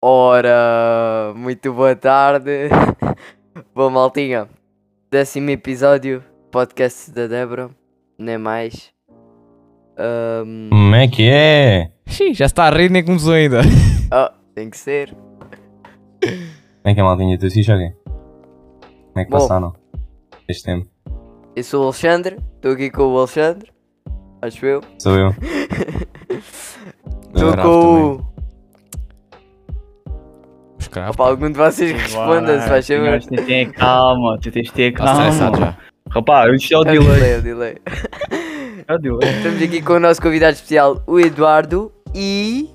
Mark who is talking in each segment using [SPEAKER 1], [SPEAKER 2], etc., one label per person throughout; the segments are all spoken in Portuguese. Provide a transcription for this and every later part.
[SPEAKER 1] Ora, muito boa tarde. Bom, maltinha. Décimo episódio, podcast da Débora. Nem mais. Ahm,
[SPEAKER 2] Como é que é?
[SPEAKER 3] Xiii, já está a rir nem começou ainda.
[SPEAKER 1] ah, tem que ser.
[SPEAKER 2] Como é que é, maldinha? Tu se alguém? Como é que
[SPEAKER 1] Bom.
[SPEAKER 2] passaram este tempo?
[SPEAKER 1] Eu sou o Alexandre. Estou aqui com o Alexandre. Acho eu.
[SPEAKER 2] Sou eu.
[SPEAKER 1] Estou
[SPEAKER 3] Grave
[SPEAKER 1] com o.
[SPEAKER 3] Os caras.
[SPEAKER 1] Opa, algum de vocês que responda, se faz favor.
[SPEAKER 4] Senhores, tentem calma, tentem ter
[SPEAKER 2] Tá
[SPEAKER 3] Está estressado
[SPEAKER 4] calma.
[SPEAKER 3] já.
[SPEAKER 4] Rapaz, isto é
[SPEAKER 1] É
[SPEAKER 4] o
[SPEAKER 1] o
[SPEAKER 4] delay.
[SPEAKER 1] delay, é o delay.
[SPEAKER 4] É o delay.
[SPEAKER 1] Estamos aqui com o nosso convidado especial, o Eduardo. E.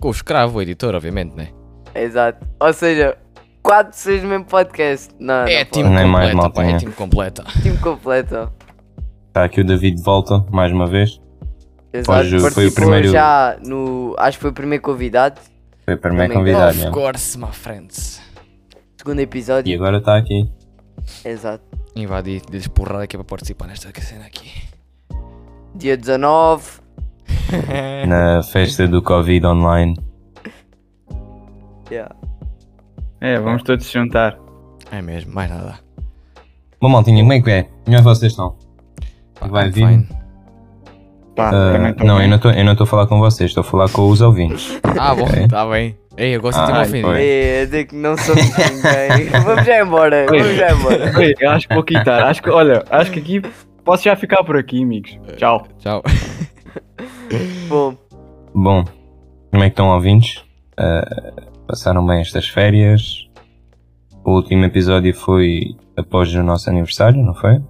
[SPEAKER 3] Com o escravo, o editor, obviamente, né?
[SPEAKER 1] Exato. Ou seja, quatro pessoas no mesmo podcast. Ah, Não,
[SPEAKER 3] É
[SPEAKER 1] não
[SPEAKER 3] time
[SPEAKER 2] Nem mais né?
[SPEAKER 3] completa, pá, é
[SPEAKER 2] maltinha.
[SPEAKER 3] time completa.
[SPEAKER 1] pode. time completo.
[SPEAKER 2] Está aqui o David de volta, mais uma vez.
[SPEAKER 1] Exato,
[SPEAKER 2] Hoje foi o
[SPEAKER 1] participou
[SPEAKER 2] primeiro-
[SPEAKER 1] já no. Acho que foi o primeiro convidado,
[SPEAKER 2] Foi para mim
[SPEAKER 1] Também
[SPEAKER 2] convidado.
[SPEAKER 3] Of
[SPEAKER 2] né?
[SPEAKER 3] course, my friends.
[SPEAKER 1] segundo episódio.
[SPEAKER 2] E agora está aqui.
[SPEAKER 1] Exato.
[SPEAKER 3] Invadi, lhes porrada aqui para participar nesta cena aqui.
[SPEAKER 1] Dia 19.
[SPEAKER 2] Na festa do Covid online.
[SPEAKER 1] Yeah.
[SPEAKER 4] É, vamos todos se juntar.
[SPEAKER 3] É mesmo, mais nada.
[SPEAKER 2] Bom, maldinha, como é que é? Como é que vocês estão?
[SPEAKER 3] Pá,
[SPEAKER 2] Vai
[SPEAKER 3] I'm
[SPEAKER 2] vir.
[SPEAKER 3] fine.
[SPEAKER 4] Pá,
[SPEAKER 2] Ah,
[SPEAKER 4] também tô
[SPEAKER 2] não, eu
[SPEAKER 4] bem.
[SPEAKER 2] não tô- eu não estou a falar com vocês, estou a falar com os ouvintes.
[SPEAKER 3] Ah, bom,
[SPEAKER 2] Ok.
[SPEAKER 3] está bem. Ei, eu gosto de ter
[SPEAKER 2] Ah,
[SPEAKER 3] ofendido.
[SPEAKER 2] foi.
[SPEAKER 1] É, de que não somos ninguém. vamos já embora, vamos já embora.
[SPEAKER 4] Ei, Eu acho que vou quitar. Acho que, olha, acho que aqui posso já ficar por aqui, amigos. Tchau.
[SPEAKER 3] Tchau.
[SPEAKER 1] Bom,
[SPEAKER 2] Bom, como é que estão ouvintes? Ah, passaram bem estas férias? O último episódio foi após o nosso aniversário, não foi?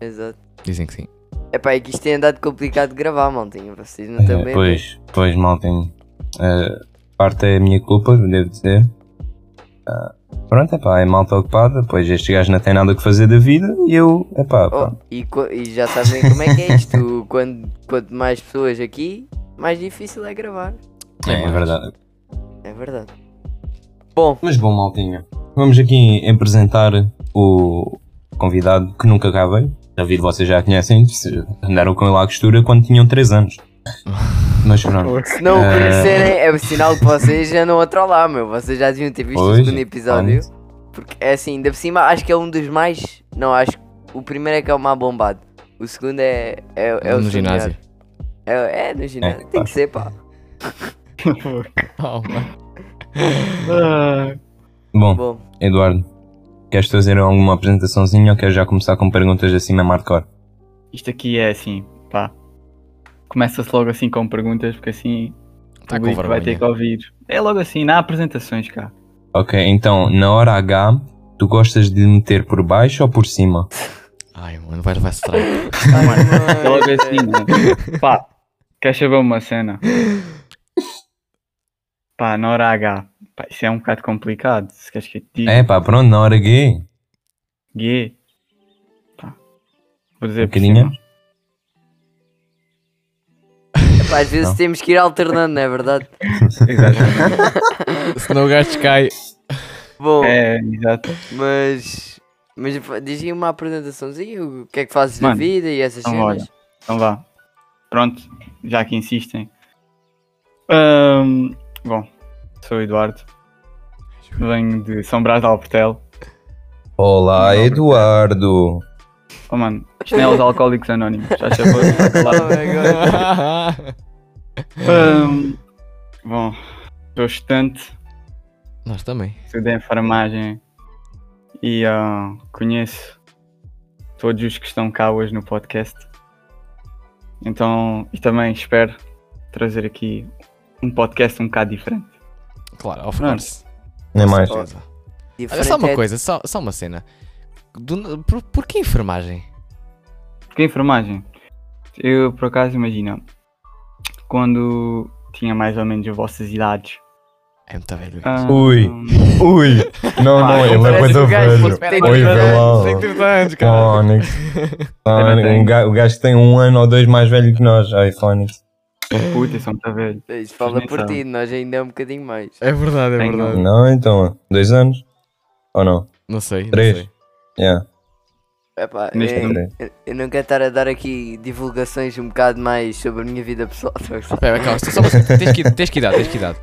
[SPEAKER 1] exato.
[SPEAKER 3] Dizem que sim.
[SPEAKER 1] Epá, é que isto tem andado complicado de gravar, maltinho. Vocês não
[SPEAKER 2] Eh,
[SPEAKER 1] também. né?
[SPEAKER 2] Pois, pois, maltem. Uh, parte é a minha culpa, devo dizer. Ah, pronto, é pá, é malta ocupada. Pois este gajo não tem nada o que fazer da vida e eu, é pá,
[SPEAKER 1] Oh, e, co- e já sabem como é que é isto. Quando, quanto mais pessoas aqui, mais difícil é gravar.
[SPEAKER 2] é, é verdade.
[SPEAKER 1] É verdade. Bom,
[SPEAKER 2] Mas bom, maltinha. Vamos aqui apresentar o convidado que nunca cá veio. David, vocês já conhecem, se andaram com ele à costura quando tinham 3 anos. Mas pronto.
[SPEAKER 1] se não o
[SPEAKER 2] Eh.
[SPEAKER 1] conhecerem, é o sinal que vocês já não a trollar, meu. Vocês já deviam ter visto o
[SPEAKER 2] Pois,
[SPEAKER 1] segundo episódio. Porque é assim, ainda por cima, acho que é um dos mais. Não, acho que o primeiro é que é o mais bombado. O segundo é. É, é o segundo
[SPEAKER 3] no ginásio.
[SPEAKER 1] melhor. É, é no ginásio.
[SPEAKER 2] É,
[SPEAKER 1] Tem
[SPEAKER 2] pá.
[SPEAKER 1] que ser, pá.
[SPEAKER 3] Oh, mano.
[SPEAKER 4] Ah,
[SPEAKER 2] Bom,
[SPEAKER 1] Bom,
[SPEAKER 2] Eduardo, queres fazer alguma apresentaçãozinha ou queres já começar com perguntas assim mesmo hardcore?
[SPEAKER 4] Isto aqui é assim, pá. Começa-se logo assim com perguntas, porque assim o
[SPEAKER 3] Tá com
[SPEAKER 4] público vai ter
[SPEAKER 3] vergonha.
[SPEAKER 4] que ouvir. É logo assim, na apresentações, cá.
[SPEAKER 2] Ok, então, na hora H, tu gostas de meter por baixo ou por cima?
[SPEAKER 3] Ai, mano, vai levar strike.
[SPEAKER 4] Mano,
[SPEAKER 1] Ai,
[SPEAKER 4] é logo
[SPEAKER 1] mano.
[SPEAKER 4] assim, mano. Pá, quer saber uma cena? Pá, na hora H. Pá, isso é um bocado complicado. Se queres que eu te diga.
[SPEAKER 2] É pá, pronto, na hora G.
[SPEAKER 4] Gay. Pá. Vou dizer
[SPEAKER 2] Um bocadinho?
[SPEAKER 4] por cima.
[SPEAKER 1] Pá, às vezes
[SPEAKER 2] Não.
[SPEAKER 1] temos que ir alternando, não é verdade?
[SPEAKER 4] Exatamente.
[SPEAKER 3] Senão o gajo cai.
[SPEAKER 1] Bom,
[SPEAKER 4] É, exato.
[SPEAKER 1] mas. Mas fa- diz aí uma apresentaçãozinha, o que é que fazes na
[SPEAKER 4] Mano,
[SPEAKER 1] vida e essas
[SPEAKER 4] então
[SPEAKER 1] cenas.
[SPEAKER 4] Então vá. Pronto, já que insistem. Ahm, bom, sou o Eduardo. Venho de São Brás de Alportel.
[SPEAKER 2] Olá,
[SPEAKER 4] Não,
[SPEAKER 2] Eduardo.
[SPEAKER 4] Oh mano, isto não é os Alcoólicos Anónimos. Já chegou. vai
[SPEAKER 1] Oh
[SPEAKER 4] calar.
[SPEAKER 1] my God.
[SPEAKER 4] Ahm, bom, sou estudante.
[SPEAKER 3] Nós também.
[SPEAKER 4] estudei enfermagem e ah, conheço todos os que estão cá hoje no podcast. Então, e também espero trazer aqui um podcast um bocado diferente.
[SPEAKER 3] Claro, of
[SPEAKER 4] Não.
[SPEAKER 3] course.
[SPEAKER 2] Nem mais.
[SPEAKER 3] Com certeza. Olha,
[SPEAKER 1] Diferente
[SPEAKER 3] só uma
[SPEAKER 1] é-
[SPEAKER 3] coisa, só, só uma cena. Do, por, por que enfermagem?
[SPEAKER 4] Porque a enfermagem, eu por acaso imagina, quando tinha mais ou menos as vossas idades.
[SPEAKER 3] É muito velho. isso.
[SPEAKER 4] ah,
[SPEAKER 2] Ui. Ui! Não, não,
[SPEAKER 4] Ah, não
[SPEAKER 2] ele é
[SPEAKER 1] parece
[SPEAKER 2] muito
[SPEAKER 1] um gajo,
[SPEAKER 2] velho.
[SPEAKER 1] parece
[SPEAKER 2] Oi,
[SPEAKER 1] um
[SPEAKER 2] velho.
[SPEAKER 3] Tem 30 anos, cara.
[SPEAKER 2] Phonics.
[SPEAKER 4] Também
[SPEAKER 2] Phonics.
[SPEAKER 4] tem.
[SPEAKER 2] Um ga- O gajo que tem um ano ou dois mais velho que nós. Ai, Phonics.
[SPEAKER 4] ah, Puta, são muito velho.
[SPEAKER 1] Isso fala
[SPEAKER 4] nem
[SPEAKER 1] por
[SPEAKER 4] sabem.
[SPEAKER 1] ti, nós ainda é um bocadinho mais.
[SPEAKER 3] É verdade, é
[SPEAKER 4] Tenho.
[SPEAKER 3] verdade.
[SPEAKER 2] Não, então, dois anos? Ou não?
[SPEAKER 3] Não sei, não
[SPEAKER 2] um, Três.
[SPEAKER 3] sei.
[SPEAKER 2] Yeah.
[SPEAKER 1] Epá,
[SPEAKER 4] Neste
[SPEAKER 1] eu,
[SPEAKER 4] momento.
[SPEAKER 2] três.
[SPEAKER 1] eu- eu não quero estar a dar aqui divulgações um bocado mais sobre a minha vida pessoal. tá a gozar?
[SPEAKER 3] Espera, calma, só- só uma- tens que, tens que idade, tens que idade.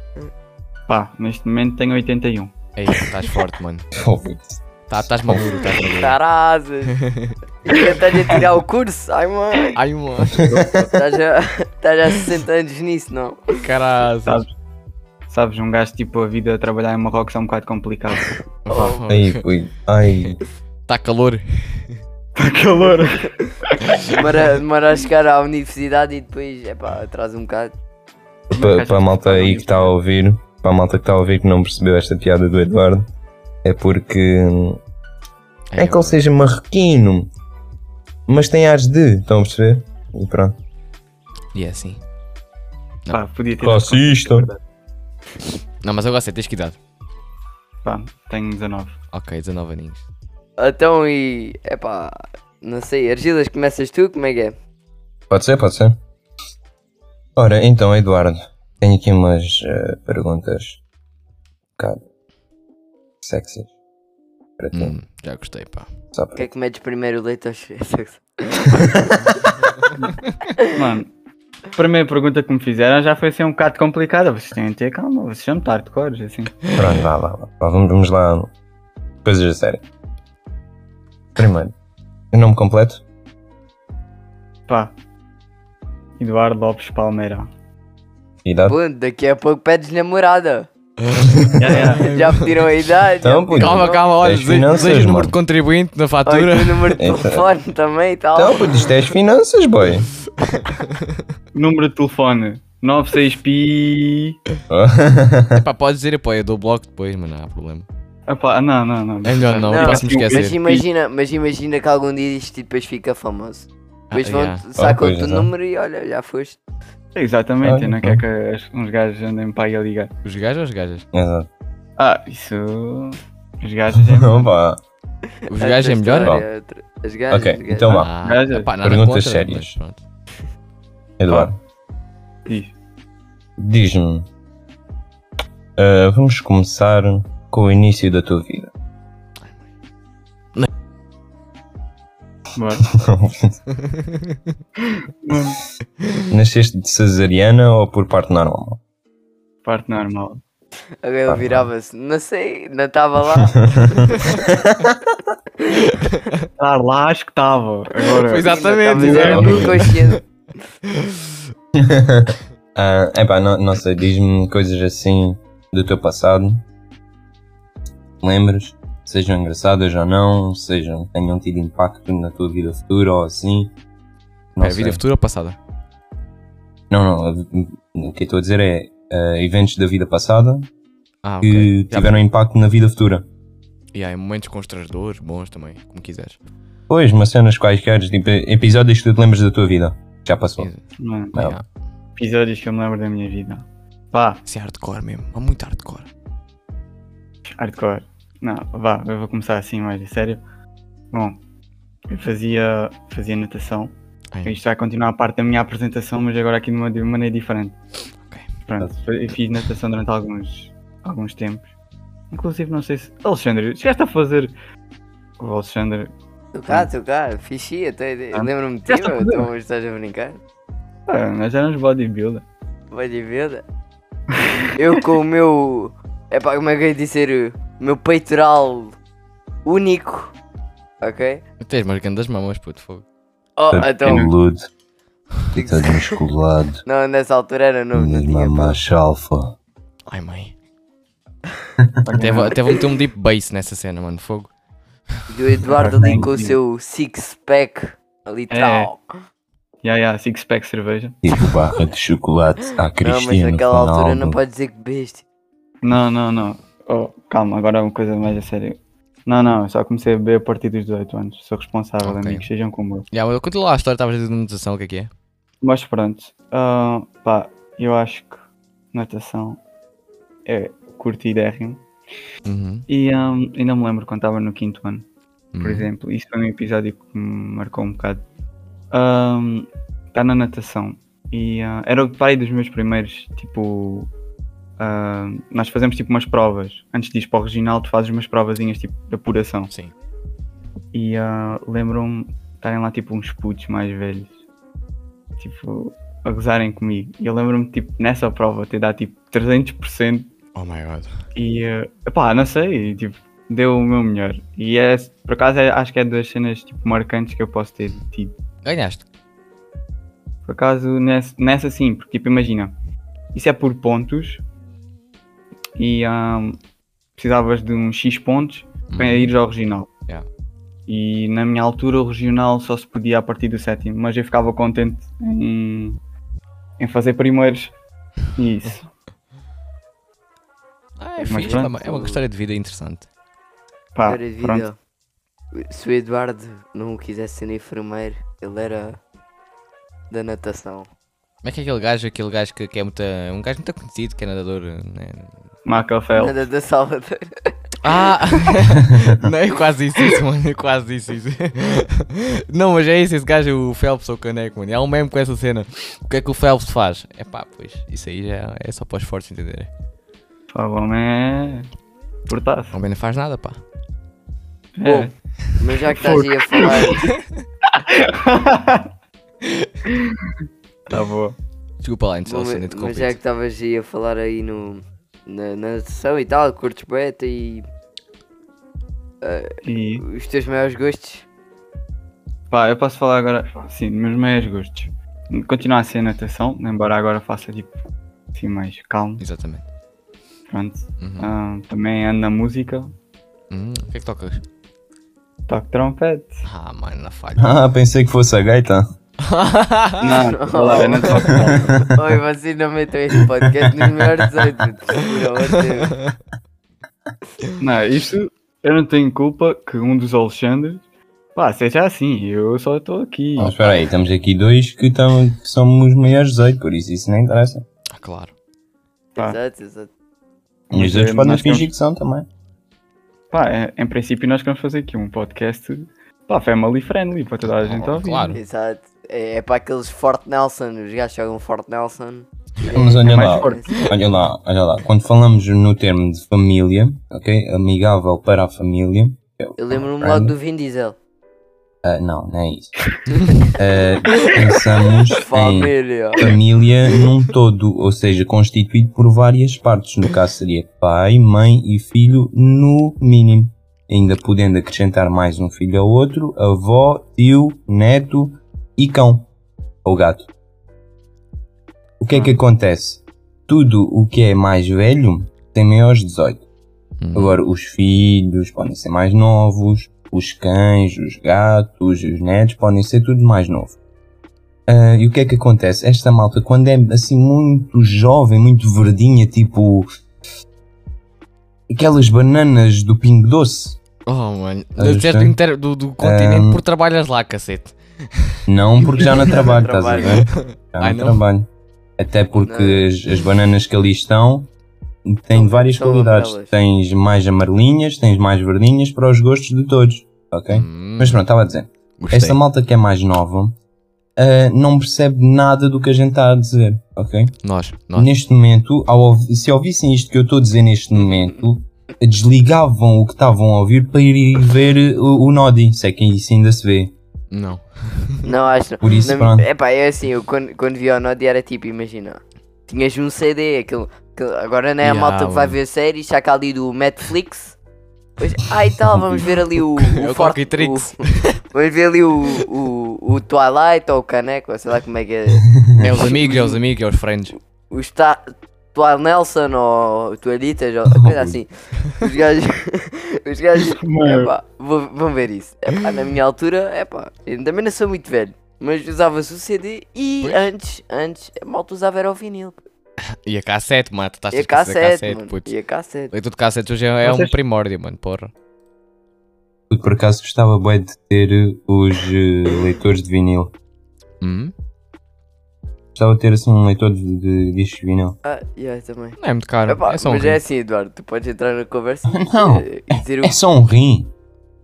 [SPEAKER 4] Pá, neste momento tenho 81.
[SPEAKER 3] Ei, estás forte, mano. Tá- Estás maduro, estás
[SPEAKER 1] Tá.
[SPEAKER 3] maduro.
[SPEAKER 1] Carazes! Estás a tirar o curso? Ai, tá mãe!
[SPEAKER 3] Ai, um mano.
[SPEAKER 1] Estás a, estás a 60 anos nisso, não?
[SPEAKER 3] Caralho.
[SPEAKER 2] Tá.
[SPEAKER 4] Sabes? Sabes, um gajo tipo a vida a trabalhar em Marrocos é um bocado complicado.
[SPEAKER 2] Ai, fui. Ai.
[SPEAKER 3] Tá calor.
[SPEAKER 4] Está calor.
[SPEAKER 1] Demora, demora a chegar à universidade e depois, é pá, atrasa um bocado.
[SPEAKER 2] Para a malta aí que tá- está a ouvir, para a malta que está a ouvir que não percebeu esta piada do Eduardo, é porque. hum, É que ele seja marroquino, mas tem ares de. Estão a perceber? E pronto.
[SPEAKER 3] E é assim.
[SPEAKER 4] Pá, podia ter.
[SPEAKER 2] Racista.
[SPEAKER 3] Não, mas agora sei, tens que idade.
[SPEAKER 4] Pá, tenho 19.
[SPEAKER 3] Ok, 19 aninhos.
[SPEAKER 1] Então e, é pá, não sei, Argilas, começas tu? Como é que é?
[SPEAKER 2] Pode ser, pode ser. Ora, então, Eduardo, tenho aqui umas eh, perguntas. Um bocado. sexy. Para ti.
[SPEAKER 3] Hum, já gostei, pá.
[SPEAKER 2] Só
[SPEAKER 1] O
[SPEAKER 2] para
[SPEAKER 1] que é que medes primeiro, leite ou sexo?
[SPEAKER 4] Mano, a primeira pergunta que me fizeram já foi assim um bocado complicada. Vocês têm de ter calma, vocês são muito hardcore, assim.
[SPEAKER 2] Pronto, vá, vá, vá. Vá, Vamos, vamos lá. Coisas a sério. Primeiro, o nome completo?
[SPEAKER 4] Pá. Eduardo Lopes Palmeira.
[SPEAKER 2] Idade?
[SPEAKER 1] Pô, daqui a pouco pedes namorada.
[SPEAKER 4] Já, já.
[SPEAKER 1] Já pediram a idade?
[SPEAKER 2] Então,
[SPEAKER 1] já
[SPEAKER 2] puto.
[SPEAKER 1] pediram-
[SPEAKER 3] Calma, calma, olha,
[SPEAKER 2] Tens
[SPEAKER 3] deseja
[SPEAKER 2] finanças,
[SPEAKER 3] deseja o número
[SPEAKER 2] mano.
[SPEAKER 3] de contribuinte na
[SPEAKER 1] Ou
[SPEAKER 3] fatura.
[SPEAKER 1] então o número de
[SPEAKER 2] Então.
[SPEAKER 1] telefone também e tal.
[SPEAKER 2] Então, puto, isto é as finanças, boy.
[SPEAKER 4] Número de telefone 96 pi.
[SPEAKER 3] Pá, podes dizer, pá, eu dou bloco depois, mas não há problema.
[SPEAKER 4] Epá, não, não, não.
[SPEAKER 3] É melhor não,
[SPEAKER 1] Não,
[SPEAKER 3] posso me
[SPEAKER 1] mas
[SPEAKER 3] esquecer.
[SPEAKER 1] imagina, mas imagina que algum dia isto depois fica famoso. Depois
[SPEAKER 3] Ah,
[SPEAKER 1] vão,
[SPEAKER 3] yeah.
[SPEAKER 1] sacam o
[SPEAKER 2] Ah,
[SPEAKER 1] teu
[SPEAKER 2] pois, é.
[SPEAKER 1] número e olha, já foste.
[SPEAKER 4] Exatamente,
[SPEAKER 2] Ah,
[SPEAKER 4] eu não
[SPEAKER 2] então.
[SPEAKER 4] quero que as- uns gajos andem para aí a ligar.
[SPEAKER 3] Os gajos ou as gajas?
[SPEAKER 2] Exato. Então,
[SPEAKER 4] Ah, isso. Os gajos. é-
[SPEAKER 2] Opa.
[SPEAKER 3] Os gajos é
[SPEAKER 1] Outra
[SPEAKER 3] melhor?
[SPEAKER 1] história, outra- As gajas.
[SPEAKER 2] Ok,
[SPEAKER 1] as gajas.
[SPEAKER 2] então vá.
[SPEAKER 3] Ah,
[SPEAKER 4] Gajas.
[SPEAKER 3] pá, nada
[SPEAKER 2] Perguntas
[SPEAKER 3] contra,
[SPEAKER 2] sérias.
[SPEAKER 3] mas pronto.
[SPEAKER 2] Eduardo,
[SPEAKER 4] Diz.
[SPEAKER 2] diz-me. ah, vamos começar com o início da tua vida.
[SPEAKER 4] Bora.
[SPEAKER 2] Nasceste de cesariana ou por parte normal?
[SPEAKER 4] Parte normal.
[SPEAKER 1] Agora ele virava-se, não sei, não estava lá.
[SPEAKER 4] Ah, lá acho que estava. Agora.
[SPEAKER 3] Pois é. Exatamente,
[SPEAKER 1] Mas era
[SPEAKER 2] exatamente.
[SPEAKER 1] muito consciente.
[SPEAKER 2] Ah, epá, não, não sei, diz-me coisas assim do teu passado. Lembras? Sejam engraçadas ou não, sejam, tenham tido impacto na tua vida futura ou assim. Não,
[SPEAKER 3] Pera,
[SPEAKER 2] sei.
[SPEAKER 3] É vida futura ou passada?
[SPEAKER 2] não, não, a- o que eu estou a dizer é ah, eventos da vida passada
[SPEAKER 3] Ah,
[SPEAKER 2] que
[SPEAKER 3] ok. Já-
[SPEAKER 2] tiveram impacto na vida futura.
[SPEAKER 3] E há momentos constrangedores, bons também, como quiseres.
[SPEAKER 2] Pois, mas cenas quaisquer, tipo, episódios que tu te lembras da tua vida. Já passou.
[SPEAKER 3] Sim.
[SPEAKER 4] Mano,
[SPEAKER 2] Não.
[SPEAKER 3] Yeah.
[SPEAKER 4] episódios que eu me lembro da minha vida. Pá,
[SPEAKER 3] Isso é hardcore mesmo, é muito hardcore.
[SPEAKER 4] hardcore. Não, vá, eu vou começar assim mais a sério. Bom, eu fazia, fazia natação.
[SPEAKER 3] Ai,
[SPEAKER 4] Isto vai continuar a parte da minha apresentação, mas agora aqui de uma, de uma maneira diferente.
[SPEAKER 3] Ok.
[SPEAKER 4] Pronto, eu fiz natação durante alguns, alguns tempos. Inclusive, não sei se. Alexandre, chegaste a fazer. O Alexandre.
[SPEAKER 1] Tu cá, tu cá, fichi, até
[SPEAKER 4] Ah.
[SPEAKER 1] lembro-me de ti,
[SPEAKER 4] Já está
[SPEAKER 1] meu,
[SPEAKER 4] tudo.
[SPEAKER 1] então hoje estás a brincar.
[SPEAKER 4] Ah, nós éramos bodybuilder.
[SPEAKER 1] Vai de vida. Eu com o meu. É pá, como é que eu ia dizer? O meu peitoral único. Ok?
[SPEAKER 3] tens marcando das mamas, puto, fogo.
[SPEAKER 1] Oh,
[SPEAKER 2] Todo
[SPEAKER 1] então.
[SPEAKER 2] Tipo, peludo, todo musculado,
[SPEAKER 1] Não, nessa altura era novo, não
[SPEAKER 2] nas
[SPEAKER 1] tinha pá.
[SPEAKER 2] mamas alfa.
[SPEAKER 3] Ai, mãe. Até vou, até vou meter um deep bass nessa cena, mano, fogo.
[SPEAKER 1] E o Eduardo ali com o seu six pack. Ali
[SPEAKER 3] É.
[SPEAKER 1] tal.
[SPEAKER 4] Ya, ya, six pack cerveja.
[SPEAKER 2] Tipo barra de chocolate à
[SPEAKER 1] Não, mas
[SPEAKER 2] Cristina
[SPEAKER 1] naquela altura
[SPEAKER 2] Ronaldo.
[SPEAKER 1] não pode dizer que beste.
[SPEAKER 4] Não, não, não. Oh, calma, agora é uma coisa mais a sério. Não, não, eu só comecei a beber a partir dos 18 anos. Sou responsável,
[SPEAKER 3] Ok.
[SPEAKER 4] amigos, sejam como eu.
[SPEAKER 3] Já, mas conta lá a história, estavas a dizer de natação, o que é que é?
[SPEAKER 4] Mas pronto, ah, pá, eu acho que natação é curtidérrimo.
[SPEAKER 3] Uhum.
[SPEAKER 4] E ah, ainda me lembro quando estava no quinto ano, por
[SPEAKER 3] Uhum.
[SPEAKER 4] exemplo. Isso foi um episódio que me marcou um bocado. Está na natação. E ah, era o pai dos meus primeiros, tipo... ah, nós fazemos tipo umas provas. Antes de ir para o regional, tu fazes umas provazinhas tipo de apuração.
[SPEAKER 3] Sim.
[SPEAKER 4] E ah, lembram-me de estarem lá tipo uns putos mais velhos, tipo, a gozarem comigo. E eu lembro-me, tipo, nessa prova ter dado tipo 300%
[SPEAKER 3] Oh my god.
[SPEAKER 4] E eh, pá, não sei, tipo, deu o meu melhor. E é, por acaso é- acho que é das cenas tipo, marcantes que eu posso ter tido.
[SPEAKER 3] Ganhaste.
[SPEAKER 4] Por acaso nessa, nessa sim, porque tipo, imagina, isso é por pontos e ahm, precisavas de um X pontos para
[SPEAKER 3] Uhum.
[SPEAKER 4] ir ao regional.
[SPEAKER 3] Yeah.
[SPEAKER 4] E na minha altura o regional só se podia a partir do sétimo, mas eu ficava contente em, em fazer primeiros. E Isso.
[SPEAKER 3] Ah, é
[SPEAKER 4] Mas
[SPEAKER 3] fixe,
[SPEAKER 4] pronto.
[SPEAKER 3] é uma- é uma história de vida interessante.
[SPEAKER 4] Pá,
[SPEAKER 1] Era é vida.
[SPEAKER 4] Ah, pronto.
[SPEAKER 1] Se o Eduardo não quisesse ser enfermeiro, ele era da natação.
[SPEAKER 3] Como é que é aquele gajo, aquele gajo que, que é muito, um gajo muito conhecido, que é nadador, né?
[SPEAKER 4] Macafel.
[SPEAKER 1] Nada da Salvador.
[SPEAKER 3] Ah! não, é quase isso, isso, mano, é quase isso, isso. Não, mas é isso, esse gajo, o Phelps ou o Caneco, mano. Há um meme com essa cena. O que é que o Phelps faz? É pá, pois, isso aí já é só para os fortes entenderem.
[SPEAKER 4] Pá, o homem é. Portaço.
[SPEAKER 3] O homem não faz nada, pá.
[SPEAKER 4] É.
[SPEAKER 1] Bom, mas já que estás aí a falar,
[SPEAKER 4] Tá boa.
[SPEAKER 3] Desculpa lá,
[SPEAKER 1] bom,
[SPEAKER 3] então, cena de
[SPEAKER 1] mas já que
[SPEAKER 3] compito.
[SPEAKER 1] estavas aí a falar aí no, na, na natação e tal, curtes beta e
[SPEAKER 4] E
[SPEAKER 1] os teus maiores gostos,
[SPEAKER 4] pá, eu posso falar agora, sim, dos meus maiores gostos. Continuar a ser natação, embora agora faça tipo assim mais calmo,
[SPEAKER 3] Exatamente.
[SPEAKER 4] pronto.
[SPEAKER 3] Uhum.
[SPEAKER 4] Ah, também ando na música,
[SPEAKER 3] Hum, o que é que tocas?
[SPEAKER 4] toco trompete.
[SPEAKER 3] Ah, mano, na falha.
[SPEAKER 2] Ah, pensei que fosse a gaita.
[SPEAKER 3] Ah.
[SPEAKER 4] não, tô a falar, eu não toco trompete.
[SPEAKER 1] oi, vocês não metam este podcast nos maiores 18, por amor de Deus.
[SPEAKER 4] Não, isto eu não tenho culpa que um dos Alexandres, pá, seja assim, eu só estou aqui.
[SPEAKER 3] Ah.
[SPEAKER 2] Mas espera aí, estamos aqui dois que, estão, que são os maiores 18, por isso isso nem interessa.
[SPEAKER 3] Ah, claro.
[SPEAKER 4] Pá.
[SPEAKER 1] Exato, exato.
[SPEAKER 2] E os
[SPEAKER 4] Mas,
[SPEAKER 1] é
[SPEAKER 2] dois
[SPEAKER 4] eh,
[SPEAKER 2] podem
[SPEAKER 4] nós
[SPEAKER 2] fingir
[SPEAKER 1] um.
[SPEAKER 2] que são também.
[SPEAKER 4] Pá, é- em princípio nós queremos fazer aqui um podcast, pá, family friendly, para toda a gente
[SPEAKER 3] Ah,
[SPEAKER 4] ouvir.
[SPEAKER 3] claro.
[SPEAKER 1] Exato. É, é para aqueles Fort Nelson, os gajos jogam Fort Nelson.
[SPEAKER 2] Mas olha
[SPEAKER 4] É mais
[SPEAKER 2] lá,
[SPEAKER 4] forte.
[SPEAKER 2] olha lá, olha lá. Quando falamos no termo de família, ok? Amigável para a família.
[SPEAKER 1] Eu lembro-me logo do Vin Diesel.
[SPEAKER 2] Ah, não, não é isso. Ah, pensamos em
[SPEAKER 1] Família.
[SPEAKER 2] família num todo, ou seja, constituído por várias partes. No caso seria pai, mãe e filho, no mínimo. Ainda podendo acrescentar mais um filho ao outro, avó, tio, neto e cão. Ou gato. O que é que acontece? Tudo o que é mais velho tem maiores 18.
[SPEAKER 3] Hum.
[SPEAKER 2] Uhum. Agora, os filhos podem ser mais novos, os cães, os gatos, os netos podem ser tudo mais novo. Ah, e o que é que acontece? Esta malta, quando é assim muito jovem, muito verdinha, tipo aquelas bananas do Pingo Doce,
[SPEAKER 3] Oh, mano.
[SPEAKER 2] Ah,
[SPEAKER 3] Não disseste do,
[SPEAKER 2] sim.
[SPEAKER 3] inter- do, do continente porque trabalhas lá, cacete.
[SPEAKER 2] não porque já não trabalho, estás a ver? Já
[SPEAKER 3] Ai,
[SPEAKER 2] não
[SPEAKER 3] não?
[SPEAKER 2] trabalho. Até porque as, as bananas que ali estão têm
[SPEAKER 1] São-
[SPEAKER 2] várias
[SPEAKER 1] são
[SPEAKER 2] qualidades.
[SPEAKER 1] amarelas.
[SPEAKER 2] Tens mais amarelinhas, tens mais verdinhas, para os gostos de todos, ok?
[SPEAKER 3] Hum,
[SPEAKER 2] Mas pronto, estava a dizer.
[SPEAKER 3] gostei.
[SPEAKER 2] Esta malta que é mais nova ah, não percebe nada do que a gente está a dizer, ok?
[SPEAKER 3] Nós, nós.
[SPEAKER 2] Neste momento, ao ouvi- se ouvissem isto que eu estou a dizer neste momento, desligavam o que estavam a ouvir para ir ver o, o Nodi, se é que isso ainda se vê.
[SPEAKER 3] Não.
[SPEAKER 1] Não, acho
[SPEAKER 2] Por isso,
[SPEAKER 1] não.
[SPEAKER 2] pronto.
[SPEAKER 1] É pá, é assim, eu quando, quando vi o Nod era tipo, imagina, tinhas um CD, aquele, aquele- agora não é a
[SPEAKER 3] Ya,
[SPEAKER 1] malta que vai
[SPEAKER 3] mano.
[SPEAKER 1] ver séries, já que há ali do Netflix. Pois, ah, e tal, vamos ver ali o.
[SPEAKER 3] É o
[SPEAKER 1] Fort-
[SPEAKER 3] Coquitrix.
[SPEAKER 1] o- Vamos ver ali o, o, o Twilight ou o Caneco, ou sei lá como é que é.
[SPEAKER 3] É os amigos, é os amigos, é os friends.
[SPEAKER 1] Os ta, Tual Nelson ou Tualitas,
[SPEAKER 3] Oh,
[SPEAKER 1] ou coisa assim. Os gajos. Os gajos.
[SPEAKER 4] Mano.
[SPEAKER 1] Epá,
[SPEAKER 3] É.
[SPEAKER 1] vou- vão ver isso. Epá, na minha altura, epá, eu também não sou muito velho. Mas usava-se o CD e
[SPEAKER 3] Pois.
[SPEAKER 1] antes, antes, a malta usava era o vinil.
[SPEAKER 3] E a cassete, mano. Tu estás
[SPEAKER 1] E a
[SPEAKER 3] esquecer da
[SPEAKER 1] cassete, mano.
[SPEAKER 3] putz.
[SPEAKER 1] E a cassete.
[SPEAKER 3] Leitura de cassetes hoje é, é um
[SPEAKER 4] Vocês-
[SPEAKER 3] primórdio, mano, porra.
[SPEAKER 2] Eu, Por acaso gostava bem de ter os eh, leitores de vinil.
[SPEAKER 3] Hum?
[SPEAKER 2] Gostava de ter assim um leitor de, de discos de vinil.
[SPEAKER 1] Ah, e aí também.
[SPEAKER 3] Não é muito caro.
[SPEAKER 1] Epá,
[SPEAKER 3] é só um
[SPEAKER 1] mas é
[SPEAKER 3] rim.
[SPEAKER 1] assim, Eduardo, tu podes entrar na conversa
[SPEAKER 2] Não.
[SPEAKER 1] eh, e, dizer o,
[SPEAKER 2] É só um rim.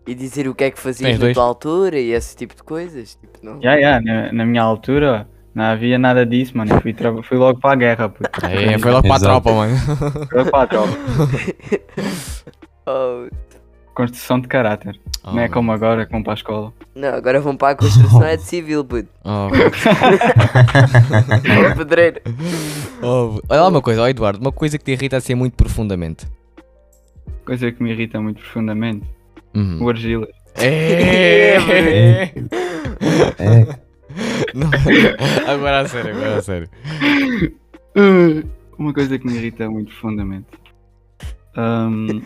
[SPEAKER 1] e dizer o que é que fazias
[SPEAKER 3] Tens
[SPEAKER 1] na
[SPEAKER 3] dois?
[SPEAKER 1] tua altura e esse tipo de coisas. Tipo, não.
[SPEAKER 4] Já, já, na, na minha altura não havia nada disso, mano. Eu fui, tra- fui logo para a guerra, puto.
[SPEAKER 1] assim.
[SPEAKER 3] É, foi logo para a
[SPEAKER 2] Exato.
[SPEAKER 3] tropa, mano.
[SPEAKER 4] Fui logo para a tropa.
[SPEAKER 1] Oh,
[SPEAKER 4] construção de caráter.
[SPEAKER 3] Oh,
[SPEAKER 4] não é
[SPEAKER 3] meu.
[SPEAKER 4] como agora que vão para a escola.
[SPEAKER 1] Não, agora vão para a construção é de civil, puto.
[SPEAKER 3] Oh, meu.
[SPEAKER 1] É pedreiro.
[SPEAKER 3] Oh, olha lá uma coisa, ó Eduardo, uma coisa que te irrita assim muito profundamente.
[SPEAKER 4] Coisa que me irrita muito profundamente.
[SPEAKER 3] Uhum.
[SPEAKER 4] O argila.
[SPEAKER 3] É.
[SPEAKER 2] É,
[SPEAKER 3] Não, agora a sério, agora a sério.
[SPEAKER 4] Uma coisa que me irrita muito profundamente. Ahm,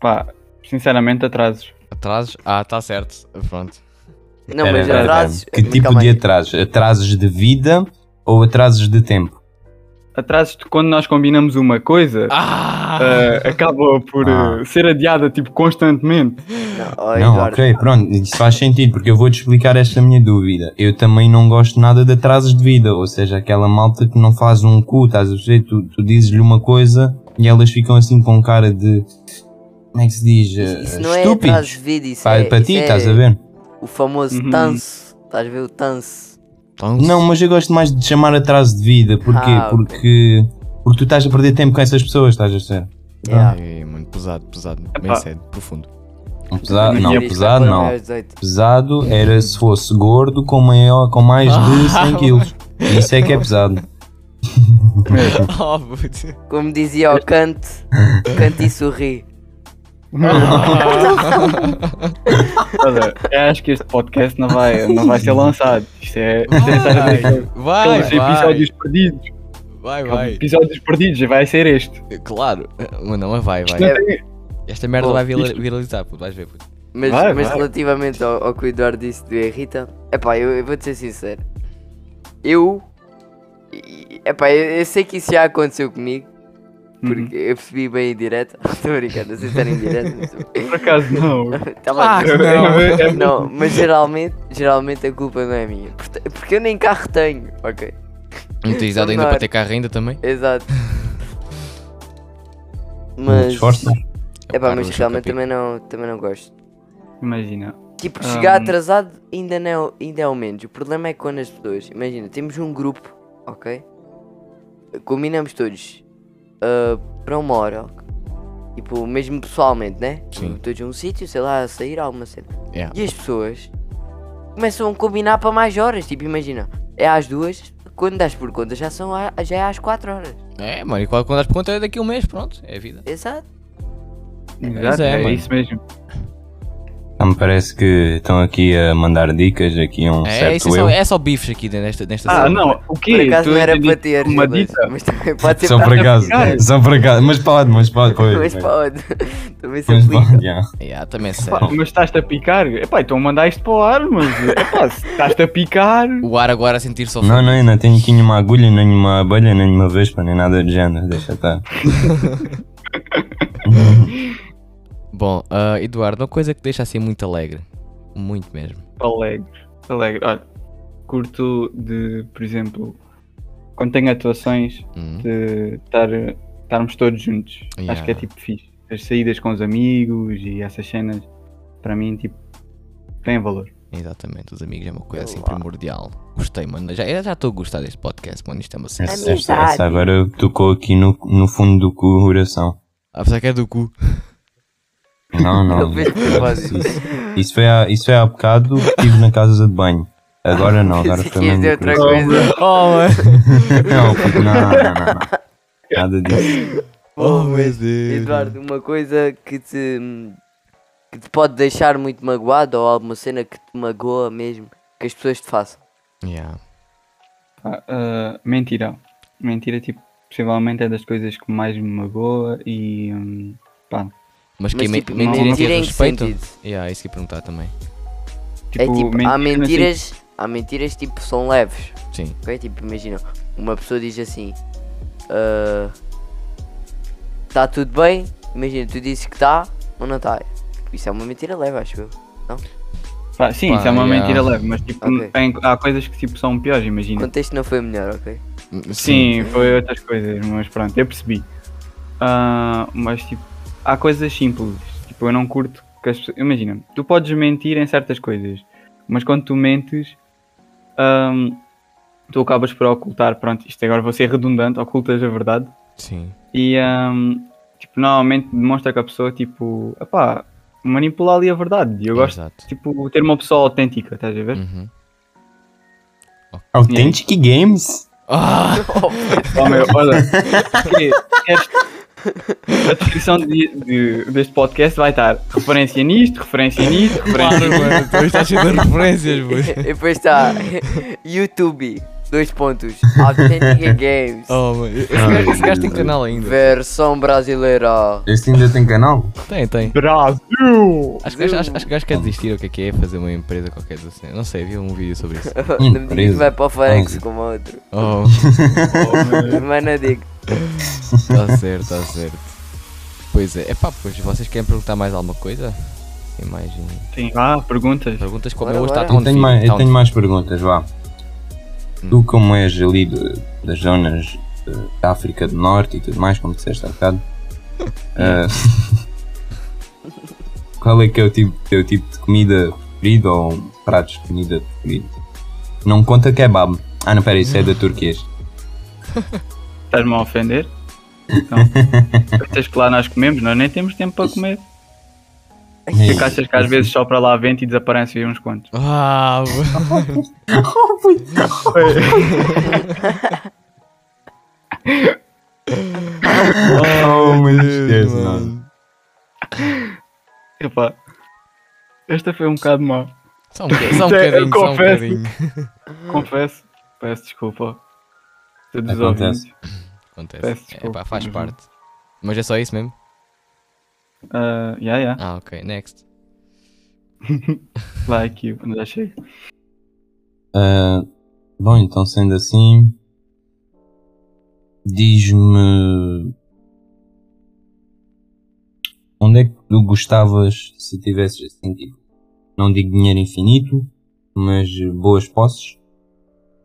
[SPEAKER 4] pá, sinceramente atrasos.
[SPEAKER 3] Atrasos? Ah, tá certo. Pronto.
[SPEAKER 1] Não,
[SPEAKER 2] pera,
[SPEAKER 1] mas
[SPEAKER 2] pera, pera.
[SPEAKER 1] atrasos. é
[SPEAKER 2] Que tipo
[SPEAKER 1] Calma
[SPEAKER 2] de
[SPEAKER 1] aí.
[SPEAKER 2] atrasos? Atrasos de vida ou atrasos de tempo?
[SPEAKER 4] Atrasos de quando nós combinamos uma coisa,
[SPEAKER 3] Ah!
[SPEAKER 4] ah, acaba por
[SPEAKER 2] Ah.
[SPEAKER 4] ah, ser adiada tipo constantemente.
[SPEAKER 1] Não, ó,
[SPEAKER 2] não,
[SPEAKER 1] Eduardo.
[SPEAKER 2] ok, pronto, isso faz sentido, porque eu vou-te explicar esta minha dúvida. Eu também não gosto nada de atrasos de vida, ou seja, aquela malta que não faz um cu, estás a perceber? Tu, tu dizes-lhe uma coisa e elas ficam assim com cara de. Como é que se diz?
[SPEAKER 1] Isso, isso não é
[SPEAKER 2] Estúpidos.
[SPEAKER 1] atraso de vida, isso
[SPEAKER 2] para,
[SPEAKER 1] é,
[SPEAKER 2] para
[SPEAKER 1] isso
[SPEAKER 2] ti,
[SPEAKER 1] é
[SPEAKER 2] estás a ver?
[SPEAKER 1] o famoso
[SPEAKER 4] Uhum.
[SPEAKER 1] tanso. Estás a ver o tanso?
[SPEAKER 3] Então,
[SPEAKER 2] Não, mas eu gosto mais de chamar atraso de vida, porquê?
[SPEAKER 1] Ah, ok.
[SPEAKER 2] porque, porque tu estás a perder tempo com essas pessoas, estás a ser?
[SPEAKER 1] Yeah.
[SPEAKER 3] Ai, mano, pesado, pesado. Bem
[SPEAKER 4] Epá.
[SPEAKER 3] sério, profundo.
[SPEAKER 2] Um pesado, não,
[SPEAKER 4] Minha
[SPEAKER 2] pesado não.
[SPEAKER 1] Aos 18.
[SPEAKER 2] Pesado era se fosse gordo com, maior, com mais de 100 quilos. Isso é que é pesado.
[SPEAKER 3] Oh, puto.
[SPEAKER 1] Como dizia o Kant, cante e sorri.
[SPEAKER 4] Olha, eu acho que este podcast não vai, não vai ser lançado. Isto é, isto é estar a
[SPEAKER 3] Vai,
[SPEAKER 4] ver
[SPEAKER 3] vai,
[SPEAKER 4] aqueles
[SPEAKER 3] vai,
[SPEAKER 4] episódios perdidos.
[SPEAKER 3] vai,
[SPEAKER 4] Aqueles
[SPEAKER 3] vai.
[SPEAKER 4] Episódios perdidos, vai ser este.
[SPEAKER 3] Claro. Mas não, mas vai,
[SPEAKER 4] Isto não
[SPEAKER 1] É.
[SPEAKER 3] vai.
[SPEAKER 4] tem-
[SPEAKER 3] Esta merda
[SPEAKER 1] Pô,
[SPEAKER 3] vai vira-
[SPEAKER 4] Oh, isto-
[SPEAKER 3] viralizar, puto. Vais ver, puto.
[SPEAKER 1] Mas,
[SPEAKER 4] Vai,
[SPEAKER 1] mas
[SPEAKER 4] vai.
[SPEAKER 1] relativamente ao, ao que o Eduardo disse do Rita, epá, eu, eu vou-te ser sincero. Eu. e- Epá, eu, eu sei que isso já aconteceu comigo, porque
[SPEAKER 4] Uhum.
[SPEAKER 1] eu percebi bem em direto. Estou brincando, não sei se era em direto, mas.
[SPEAKER 4] Por acaso não.
[SPEAKER 1] Estava a dizer.
[SPEAKER 3] não.
[SPEAKER 1] Tá Não, mas geralmente, geralmente a culpa não é minha. Porta- Porque eu nem carro tenho, ok?
[SPEAKER 3] Não tens idade ainda
[SPEAKER 1] Sonora.
[SPEAKER 3] para ter carro ainda também?
[SPEAKER 1] Exato.
[SPEAKER 2] Mas...
[SPEAKER 1] Mas.
[SPEAKER 2] Esforças.
[SPEAKER 1] É pá, mas
[SPEAKER 3] Carlos,
[SPEAKER 1] realmente
[SPEAKER 3] capítulo.
[SPEAKER 1] também não, também não gosto.
[SPEAKER 4] Imagina.
[SPEAKER 1] Tipo, chegar
[SPEAKER 4] Ahm.
[SPEAKER 1] atrasado ainda, não é, o- ainda é o menos. O problema é quando as pessoas. Imagina, temos um grupo, ok? Combinamos todos ah, para uma hora. ok? Tipo, mesmo pessoalmente, né?
[SPEAKER 3] Sim.
[SPEAKER 1] Todos a um sítio, sei lá, a sair alguma cena.
[SPEAKER 3] Yeah.
[SPEAKER 1] E as pessoas começam a combinar para mais horas. Tipo, imagina, é às duas, quando das por conta já, são a- já é às quatro horas.
[SPEAKER 3] É, mano, e quando quando das conta é daqui a um mês, pronto. É a vida.
[SPEAKER 1] Exato.
[SPEAKER 4] Exato,
[SPEAKER 3] é,
[SPEAKER 4] é,
[SPEAKER 3] mano.
[SPEAKER 4] isso mesmo.
[SPEAKER 2] Me parece que estão aqui a mandar dicas, aqui um
[SPEAKER 3] É,
[SPEAKER 2] certo
[SPEAKER 3] isso é
[SPEAKER 2] eu.
[SPEAKER 3] só, é só bifes aqui nesta, nesta
[SPEAKER 4] Ah, não, o quê?
[SPEAKER 1] é. Por acaso
[SPEAKER 4] Tu
[SPEAKER 1] não era para
[SPEAKER 4] entendiste
[SPEAKER 1] ter,
[SPEAKER 4] Uma
[SPEAKER 1] mas,
[SPEAKER 4] dita?
[SPEAKER 1] mas também
[SPEAKER 3] tipo,
[SPEAKER 1] pode
[SPEAKER 3] tá
[SPEAKER 1] ser
[SPEAKER 2] Só por
[SPEAKER 1] para
[SPEAKER 2] acaso, é,
[SPEAKER 4] aplicar.
[SPEAKER 2] só por acaso, mas pode, mas pode,
[SPEAKER 4] né?
[SPEAKER 2] pois.
[SPEAKER 1] Mas pode. Também se
[SPEAKER 2] Mas
[SPEAKER 1] aplica.
[SPEAKER 2] pode, yeah.
[SPEAKER 3] Yeah, também é
[SPEAKER 4] Pá,
[SPEAKER 3] sério.
[SPEAKER 4] mas estás-te a picar? Epá, então mandar isto para o ar, mas epá, se estás-te a picar.
[SPEAKER 3] O ar agora a sentir-se
[SPEAKER 2] Não, é-
[SPEAKER 3] ofendido.
[SPEAKER 2] não, eu não tenho aqui nenhuma agulha, nem nenhuma abelha, nem nenhuma vespa, nem nada de género, deixa estar.
[SPEAKER 3] Bom, ah, Eduardo, uma coisa que deixa assim muito alegre. Muito mesmo.
[SPEAKER 4] Alegre, alegre. Olha, curto de, por exemplo, quando tenho atuações,
[SPEAKER 3] Hum.
[SPEAKER 4] de estar, estarmos todos juntos.
[SPEAKER 3] Yeah.
[SPEAKER 4] Acho que é tipo fixe. As saídas com os amigos e essas cenas, para mim, tipo, têm valor.
[SPEAKER 3] Exatamente, os amigos é uma coisa assim
[SPEAKER 1] Olá.
[SPEAKER 3] primordial. Gostei, mano. Já, eu já estou a gostar deste podcast, mano. Isto é uma cena.
[SPEAKER 2] Essa, essa- essa agora tocou aqui no, no fundo do coração.
[SPEAKER 3] Ah, apesar que é do cu.
[SPEAKER 2] Não, não.
[SPEAKER 1] Eu fiz de propósito.
[SPEAKER 2] Isso, isso foi há, isso foi há bocado que estive na casa de banho. Agora não, agora
[SPEAKER 1] Pensei
[SPEAKER 2] foi
[SPEAKER 1] que ias
[SPEAKER 2] mesmo.
[SPEAKER 1] dizer
[SPEAKER 2] do
[SPEAKER 1] outra
[SPEAKER 2] coração.
[SPEAKER 1] coisa.
[SPEAKER 3] Oh, mano.
[SPEAKER 2] Não, puto, não, não, não, não. Nada disso.
[SPEAKER 3] Oh, meu
[SPEAKER 1] mas,
[SPEAKER 3] Deus.
[SPEAKER 1] Eduardo, uma coisa que te. que te pode deixar muito magoado ou alguma cena que te magoa mesmo, que as pessoas te façam.
[SPEAKER 3] Yeah.
[SPEAKER 4] Ah, ah, mentira. Mentira, tipo, possivelmente é das coisas que mais me magoa e. hum, pá,
[SPEAKER 3] Mas que
[SPEAKER 1] Mas,
[SPEAKER 3] é me-
[SPEAKER 1] tipo,
[SPEAKER 3] mentira em que
[SPEAKER 1] mentira em que
[SPEAKER 3] respeito?
[SPEAKER 1] sentido?
[SPEAKER 3] Yeah, isso que ia perguntar também.
[SPEAKER 1] é tipo, há
[SPEAKER 4] mentiras,
[SPEAKER 1] mentiras. Há mentiras tipo são leves.
[SPEAKER 3] Sim.
[SPEAKER 1] Ok? Tipo, imagina, uma pessoa diz assim. ah, Tá tudo bem? Imagina, tu dizes que tá ou não tá. Isso é uma mentira leve, acho eu.
[SPEAKER 4] tipo, pá, sim,
[SPEAKER 3] Pá,
[SPEAKER 4] isso é uma
[SPEAKER 3] yeah.
[SPEAKER 4] mentira leve, mas tipo,
[SPEAKER 1] Ok.
[SPEAKER 4] tem- há coisas que tipo, são piores,
[SPEAKER 1] O
[SPEAKER 4] imagina.
[SPEAKER 1] contexto não foi melhor, ok?
[SPEAKER 4] Sim, foi outras coisas, mas pronto, eu percebi. Ah, mas tipo, há coisas simples. Tipo, eu não curto que as pessoas. Imagina, tu podes mentir em certas coisas, mas quando tu mentes, ahm, tu acabas por ocultar. Pronto, isto agora vou ser redundante, ocultas a verdade.
[SPEAKER 3] Sim.
[SPEAKER 4] E ahm, tipo, normalmente demonstra que a pessoa, tipo, epá, manipula ali a verdade. E eu gosto,
[SPEAKER 3] Exato.
[SPEAKER 4] tipo, ter uma pessoa autêntica, estás a ver?
[SPEAKER 3] Uhum.
[SPEAKER 2] Authentic Games?
[SPEAKER 3] Ah,
[SPEAKER 4] Oh, meu, olha, que- queres- a descrição de- de- deste podcast vai estar referência nisto, referência nisto, referência
[SPEAKER 3] claro, mano. Tu estás cheio de referências, mano.
[SPEAKER 1] e depois está YouTube, dois pontos, Authentic Games,
[SPEAKER 3] Oh, mano. Esse gajo- Esse gajo tem canal ainda.
[SPEAKER 1] versão brasileira.
[SPEAKER 2] Este ainda tem canal?
[SPEAKER 3] Tem, tem.
[SPEAKER 4] Brasil!
[SPEAKER 3] Acho que, acho, acho, acho que gajo quer desistir, o que é que é, fazer uma empresa qualquer do cinema. Não sei, vi um vídeo sobre isso.
[SPEAKER 2] Hum,
[SPEAKER 1] Não me digas que vai para o Farex
[SPEAKER 2] Empresa.
[SPEAKER 1] como o outro.
[SPEAKER 3] Oh,
[SPEAKER 1] Mas não digo.
[SPEAKER 3] tá certo, tá certo. Pois é, epá, pois vocês querem perguntar mais alguma coisa? Sim, mais um-
[SPEAKER 4] Tem lá perguntas.
[SPEAKER 3] perguntas como
[SPEAKER 1] Bora,
[SPEAKER 3] eu hoje
[SPEAKER 1] bora.
[SPEAKER 3] está tão Tá um
[SPEAKER 2] Eu tenho,
[SPEAKER 3] fino,
[SPEAKER 2] mais, eu
[SPEAKER 3] tão
[SPEAKER 2] tenho mais perguntas, vá. Tu, como és ali de- das zonas eh, da África do Norte e tudo mais, como disseste há bocado, eh, qual é que é o tipo, teu tipo de comida preferido ou pratos de comida preferido? Não conta kebab. Ah, não, pera, isso é da turquês.
[SPEAKER 4] Estás-me a ofender? Então, achas que lá nós comemos? Nós nem temos tempo para comer.
[SPEAKER 2] Ei,
[SPEAKER 4] Porque achas que às vezes só para lá vento e desaparecem uns quantos?
[SPEAKER 3] Ah, bo-
[SPEAKER 2] Oh, meu Deus, mano.
[SPEAKER 3] mano.
[SPEAKER 4] Epá, esta foi um bocado má.
[SPEAKER 3] Só um bocadinho, só um
[SPEAKER 4] É, Eu
[SPEAKER 3] bocadinho, só um
[SPEAKER 4] confesso.
[SPEAKER 3] bocadinho.
[SPEAKER 4] Confesso, peço desculpa. Todos os
[SPEAKER 2] Acontece.
[SPEAKER 4] ouvintes. Peço
[SPEAKER 3] Acontece. É,
[SPEAKER 4] desculpa.
[SPEAKER 3] pá, faz parte. Mas é só isso mesmo?
[SPEAKER 4] Ah, yeah, yeah,
[SPEAKER 3] Ah, ok, next.
[SPEAKER 4] like you, já chego.
[SPEAKER 2] Ah, bom, então sendo assim, diz-me onde é que tu gostavas se tivesses assim, tipo, não digo dinheiro infinito, mas boas posses. Ah,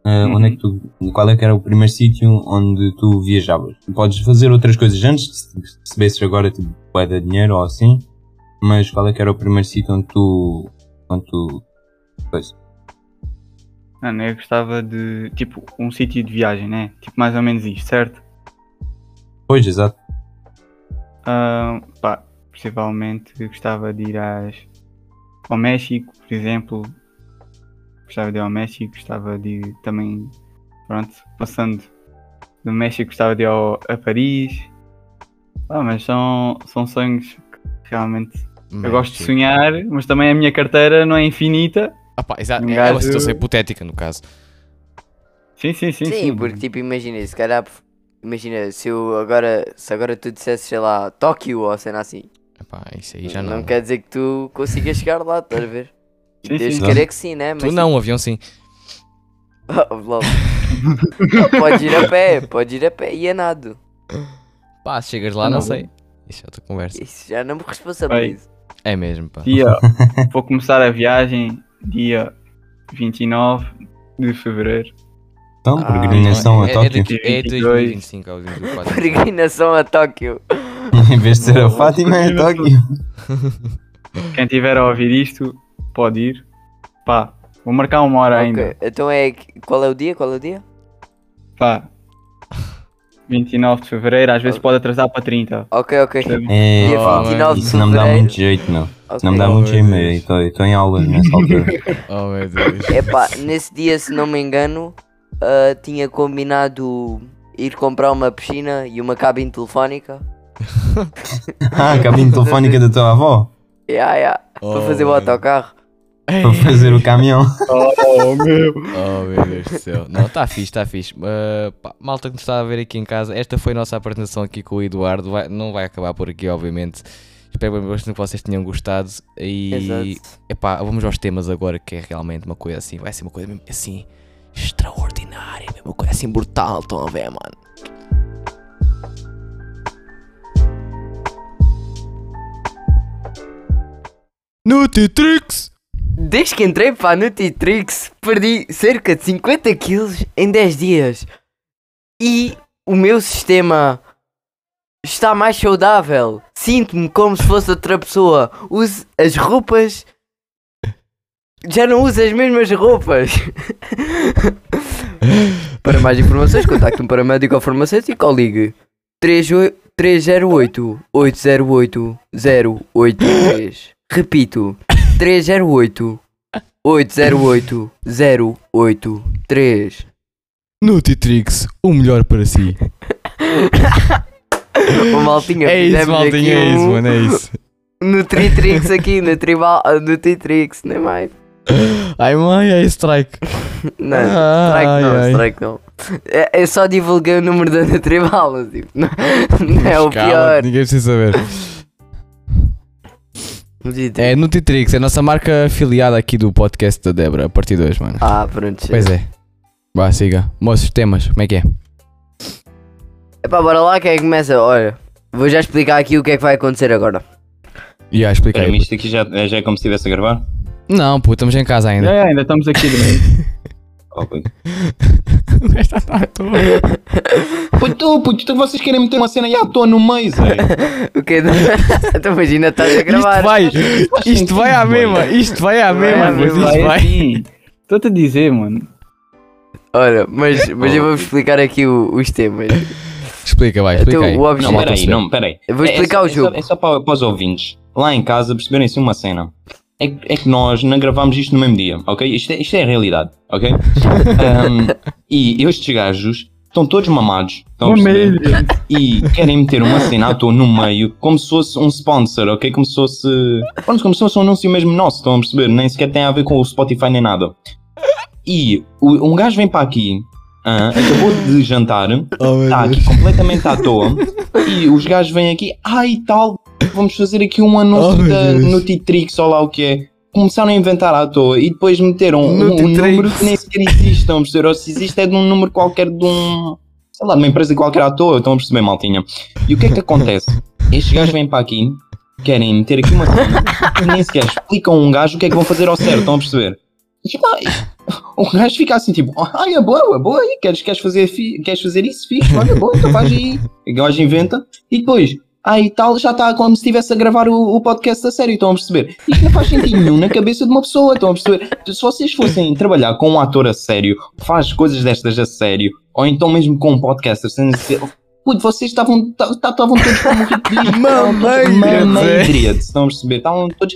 [SPEAKER 4] Uhum.
[SPEAKER 2] Onde é que tu, qual é que era o primeiro sítio onde tu viajavas? Podes fazer outras coisas antes, se se recebesses agora tipo bué de dinheiro ou assim, mas qual é que era o primeiro sítio onde tu, onde tu
[SPEAKER 4] Mano, né, eu gostava de, tipo, um sítio de viagem, né? Tipo, mais ou menos isto, certo?
[SPEAKER 2] pois, exato.
[SPEAKER 4] Ah, pá, principalmente eu gostava de ir às... ao México, por exemplo. Gostava de ir ao México, gostava de ir também, pronto, passando do México, gostava de ir ao, a Paris. Ah, mas são, são sonhos que realmente Eu gosto de sonhar, mas também a minha carteira não é infinita.
[SPEAKER 3] Ah, pá, exato.
[SPEAKER 4] Um
[SPEAKER 3] É é uma
[SPEAKER 4] gajo-
[SPEAKER 3] situação hipotética, no caso.
[SPEAKER 4] Sim, sim, sim.
[SPEAKER 1] Sim, porque tipo, imagina, se calhar, imagina, se eu agora, se agora tu dissesse, sei lá, Tóquio ou cena assim,
[SPEAKER 3] Epá, Ah, isso aí já não.
[SPEAKER 1] quer dizer que tu consigas chegar lá, estás a ver?
[SPEAKER 4] Sim,
[SPEAKER 1] Deus
[SPEAKER 4] sim.
[SPEAKER 1] querer que sim, né?
[SPEAKER 3] Tu não, um avião sim.
[SPEAKER 1] tipo, lol. pode ir a pé, pode ir a pé e é nada.
[SPEAKER 3] Pá, se chegas lá,
[SPEAKER 4] Ah,
[SPEAKER 3] não,
[SPEAKER 4] não.
[SPEAKER 3] sei. Isso é outra conversa.
[SPEAKER 1] Isso já não me responsabilizo.
[SPEAKER 3] É mesmo, pá.
[SPEAKER 4] Dia, vou começar a viagem dia 29 de fevereiro.
[SPEAKER 2] Então,
[SPEAKER 1] Ah,
[SPEAKER 2] peregrinação
[SPEAKER 3] Não,
[SPEAKER 2] a Tóquio.
[SPEAKER 3] É, de, é de 2025 ao 2024.
[SPEAKER 1] Peregrinação a Tóquio.
[SPEAKER 3] tipo
[SPEAKER 2] Em vez de ser a Fátima, é Tóquio.
[SPEAKER 4] Quem tiver a ouvir isto, pode ir. Pá, vou marcar uma hora ainda.
[SPEAKER 1] Ok, Então é. que- Qual é o dia? Qual é o dia?
[SPEAKER 4] Pá, 29 de fevereiro, às vezes pode atrasar para 30.
[SPEAKER 1] Ok, ok.
[SPEAKER 2] É,
[SPEAKER 1] Dia
[SPEAKER 2] pá,
[SPEAKER 1] 29 de
[SPEAKER 2] isso não me dá
[SPEAKER 1] fevereiro.
[SPEAKER 2] muito jeito, não. Isso não me dá
[SPEAKER 1] Ok.
[SPEAKER 2] muito jeito, meu. Eu estou- eu estou em é aulas nessa altura.
[SPEAKER 3] Oh meu Deus.
[SPEAKER 4] É,
[SPEAKER 1] Epá, nesse dia, se não me engano, ah, tinha combinado ir comprar uma piscina e uma cabine telefónica.
[SPEAKER 2] Ah, a cabine telefónica da tua avó.
[SPEAKER 1] Yeah, yeah, para fazer o
[SPEAKER 3] mano.
[SPEAKER 1] autocarro.
[SPEAKER 2] Para fazer o caminhão.
[SPEAKER 4] Oh, meu!
[SPEAKER 3] Oh meu Deus do céu. Não, está fixe, está fixe. Ah, pá, malta que nos está a ver aqui em casa, esta foi a nossa apresentação aqui com o Eduardo. Vai- não vai acabar por aqui, obviamente. Espero bem bastante que vocês tenham gostado. E
[SPEAKER 1] Exato.
[SPEAKER 3] epá, vamos aos temas agora, que é realmente uma coisa assim. Vai ser uma coisa mesmo assim extraordinária, mesmo uma coisa assim brutal. Estão a ver, mano? Nutritrix!
[SPEAKER 1] Desde que entrei para a Nutritrix, perdi cerca de 50 quilos em 10 dias. E o meu sistema está mais saudável. Sinto-me como se fosse outra pessoa. Uso as roupas. Já não uso as mesmas roupas. para mais informações, contacte um paramédico ou farmacêutico ou ligue 38- 308 808 083. Repito, 308 808 083.
[SPEAKER 3] Nutitrix, o melhor para si.
[SPEAKER 1] O maltinha,
[SPEAKER 3] É isso,
[SPEAKER 1] fizemos aqui
[SPEAKER 3] maldinho, é isso,
[SPEAKER 1] um
[SPEAKER 3] mano, é isso.
[SPEAKER 1] Nutritrix aqui, Nutribal, ah, Nutritrix, não é mais.
[SPEAKER 3] Ai mãe, é strike.
[SPEAKER 1] Não,
[SPEAKER 3] Ai,
[SPEAKER 1] strike não,
[SPEAKER 3] Ah, ai.
[SPEAKER 1] strike não. É, eu só divulguei o número da Nutribal, tipo, não, não é o
[SPEAKER 3] Cala,
[SPEAKER 1] pior.
[SPEAKER 3] Ninguém precisa saber. É Nutitrix, é a nossa marca afiliada aqui do podcast da Débora, a partir de hoje, mano.
[SPEAKER 1] Ah, pronto, chega.
[SPEAKER 3] Pois é. Vá, siga. Moços, temas, como é que é?
[SPEAKER 1] Epá, bora lá, quem é que começa? Olha, vou já explicar aqui o que é que vai acontecer agora.
[SPEAKER 3] E yeah, explica
[SPEAKER 2] Espera,
[SPEAKER 3] aí.
[SPEAKER 2] mas isto aqui já, já é como se estivesse a gravar?
[SPEAKER 3] Não, pô, estamos em casa ainda.
[SPEAKER 4] É, ainda estamos aqui de
[SPEAKER 2] Oh, puto.
[SPEAKER 3] Esta tá à toa.
[SPEAKER 2] puto, puto, então vocês querem meter uma cena e ah, estou no meio, Zé.
[SPEAKER 1] O que é? Tu imagina, estás a
[SPEAKER 3] Isto
[SPEAKER 1] gravar.
[SPEAKER 3] vai, isto vai à
[SPEAKER 2] Vai.
[SPEAKER 3] mesma, isto vai à
[SPEAKER 1] Vai à
[SPEAKER 3] mesma, É, mas
[SPEAKER 1] mesma,
[SPEAKER 3] isto vai.
[SPEAKER 4] assim. Estou-te a dizer, mano.
[SPEAKER 1] Olha, mas, mas eu vou explicar aqui o- os temas.
[SPEAKER 3] Explica, vai,
[SPEAKER 1] Então,
[SPEAKER 3] explica aí.
[SPEAKER 1] o objetivo-
[SPEAKER 2] Não,
[SPEAKER 1] Sim,
[SPEAKER 2] peraí, não, peraí.
[SPEAKER 1] Eu vou
[SPEAKER 2] É- é
[SPEAKER 1] explicar
[SPEAKER 2] só-
[SPEAKER 1] o
[SPEAKER 2] é só-
[SPEAKER 1] jogo.
[SPEAKER 2] É só, para, para os ouvintes, lá em casa, perceberem-se uma cena. É, que- é que nós não gravámos isto no mesmo dia, ok? Isto é, isto é a realidade, ok? Ahm, e estes gajos estão todos mamados. Estão a
[SPEAKER 4] No
[SPEAKER 2] perceber?
[SPEAKER 4] meio.
[SPEAKER 2] e querem meter uma cena à toa no meio, como se fosse um sponsor, ok? Como se fosse. Pronto, como se fosse um anúncio mesmo nosso, estão a perceber? Nem sequer tem a ver com o Spotify nem nada. E o- um gajo vem para aqui, ah, acabou de jantar,
[SPEAKER 3] Oh,
[SPEAKER 2] está aqui completamente à toa, e os gajos vêm aqui, ai tal, vamos fazer aqui um anúncio
[SPEAKER 3] Oh, meu
[SPEAKER 2] da
[SPEAKER 3] Deus.
[SPEAKER 2] Nutitrix ou lá o que é. Começaram a inventar à toa e depois meteram um, um
[SPEAKER 3] Nutitrix.
[SPEAKER 2] número que nem sequer existe, estão a perceber? Ou se existe é de um número qualquer de um sei lá, de uma empresa qualquer à toa, estão a perceber, maltinha. E o que é que acontece? Estes gajos vêm para aqui, querem meter aqui uma cena, e nem sequer explicam a um gajo o que é que vão fazer ao certo, estão a perceber? E, tipo, ai, o gajo fica assim, tipo, olha, boa, boa, aí, queres, queres, fazer, fi- queres fazer isso? Fixe, olha, boa, então faz aí. E o gajo inventa, e depois, ai, tal, já está como se estivesse a gravar o, o podcast a sério, estão a perceber? Isto não faz sentido nenhum na cabeça de uma pessoa, estão a perceber? Se vocês fossem trabalhar com um ator a sério, faz coisas destas a sério, ou então mesmo com um podcaster, sem dizer. Puto, vocês estavam ta- ta- estavam todos como ridículos.
[SPEAKER 3] Mameidretes, é?
[SPEAKER 2] Mameidretes, estão a perceber? Estavam todos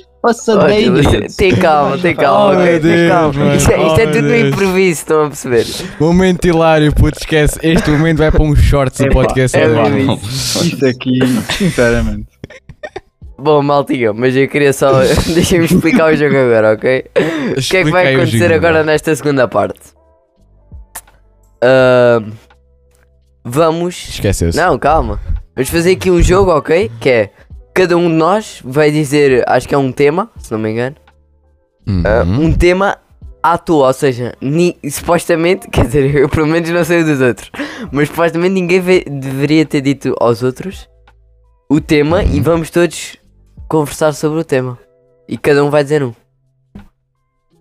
[SPEAKER 2] passadeiros.
[SPEAKER 1] Tem calma, tem
[SPEAKER 3] Oh,
[SPEAKER 1] calma,
[SPEAKER 3] meu
[SPEAKER 1] ok? Tem
[SPEAKER 3] Deus, mano.
[SPEAKER 1] calma. Isto é, isto é
[SPEAKER 3] Oh,
[SPEAKER 1] tudo
[SPEAKER 3] meu
[SPEAKER 1] no
[SPEAKER 3] Deus.
[SPEAKER 1] improviso, estão a perceber?
[SPEAKER 3] Momento hilário, puto, esquece. Este momento vai para um shorts do
[SPEAKER 4] Epá,
[SPEAKER 3] podcast.
[SPEAKER 1] é
[SPEAKER 3] olha.
[SPEAKER 1] mesmo isso.
[SPEAKER 4] Isto aqui, sinceramente.
[SPEAKER 1] Bom, maltinha, mas eu queria só. Deixem-me explicar o jogo agora, ok? O que é que
[SPEAKER 3] Explica aí
[SPEAKER 1] vai
[SPEAKER 3] o
[SPEAKER 1] acontecer
[SPEAKER 3] jingle,
[SPEAKER 1] agora
[SPEAKER 3] mano.
[SPEAKER 1] nesta segunda parte? Ahm, vamos.
[SPEAKER 3] Esqueceu-se.
[SPEAKER 1] Não, calma. Vamos fazer aqui um jogo, ok? Que é. Cada um de nós vai dizer, acho que é um tema, se não me engano. ah,
[SPEAKER 3] Uhum.
[SPEAKER 1] Um tema à toa, ou seja, ni- supostamente, quer dizer, eu pelo menos não sei o dos outros, mas supostamente ninguém ve- deveria ter dito aos outros o tema e vamos todos conversar sobre o tema. E cada um vai dizer um.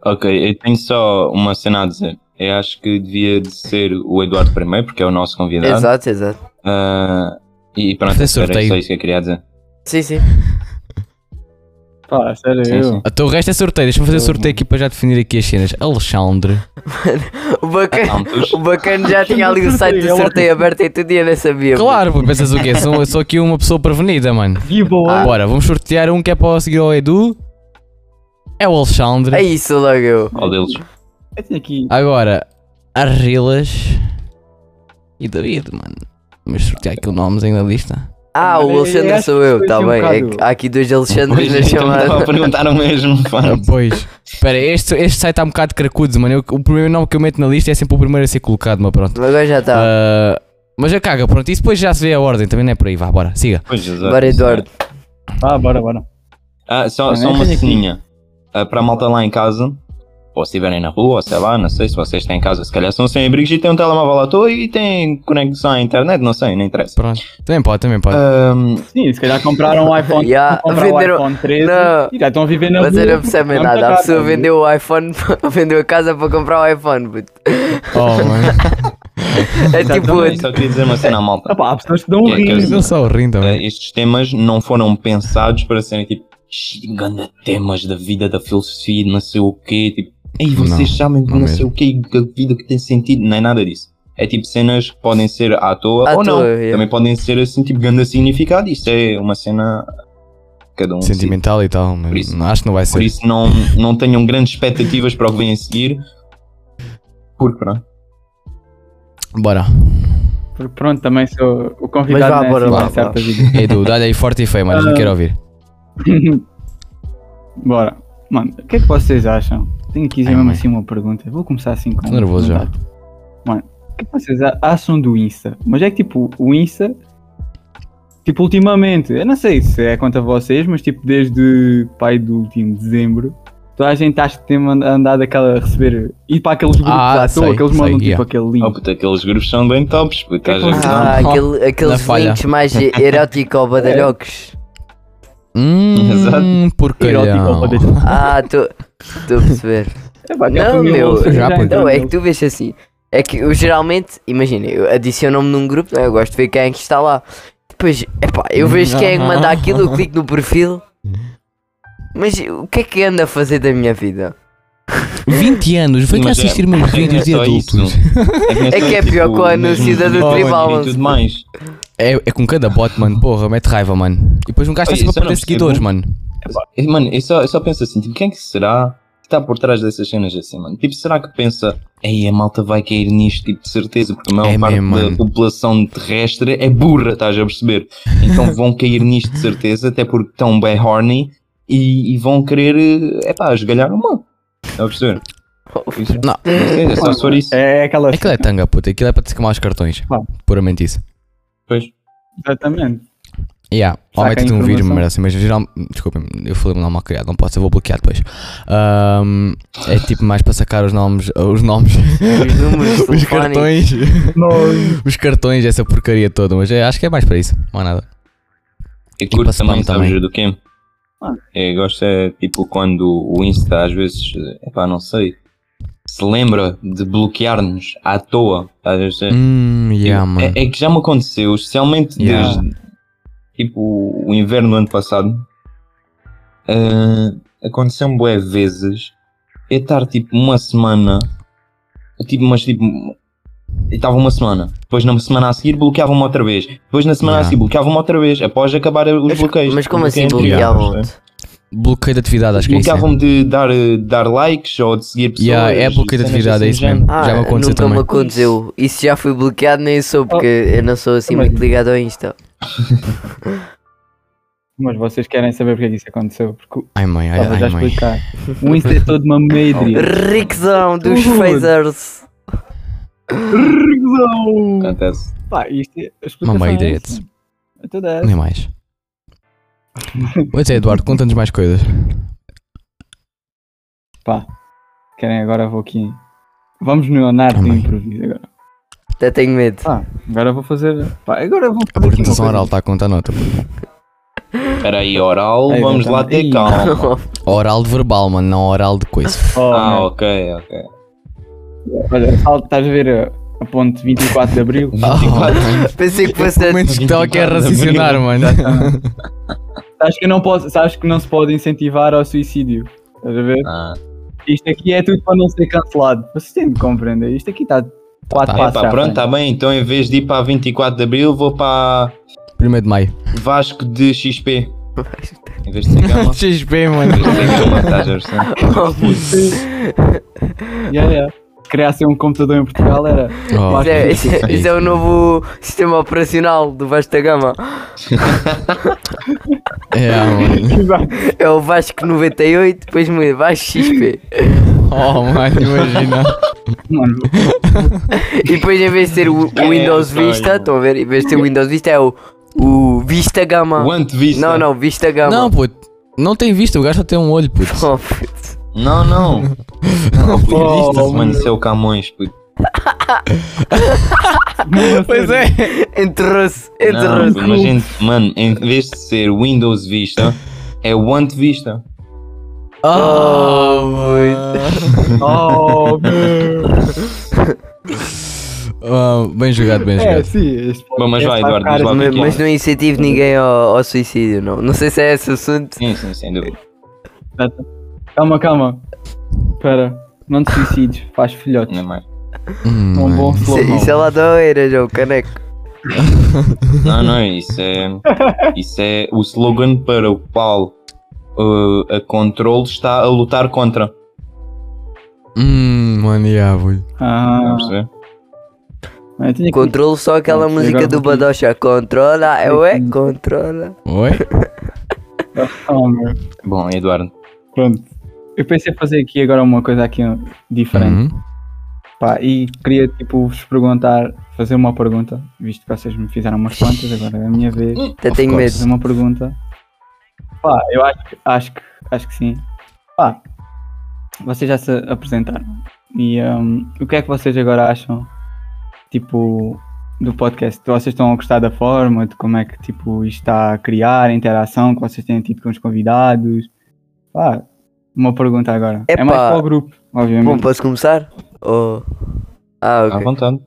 [SPEAKER 2] Ok, eu tenho só uma cena a dizer. Eu acho que devia de ser o Eduardo primeiro, porque é o nosso convidado.
[SPEAKER 1] Exato, exato.
[SPEAKER 2] Ah, e pronto,
[SPEAKER 3] Fazer
[SPEAKER 2] era
[SPEAKER 3] sorteio.
[SPEAKER 2] só isso que eu queria dizer.
[SPEAKER 1] Sim, sim.
[SPEAKER 4] Pá, sério,
[SPEAKER 2] Sim,
[SPEAKER 4] eu.
[SPEAKER 2] sim.
[SPEAKER 3] Então o resto é sorteio, deixa-me fazer sorteio aqui para já definir aqui as cenas. Alexandre.
[SPEAKER 1] O bacana,
[SPEAKER 2] Tantos.
[SPEAKER 1] o bacana já tinha ali o site do sorteio aberto e tudo e eu não sabia. mano.
[SPEAKER 3] Claro, pô, pensas o quê? Sou, sou aqui uma pessoa prevenida, mano.
[SPEAKER 4] Giveaway.
[SPEAKER 3] Bora, vamos sortear um que é para seguir ao Edu. É o Alexandre.
[SPEAKER 1] É isso logo eu.
[SPEAKER 2] Qual deles?
[SPEAKER 4] Eu tenho aqui.
[SPEAKER 3] Agora, Arrilas e David, mano. Vamos sortear aqui o nomes ainda na lista.
[SPEAKER 1] Ah, o
[SPEAKER 4] Eu
[SPEAKER 1] Alexandre
[SPEAKER 4] acho
[SPEAKER 1] sou
[SPEAKER 4] que
[SPEAKER 1] eu,
[SPEAKER 4] foi
[SPEAKER 1] tá
[SPEAKER 4] assim um
[SPEAKER 1] bem. É
[SPEAKER 4] bocado-
[SPEAKER 1] que há aqui dois Alexandres
[SPEAKER 2] Pois, eu
[SPEAKER 1] na
[SPEAKER 2] Estava a
[SPEAKER 1] chamada.
[SPEAKER 2] perguntar o mesmo.
[SPEAKER 3] Ah,
[SPEAKER 2] pá.
[SPEAKER 3] pois. Espera, este, este site está um bocado cracudo, mano. Eu- o primeiro nome que eu meto na lista é sempre o primeiro a ser colocado, mas pronto.
[SPEAKER 1] Agora já tá. está.
[SPEAKER 3] Ah, mas já caga, pronto. Isso depois já se vê a ordem, também não é por aí. Vá, bora, siga.
[SPEAKER 2] Pois, exato.
[SPEAKER 1] Bora, é Eduardo.
[SPEAKER 4] Ah, bora, bora.
[SPEAKER 2] Ah, só, só
[SPEAKER 4] Ah,
[SPEAKER 2] uma
[SPEAKER 4] tenho aqui.
[SPEAKER 2] ceninha. Ah, para a malta lá em casa, ou se estiverem na rua, ou sei lá, não sei se vocês têm em casa, se calhar são sem abrigos e têm um telemóvel à toa e têm conexão à internet, não sei, não interessa.
[SPEAKER 3] Pronto. Também pode, também
[SPEAKER 2] Ah.
[SPEAKER 3] pode.
[SPEAKER 2] Ahm,
[SPEAKER 4] Sim, se calhar compraram um iPhone.
[SPEAKER 1] Yeah,
[SPEAKER 4] compraram
[SPEAKER 1] venderam-
[SPEAKER 4] um iPhone 13
[SPEAKER 1] Não.
[SPEAKER 4] e já estão a viver na
[SPEAKER 1] Mas eu
[SPEAKER 4] rua.
[SPEAKER 1] não percebem
[SPEAKER 4] Vamos
[SPEAKER 1] nada. A
[SPEAKER 4] cá,
[SPEAKER 1] pessoa
[SPEAKER 4] tá a ver?
[SPEAKER 1] vendeu o iPhone, vendeu a casa para comprar o iPhone. puto.
[SPEAKER 3] Oh, mano.
[SPEAKER 1] É tipo
[SPEAKER 2] também
[SPEAKER 1] outro.
[SPEAKER 2] só queria dizer uma cena à
[SPEAKER 4] Ah,
[SPEAKER 2] malta.
[SPEAKER 4] pá, há pessoas que dão um
[SPEAKER 2] Que é que eu-
[SPEAKER 4] riso.
[SPEAKER 3] Não só rindo,
[SPEAKER 2] Ah,
[SPEAKER 3] mano.
[SPEAKER 2] estes temas não foram pensados para serem tipo chegando a temas da vida, da filosofia, de não sei o quê, tipo, ei, vocês
[SPEAKER 3] Não,
[SPEAKER 2] sabem de
[SPEAKER 3] não
[SPEAKER 2] não sei
[SPEAKER 3] mesmo.
[SPEAKER 2] o quê, da vida que tem sentido, nem nada disso. é tipo cenas que podem ser à toa
[SPEAKER 1] À
[SPEAKER 2] ou não.
[SPEAKER 1] toa, yeah.
[SPEAKER 2] Também podem ser assim, tipo, grande significado. Isto é uma cena. Cada um. decide.
[SPEAKER 3] Sentimental e tal,
[SPEAKER 2] Por
[SPEAKER 3] mas
[SPEAKER 2] isso-
[SPEAKER 3] não- acho que não vai
[SPEAKER 2] Por
[SPEAKER 3] ser.
[SPEAKER 2] isso não, não tenham grandes expectativas para o que vem a seguir. Porque pronto.
[SPEAKER 3] Bora.
[SPEAKER 4] Porque pronto, também sou o convidado
[SPEAKER 1] vá,
[SPEAKER 4] né,
[SPEAKER 1] bora
[SPEAKER 4] assim,
[SPEAKER 1] lá,
[SPEAKER 4] tem
[SPEAKER 1] bora.
[SPEAKER 4] certas ideias.
[SPEAKER 3] Edu, dá-lhe aí forte e feio, mas não
[SPEAKER 4] Ah.
[SPEAKER 3] quero ouvir.
[SPEAKER 4] Bora. Mano, o que é que vocês acham? Tenho aqui
[SPEAKER 3] Ai,
[SPEAKER 4] mesmo
[SPEAKER 3] mãe.
[SPEAKER 4] assim uma pergunta. Vou começar assim com.
[SPEAKER 3] Tô nervoso já.
[SPEAKER 4] Mano, o que é que vocês a- acham do Insta? Mas é que tipo, o Insta. Tipo, ultimamente, eu não sei se é quanto a vocês, mas tipo, desde pai do último dezembro, toda a gente acho que tem mand- andado aquela a receber. ir para aqueles grupos
[SPEAKER 3] Ah,
[SPEAKER 4] à toa,
[SPEAKER 3] sei,
[SPEAKER 4] que eles
[SPEAKER 3] sei,
[SPEAKER 4] mandam tipo
[SPEAKER 3] yeah. É
[SPEAKER 4] aquele
[SPEAKER 2] Oh,
[SPEAKER 4] link.
[SPEAKER 2] puta, aqueles grupos são bem tops. Puta,
[SPEAKER 4] Que
[SPEAKER 2] às
[SPEAKER 4] que
[SPEAKER 2] vezes
[SPEAKER 4] vocês
[SPEAKER 2] não. tá
[SPEAKER 1] Ah,
[SPEAKER 3] Não.
[SPEAKER 1] aquele- aqueles
[SPEAKER 3] falha.
[SPEAKER 1] links mais erótico badalhocos.
[SPEAKER 3] Hum,
[SPEAKER 2] Exato.
[SPEAKER 4] Tipo,
[SPEAKER 3] porcalhão.
[SPEAKER 4] Erótico,
[SPEAKER 1] Ah, estou a perceber.
[SPEAKER 4] É, pá, já
[SPEAKER 1] Não,
[SPEAKER 4] comi
[SPEAKER 1] meu.
[SPEAKER 4] louça,
[SPEAKER 3] Já,
[SPEAKER 4] já
[SPEAKER 3] pois.
[SPEAKER 4] entrei
[SPEAKER 1] Não, é que
[SPEAKER 4] nele.
[SPEAKER 1] tu vês assim. É que eu geralmente, imagina, eu adiciono-me num grupo, né, eu gosto de ver quem é que está lá. Depois, epá, eu vejo quem é que manda aquilo, eu clico no perfil. Mas o que é que anda a fazer da minha vida?
[SPEAKER 3] 20 anos, vem cá
[SPEAKER 2] Mas é-
[SPEAKER 3] assistir meus
[SPEAKER 2] é que não
[SPEAKER 3] vídeos de
[SPEAKER 2] só
[SPEAKER 3] adultos.
[SPEAKER 2] isso.
[SPEAKER 1] É
[SPEAKER 2] não só, tipo
[SPEAKER 1] que é pior que o anúncio
[SPEAKER 2] mesmo
[SPEAKER 1] da do
[SPEAKER 2] vídeo
[SPEAKER 1] Tribal
[SPEAKER 2] E tudo
[SPEAKER 1] Onze.
[SPEAKER 2] mais.
[SPEAKER 3] É, é com cada bot, mano, porra, mete raiva, mano. E depois um gajo
[SPEAKER 2] Olha,
[SPEAKER 3] está sempre a
[SPEAKER 2] isso eu não
[SPEAKER 3] perder seguidores,
[SPEAKER 2] percebo.
[SPEAKER 3] mano.
[SPEAKER 2] E, Mano, eu só, eu só penso assim, tipo, quem que será que está por trás dessas cenas assim, mano? Tipo, será que pensa, ei, a malta vai cair nisto, tipo, de certeza, porque a maior
[SPEAKER 3] É
[SPEAKER 2] parte
[SPEAKER 3] mesmo,
[SPEAKER 2] da
[SPEAKER 3] mano.
[SPEAKER 2] população terrestre é burra, estás a perceber? Então vão cair nisto de certeza, até porque estão bem horny e, e vão querer, eh, é pá, esgalhar o mal. Estás a perceber? Isso.
[SPEAKER 3] Não.
[SPEAKER 2] É, só se for isso.
[SPEAKER 4] É aquela.
[SPEAKER 3] Aquilo é tanga, puta, aquilo é para descamar os cartões.
[SPEAKER 4] Pá.
[SPEAKER 3] Puramente isso.
[SPEAKER 2] Pois.
[SPEAKER 4] Exatamente.
[SPEAKER 3] Yeah, ou
[SPEAKER 4] Saca
[SPEAKER 3] mete-te
[SPEAKER 4] a
[SPEAKER 3] um vídeo,
[SPEAKER 4] informação.
[SPEAKER 3] merda assim, mas geral. Desculpem, eu falei-me lá mal criado, não posso, eu vou bloquear depois. Ahm, é tipo mais para sacar os nomes, os nomes,
[SPEAKER 1] Os números
[SPEAKER 3] os
[SPEAKER 1] telefónicos.
[SPEAKER 3] cartões, os cartões, essa porcaria toda, mas é- acho que é mais para isso, não há nada.
[SPEAKER 2] Eu curto
[SPEAKER 3] para spam
[SPEAKER 2] também, sabes
[SPEAKER 3] também.
[SPEAKER 2] do quê?
[SPEAKER 4] Ah.
[SPEAKER 2] Eu gosto é tipo quando o Insta às vezes, eh, epá, não sei, se lembra de bloquear-nos à toa. Às vezes, é-
[SPEAKER 3] Hum, yeah,
[SPEAKER 2] Eu-
[SPEAKER 3] mano.
[SPEAKER 2] é, é que já me aconteceu, especialmente
[SPEAKER 3] Yeah.
[SPEAKER 2] desde tipo o inverno do ano passado. Ah, Aconteceu-me bué vezes eu estar tipo uma semana, tipo, mas tipo, eu estava uma semana, depois na semana a seguir bloqueavam-me outra vez, depois na semana
[SPEAKER 3] Yeah.
[SPEAKER 2] a seguir bloqueavam-me outra vez, após acabar os bloqueios. é
[SPEAKER 1] Mas como assim
[SPEAKER 2] Bloqueio entre aspas,
[SPEAKER 1] bloqueavam-te?
[SPEAKER 3] Bloqueio de atividade, acho que é isso. né?
[SPEAKER 2] Bloqueavam-me de dar, eh, dar likes ou de seguir pessoas.
[SPEAKER 3] Yeah, é bloqueio
[SPEAKER 2] cenas
[SPEAKER 3] de atividade, é
[SPEAKER 2] assim
[SPEAKER 3] isso
[SPEAKER 2] do género.
[SPEAKER 3] mesmo.
[SPEAKER 1] Ah,
[SPEAKER 3] já me aconteceu
[SPEAKER 1] nunca
[SPEAKER 3] também.
[SPEAKER 1] me aconteceu. Isso já fui bloqueado, nem sou, porque eu não sou assim
[SPEAKER 4] também.
[SPEAKER 1] muito ligado ao Insta.
[SPEAKER 4] Mas vocês querem saber porque é que isso aconteceu? Porque
[SPEAKER 3] Ai mãe, ai,
[SPEAKER 4] estava já
[SPEAKER 3] ai
[SPEAKER 4] a
[SPEAKER 3] mãe.
[SPEAKER 4] explicar. O Insta é todo uma média.
[SPEAKER 1] Rickzão dos
[SPEAKER 4] Tudo.
[SPEAKER 1] phasers.
[SPEAKER 2] Acontece.
[SPEAKER 4] Pá, isto é. a explicação
[SPEAKER 3] Mamãe
[SPEAKER 4] é
[SPEAKER 3] direito.
[SPEAKER 4] essa. É toda essa.
[SPEAKER 3] Nem mais. Pois é, Eduardo, conta-nos mais coisas.
[SPEAKER 4] Querem agora vou aqui. Vamos no Leonardo de
[SPEAKER 3] Amém.
[SPEAKER 4] improviso agora.
[SPEAKER 1] Até tenho medo.
[SPEAKER 4] Pá, agora vou fazer. Pá, agora vou
[SPEAKER 3] A
[SPEAKER 4] fazer aqui
[SPEAKER 3] apresentação
[SPEAKER 4] uma coisa.
[SPEAKER 3] oral está a contar nota.
[SPEAKER 2] Espera aí, oral,
[SPEAKER 4] É,
[SPEAKER 2] vamos lá ter
[SPEAKER 4] exatamente.
[SPEAKER 2] calma.
[SPEAKER 3] Oral de verbal, mano, não oral de coisa.
[SPEAKER 4] Oh,
[SPEAKER 2] Ah,
[SPEAKER 4] meu.
[SPEAKER 2] ok, ok.
[SPEAKER 4] Olha, salto, estás a ver a, a ponte 24 de Abril?
[SPEAKER 1] Pensei que fosse
[SPEAKER 3] Pelo menos que estava aqui a raciocinar, mano.
[SPEAKER 4] sabes, que eu não posso, sabes que não se pode incentivar ao suicídio. Estás a ver?
[SPEAKER 2] Ah,
[SPEAKER 4] Isto aqui é tudo para não ser cancelado. Vocês têm de compreender. Isto aqui está quatro
[SPEAKER 3] tá.
[SPEAKER 4] passos.
[SPEAKER 2] epá,
[SPEAKER 4] à
[SPEAKER 2] pronto,
[SPEAKER 4] frente.
[SPEAKER 2] está bem. Então, em vez de ir para 24 de Abril, vou para
[SPEAKER 3] 1 de maio.
[SPEAKER 2] Vasco de XP. Em vez de ser cama,
[SPEAKER 3] XP, mano.
[SPEAKER 2] em vez de ser cama, estás a perceber?
[SPEAKER 4] Yeah, yeah. Se criassem um computador em Portugal era.
[SPEAKER 1] Isso é, isso é- isso é o novo sistema operacional do Vasco da Gama.
[SPEAKER 3] É, mano.
[SPEAKER 1] É o Vasco 98, depois muda Vasco XP.
[SPEAKER 3] Oh, mano, imagina.
[SPEAKER 4] Mano,
[SPEAKER 1] E depois em vez de ter o, o
[SPEAKER 2] É,
[SPEAKER 1] Windows
[SPEAKER 2] estranho.
[SPEAKER 1] Vista, estão a ver? Em vez de ter o Windows Vista é o, o Vista Gama.
[SPEAKER 2] O antevista.
[SPEAKER 1] Não, não, Vista Gama.
[SPEAKER 3] Não, puto. Não tem visto, o gajo só tem um olho, puto.
[SPEAKER 1] Oh, puto.
[SPEAKER 2] Não, não. Não, puto,
[SPEAKER 4] Oh,
[SPEAKER 2] isto,
[SPEAKER 4] meu.
[SPEAKER 2] mano, isso é o Camões, puto.
[SPEAKER 4] assim,
[SPEAKER 3] Pois é.
[SPEAKER 1] Enterrou-se,
[SPEAKER 2] Não,
[SPEAKER 1] enterrou-se.
[SPEAKER 2] puto, mas, gente, mano, em vez de ser Windows Vista, é o antevista.
[SPEAKER 3] Oh, mano.
[SPEAKER 4] Oh, meu.
[SPEAKER 3] Oh, bem jogado, bem
[SPEAKER 4] É,
[SPEAKER 3] jogado.
[SPEAKER 4] sim. Este
[SPEAKER 2] Bom, mas vai, Eduardo, diz lá o que é
[SPEAKER 1] Mas,
[SPEAKER 2] que é.
[SPEAKER 1] mas não incentivo ninguém ao, ao suicídio, não. Não sei se é esse o assunto.
[SPEAKER 2] Sim, sim, sem dúvida.
[SPEAKER 4] Calma, calma. Espera. Não te suicides, faz filhotes.
[SPEAKER 2] Não é mais.
[SPEAKER 3] Hum,
[SPEAKER 4] Um bom
[SPEAKER 1] Isso,
[SPEAKER 4] flow.
[SPEAKER 1] é- isso é ladoeira, João, caneco.
[SPEAKER 4] É
[SPEAKER 2] Não, não, isso é. Isso é o slogan para o qual uh, a Control está a lutar contra.
[SPEAKER 3] Hum, mano, yeah, boy.
[SPEAKER 2] Estão a
[SPEAKER 4] Ah,
[SPEAKER 2] perceber?
[SPEAKER 4] eu tinha que-
[SPEAKER 1] Controlo só aquela
[SPEAKER 4] Sim,
[SPEAKER 1] música
[SPEAKER 4] agora
[SPEAKER 1] do
[SPEAKER 4] vou Uhum. ter-
[SPEAKER 1] Badocha. Controla, é ué, controla.
[SPEAKER 3] Oi?
[SPEAKER 4] Ah, meu,
[SPEAKER 2] Bom, Eduardo.
[SPEAKER 4] Pronto. Eu pensei em fazer aqui agora uma coisa aqui diferente.
[SPEAKER 3] Uhum.
[SPEAKER 4] Pá, e queria tipo vos perguntar, fazer uma pergunta, visto que vocês me fizeram umas quantas, agora é a minha vez.
[SPEAKER 1] Até
[SPEAKER 3] Of
[SPEAKER 1] tenho medo.
[SPEAKER 3] course.
[SPEAKER 4] fazer uma pergunta. Pá, eu acho que acho que, acho que sim. Pá, vocês já se apresentaram. E hum, o que é que vocês agora acham? Tipo, do podcast? Vocês estão a gostar da forma, de como é que tipo, isto está a criar, a interação que vocês têm tido com os convidados? Pá, uma pergunta agora. É
[SPEAKER 1] Epá.
[SPEAKER 4] mais para o grupo,
[SPEAKER 1] Bom,
[SPEAKER 4] obviamente.
[SPEAKER 1] posso começar? Ou- Ah,
[SPEAKER 2] À
[SPEAKER 1] ok.
[SPEAKER 2] vontade.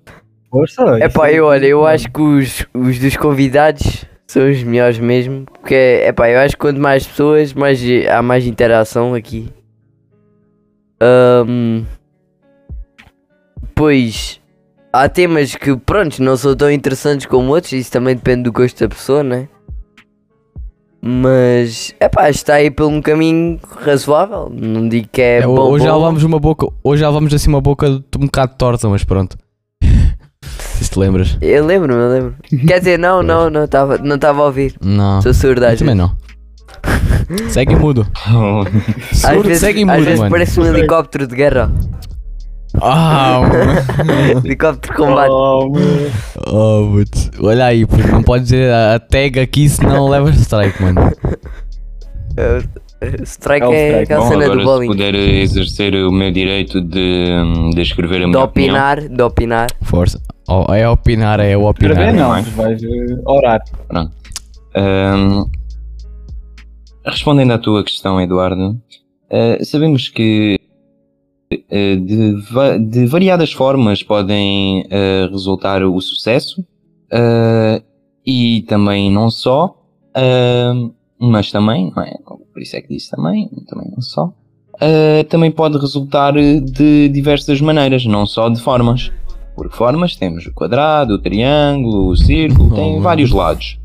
[SPEAKER 4] Força,
[SPEAKER 1] É
[SPEAKER 4] isso
[SPEAKER 1] pá, eu olha, eu acho que os, os dos convidados são os melhores mesmo. Porque é pá, eu acho que quanto mais pessoas, mais, há mais interação aqui. Ahm, pois há temas que, pronto, não são tão interessantes como outros. Isso também depende do gosto da pessoa, né? Mas é pá, está aí por um caminho razoável. Não digo que é,
[SPEAKER 3] É,
[SPEAKER 1] bom.
[SPEAKER 3] hoje já
[SPEAKER 1] bom.
[SPEAKER 3] levámos uma boca, hoje já levámos assim uma boca de um bocado torta, mas pronto. Se te lembras?
[SPEAKER 1] Eu lembro-me, eu lembro. Quer dizer, não, não, não estava não tava a ouvir.
[SPEAKER 3] Não.
[SPEAKER 1] Sou
[SPEAKER 3] Eu
[SPEAKER 1] surdagem.
[SPEAKER 3] também não. Segue mudo.
[SPEAKER 1] Às
[SPEAKER 3] Surdo,
[SPEAKER 1] vezes,
[SPEAKER 3] segue mudo,
[SPEAKER 1] às vezes
[SPEAKER 3] mano.
[SPEAKER 1] parece um helicóptero de guerra.
[SPEAKER 3] Ah, mano.
[SPEAKER 1] helicóptero de combate.
[SPEAKER 4] Oh, meu.
[SPEAKER 3] oh, putz. Olha aí, puto, não podes dizer a, a tag aqui senão levas strike, mano.
[SPEAKER 1] Uh, Strike
[SPEAKER 4] É o
[SPEAKER 1] é
[SPEAKER 4] strike.
[SPEAKER 1] aquela
[SPEAKER 2] um Bom,
[SPEAKER 1] cena
[SPEAKER 2] agora
[SPEAKER 1] do
[SPEAKER 2] se
[SPEAKER 1] bowling.
[SPEAKER 2] puder exercer o meu direito de, de escrever a
[SPEAKER 1] De
[SPEAKER 2] minha opinião.
[SPEAKER 1] opinar, de opinar.
[SPEAKER 3] Força. Oh, é opinar, é o
[SPEAKER 4] Escrever
[SPEAKER 3] opinar.
[SPEAKER 4] não,
[SPEAKER 2] não é?
[SPEAKER 4] vais eh, orar.
[SPEAKER 2] Ahm, respondendo à tua questão, Eduardo, ah, sabemos que ah, de, va- de variadas formas podem ah, resultar o sucesso ah, e também não só, ahm, mas também, não é? por isso é que disse também, também não só, ah, também pode resultar de diversas maneiras, não só de formas. Por formas temos o quadrado, o triângulo, o círculo,
[SPEAKER 3] Oh,
[SPEAKER 2] tem
[SPEAKER 3] mano.
[SPEAKER 2] vários lados.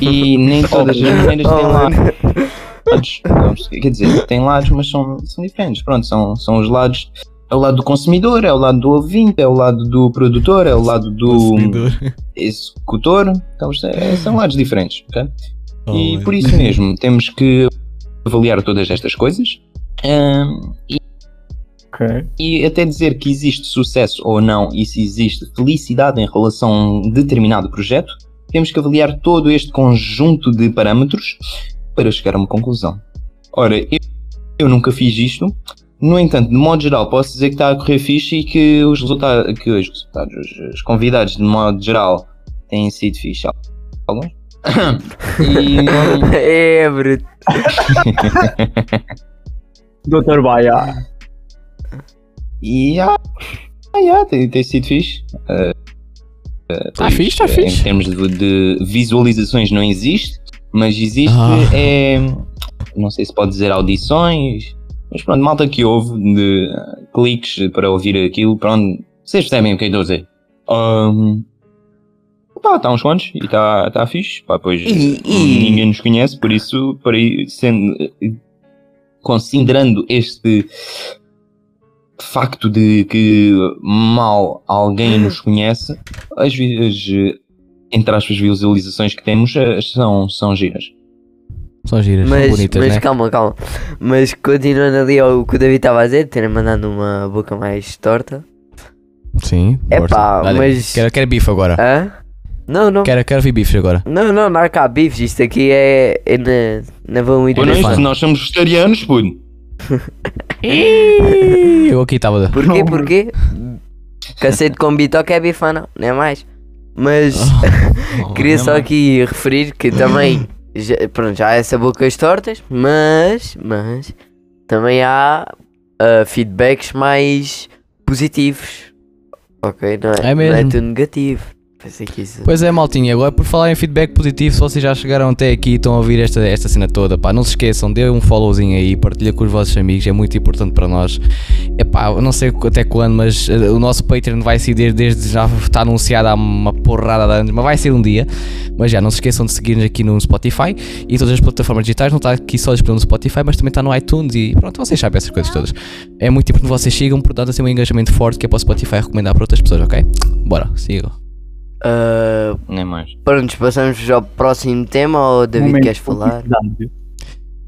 [SPEAKER 2] E nem todas as maneiras têm
[SPEAKER 1] Oh,
[SPEAKER 2] lados. lados. Vamos- Quer dizer, tem lados, mas são, são diferentes. Pronto, são, são os lados. É o lado do consumidor, é o lado do ouvinte, é o lado do produtor, é o lado
[SPEAKER 3] Tá
[SPEAKER 2] do executor. Então, é- são lados diferentes. ok?
[SPEAKER 3] Oh,
[SPEAKER 2] E por isso mesmo, temos que avaliar todas estas coisas. Ahm,
[SPEAKER 4] Ok.
[SPEAKER 2] e até dizer que existe sucesso ou não e se existe felicidade em relação a um determinado projeto, temos que avaliar todo este conjunto de parâmetros para chegar a uma conclusão. Ora, eu, eu nunca fiz isto, no entanto, de modo geral, posso dizer que está a correr fixe e que os resultados, que os, resultados, os, os convidados, de modo geral, têm sido fixe. Alguns? E, hum,
[SPEAKER 1] é, bruto.
[SPEAKER 4] Doutor Baia.
[SPEAKER 2] E ah, ah, yeah, tem, tem sido fixe. Ah, ah,
[SPEAKER 3] Tá
[SPEAKER 2] pois,
[SPEAKER 3] fixe, tá
[SPEAKER 2] ah,
[SPEAKER 3] fixe.
[SPEAKER 2] Em termos de, de visualizações não existe, mas existe
[SPEAKER 3] Ah.
[SPEAKER 2] é, não sei se pode dizer audições, mas pronto, malta que houve de ah, cliques para ouvir aquilo, pronto, vocês percebem o que é que eu estou a dizer. Ahm, Pá, está uns quantos e está tá fixe. Pá, pois
[SPEAKER 1] E- e-
[SPEAKER 2] ninguém nos conhece, por isso, por aí, sendo, considerando este facto de que mal alguém nos conhece, as, vi- as, eh, entre aspas, visualizações que temos eh, são, são giras.
[SPEAKER 3] São giras,
[SPEAKER 1] Mas,
[SPEAKER 3] são bonitas,
[SPEAKER 1] mas
[SPEAKER 3] né?
[SPEAKER 1] calma, calma. Mas continuando ali ao que o David estava a dizer, de terem mandado uma boca mais torta.
[SPEAKER 3] Sim.
[SPEAKER 1] É
[SPEAKER 3] força.
[SPEAKER 1] pá,
[SPEAKER 3] Dá-lhe.
[SPEAKER 1] mas-
[SPEAKER 3] Quero, quero bife agora.
[SPEAKER 1] Hã? Não, não.
[SPEAKER 3] Quero, quero ver bife agora.
[SPEAKER 1] Não, não, não há cá bifes. Isto aqui é, é na, na vão
[SPEAKER 2] Por
[SPEAKER 3] Bem
[SPEAKER 2] isto,
[SPEAKER 3] fã.
[SPEAKER 2] nós somos vegetarianos, puto.
[SPEAKER 3] Ih, Eu aqui tá, estava.
[SPEAKER 1] Porquê? Porquê? Cacete com bitoca é bifana, não é mais? Mas. Queria só aqui referir que também já, pronto, já há essa bocas tortas, mas, mas também há ah, feedbacks mais positivos. Ok? Não é,
[SPEAKER 3] É
[SPEAKER 1] não é
[SPEAKER 3] mesmo.
[SPEAKER 1] tudo negativo. Pensei que isso.
[SPEAKER 3] Pois é, maltinha, agora por falar em feedback positivo, se vocês já chegaram até aqui e estão a ouvir esta, esta cena toda, pá, não se esqueçam, dê um followzinho aí, partilha com os vossos amigos, é muito importante para nós. É pá, eu não sei até quando, mas eh, o nosso Patreon vai ser desde, desde já está anunciado há uma porrada de anos, mas vai ser um dia. Mas já, não se esqueçam de seguir-nos aqui no Spotify e todas as plataformas digitais, não está aqui só disponível no Spotify, mas também está no iTunes e pronto, vocês sabem essas coisas todas. É muito importante que vocês sigam, portanto, assim um engajamento forte que é para o Spotify recomendar para outras pessoas, ok? Bora, sigam.
[SPEAKER 1] Ah,
[SPEAKER 2] Nem mais.
[SPEAKER 1] pronto, passamos ao próximo tema ou David
[SPEAKER 4] Momento
[SPEAKER 1] queres falar?
[SPEAKER 4] publicidade.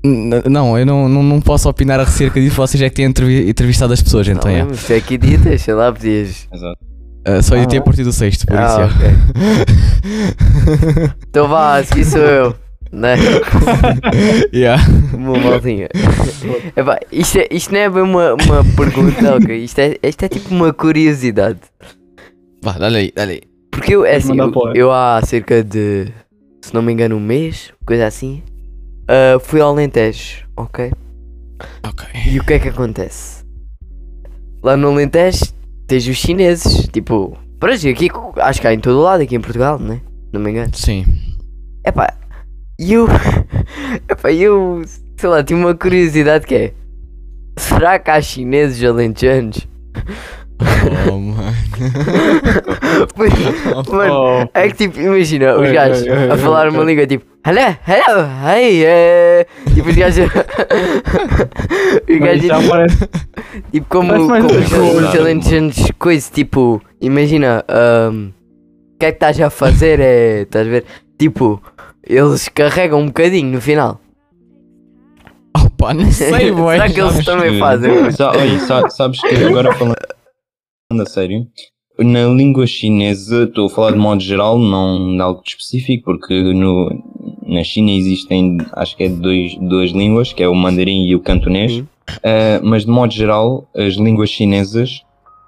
[SPEAKER 3] N- Não, eu não, não, não posso opinar acerca disso, vocês é que têm entrevi- entrevistado as pessoas, então
[SPEAKER 1] não,
[SPEAKER 3] é.
[SPEAKER 1] mas tu é que editas, sei lá, podias.
[SPEAKER 3] Ah, só eu tinha partido o sexto, por isso.
[SPEAKER 1] Ah,
[SPEAKER 3] é.
[SPEAKER 1] ok. Então vá, a seguir sou eu. Né?
[SPEAKER 3] Yeah.
[SPEAKER 1] Uma maldinha. Epá, isto, é- isto não é bem uma, uma pergunta, ok? Isto é, isto é tipo uma curiosidade.
[SPEAKER 3] Vá, dá-lhe aí, dá-lhe aí.
[SPEAKER 1] Porque eu, é assim,
[SPEAKER 4] mandar
[SPEAKER 1] eu,
[SPEAKER 4] para o ar.
[SPEAKER 1] eu há cerca de, se não me engano, um mês, coisa assim, ah, fui ao Alentejo, ok?
[SPEAKER 3] Ok.
[SPEAKER 1] E o que é que acontece? Lá no Alentejo tens os chineses, tipo, para aqui, acho que há em todo lado, aqui em Portugal, né? Não me engano.
[SPEAKER 3] Sim.
[SPEAKER 1] Epá, e eu. Epá, e eu. Sei lá, tinha uma curiosidade que é. Será que há chineses alentejanos?
[SPEAKER 3] Oh, mano.
[SPEAKER 1] Pois, Mano,
[SPEAKER 4] Oh,
[SPEAKER 1] é que tipo, imagina, os
[SPEAKER 4] Oi,
[SPEAKER 1] gajos
[SPEAKER 4] oi, oi,
[SPEAKER 1] a falar
[SPEAKER 4] oi,
[SPEAKER 1] uma
[SPEAKER 4] oi.
[SPEAKER 1] língua tipo. Hello, hello, hey, eh", Tipo, os gajos. os
[SPEAKER 4] mas é já
[SPEAKER 1] gajos.
[SPEAKER 4] parece
[SPEAKER 1] Tipo, como,
[SPEAKER 4] parece mais
[SPEAKER 1] como
[SPEAKER 4] outra
[SPEAKER 1] os-
[SPEAKER 4] coisa,
[SPEAKER 1] os alentejanos, coisa tipo. Imagina, ahm, o que é que estás a fazer? É. Estás a ver? Tipo, eles carregam um bocadinho no final.
[SPEAKER 3] Oh, pá, não sei, boy.
[SPEAKER 1] Será que eles também
[SPEAKER 2] que-
[SPEAKER 1] fazem?
[SPEAKER 2] Sa- olha, sa- sabes que agora falando falando a sério, na língua chinesa, estou a falar de modo geral, não de algo de específico, porque no, na China existem, acho que é dois, duas línguas, que é o mandarim e o cantonês,
[SPEAKER 1] Sim.
[SPEAKER 2] Ah, mas de modo geral, as línguas chinesas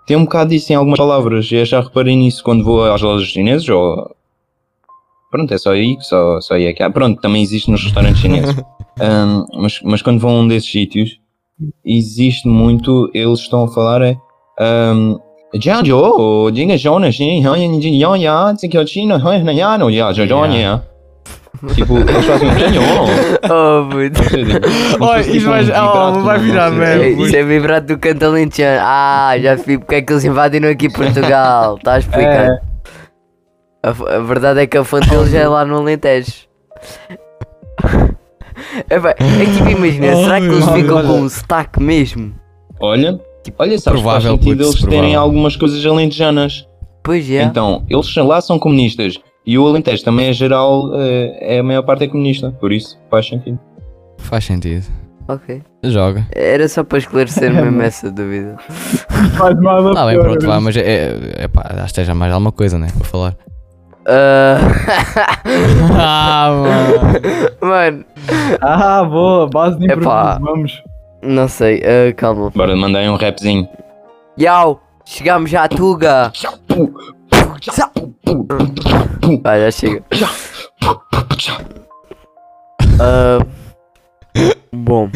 [SPEAKER 2] têm um bocado disso em algumas palavras, eu já reparei nisso quando vou às lojas chinesas, ou... Pronto, é só aí, que só, só aí é que há. Pronto, também existe nos restaurantes chineses. Ah, mas, mas quando vão a um desses sítios, existe muito, eles estão a falar é. Um, tipo, eles fazem um canhão.
[SPEAKER 1] Oh, puto.
[SPEAKER 2] tipo,
[SPEAKER 3] Olha, isso
[SPEAKER 2] um
[SPEAKER 3] vai- oh, vai virar merda.
[SPEAKER 1] Ei, Isso é vibrado do canto alentejano. Ah, já vi porque é que eles invadiram aqui Portugal. Está explicado. A, f- a verdade é que a fonte deles é lá no Alentejo. É, pá, é que tipo, imagina,
[SPEAKER 3] Oh,
[SPEAKER 1] será que eles
[SPEAKER 3] meu
[SPEAKER 1] ficam
[SPEAKER 3] Deus.
[SPEAKER 1] com um sotaque mesmo?
[SPEAKER 2] Olha, olha, sabes que faz
[SPEAKER 3] Provável,
[SPEAKER 2] sentido
[SPEAKER 3] putz,
[SPEAKER 2] eles terem
[SPEAKER 3] provável.
[SPEAKER 2] algumas coisas alentejanas.
[SPEAKER 1] Pois é.
[SPEAKER 2] Então, eles lá são comunistas. E o Alentejo também é geral, eh, é, a maior parte é comunista. Por isso, faz sentido.
[SPEAKER 3] Faz sentido.
[SPEAKER 1] Ok.
[SPEAKER 3] Joga.
[SPEAKER 1] Era só para esclarecer mesmo essa dúvida.
[SPEAKER 4] mais nada.
[SPEAKER 3] Tá bem,
[SPEAKER 4] pior,
[SPEAKER 3] pronto,
[SPEAKER 4] mas-
[SPEAKER 3] vá, mas é, é, é pá, acho que já mais alguma coisa, né? Para falar.
[SPEAKER 1] Ah,
[SPEAKER 3] Ah, mano.
[SPEAKER 1] mano,
[SPEAKER 4] Ah, boa, base de improviso,
[SPEAKER 1] Epá.
[SPEAKER 4] vamos.
[SPEAKER 1] não sei. ah, calma.
[SPEAKER 2] Bora mandar aí um rapzinho.
[SPEAKER 1] Yau, chegámos já à Tuga. Vai, já chega. Ah, bom.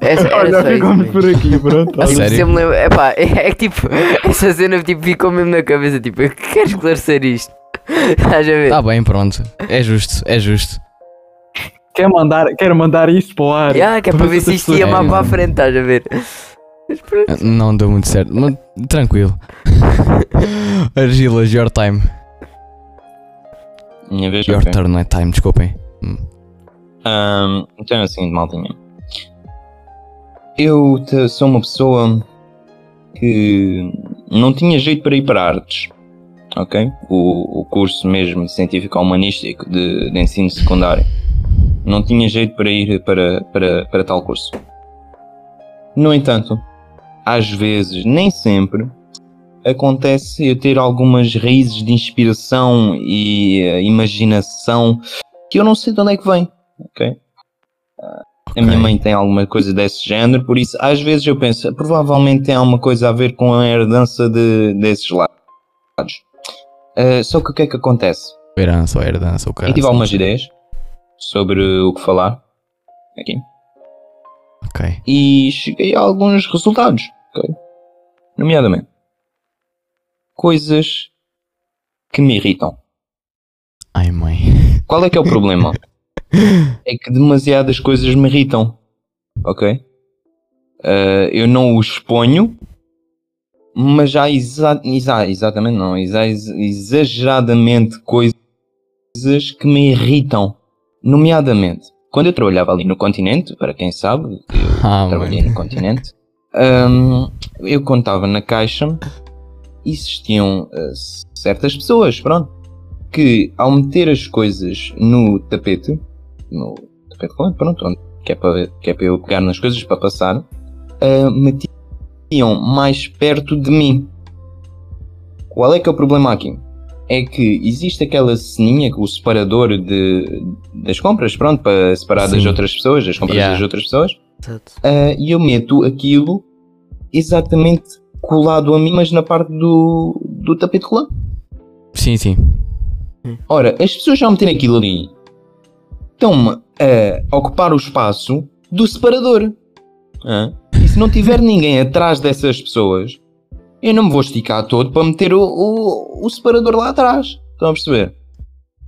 [SPEAKER 1] Essa, era
[SPEAKER 4] Olha,
[SPEAKER 1] só isso.
[SPEAKER 4] ficamos
[SPEAKER 1] mesmo.
[SPEAKER 4] por aqui, pronto.
[SPEAKER 3] A
[SPEAKER 1] Tipo,
[SPEAKER 3] sério?
[SPEAKER 1] sempre lembro- epá, é que tipo, essa cena tipo, ficou mesmo na cabeça. Tipo, eu quero esclarecer isto. Estás a ver?
[SPEAKER 3] Tá bem, pronto. É justo, é justo.
[SPEAKER 4] Quer mandar, quer mandar isto para o ar.
[SPEAKER 1] Ya, que é para ver se isto ia
[SPEAKER 3] pessoas-
[SPEAKER 1] mais para
[SPEAKER 3] É,
[SPEAKER 1] a
[SPEAKER 3] mano.
[SPEAKER 1] frente, estás a ver? Mas pronto.
[SPEAKER 3] Não deu muito certo, mas tranquilo. Argilas, your time.
[SPEAKER 2] Minha vez.
[SPEAKER 3] Your
[SPEAKER 2] ok.
[SPEAKER 3] turn, não é time, desculpem.
[SPEAKER 2] Ahm, então é o seguinte, maltinha. Eu te- sou uma pessoa que não tinha jeito para ir para artes. Ok? O, o curso mesmo científico-humanístico de, de ensino secundário. Não tinha jeito para ir para, para, para tal curso. No entanto, às vezes, nem sempre, acontece eu ter algumas raízes de inspiração e eh, imaginação que eu não sei de onde é que vem. Ok? Ah, A minha
[SPEAKER 3] Ok.
[SPEAKER 2] mãe tem alguma coisa desse género, por isso às vezes eu penso, provavelmente tem alguma coisa a ver com a herdança de, desses lados. Ah, só que o que é que acontece?
[SPEAKER 3] Herança ou herdança, o cara.
[SPEAKER 2] Eu tive algumas ideias sobre o que falar aqui
[SPEAKER 3] Ok.
[SPEAKER 2] e cheguei a alguns resultados, ok? Nomeadamente, coisas que me irritam.
[SPEAKER 3] Ai mãe.
[SPEAKER 2] Qual é que é o problema? é que demasiadas coisas me irritam. Ok? Ah, eu não os exponho, mas há exa exa- exatamente não, exa exageradamente coisas que me irritam. Nomeadamente, quando eu trabalhava ali no continente, para quem sabe,
[SPEAKER 3] Ah,
[SPEAKER 2] trabalhei
[SPEAKER 3] mano.
[SPEAKER 2] no continente. Ahm, eu contava na caixa e existiam ah, certas pessoas, pronto, que ao meter as coisas no tapete, no tapete rolante, pronto, onde, que, é para, que é para eu pegar nas coisas para passar, ah, metiam mais perto de mim. Qual é que é o problema aqui? É que existe aquela ceninha com o separador de, das compras, pronto, para separar das
[SPEAKER 3] Sim.
[SPEAKER 2] outras pessoas, das compras
[SPEAKER 3] Yeah.
[SPEAKER 2] das outras pessoas.
[SPEAKER 1] Exato.
[SPEAKER 2] Ah, e eu meto aquilo exatamente colado a mim, mas na parte do, do tapete rolante.
[SPEAKER 3] Sim, sim.
[SPEAKER 2] Ora, as pessoas já meterem aquilo ali estão-me a ocupar o espaço do separador. Hã? E se não tiver ninguém atrás dessas pessoas, eu não me vou esticar todo para meter o, o, o separador lá atrás. Estão a perceber?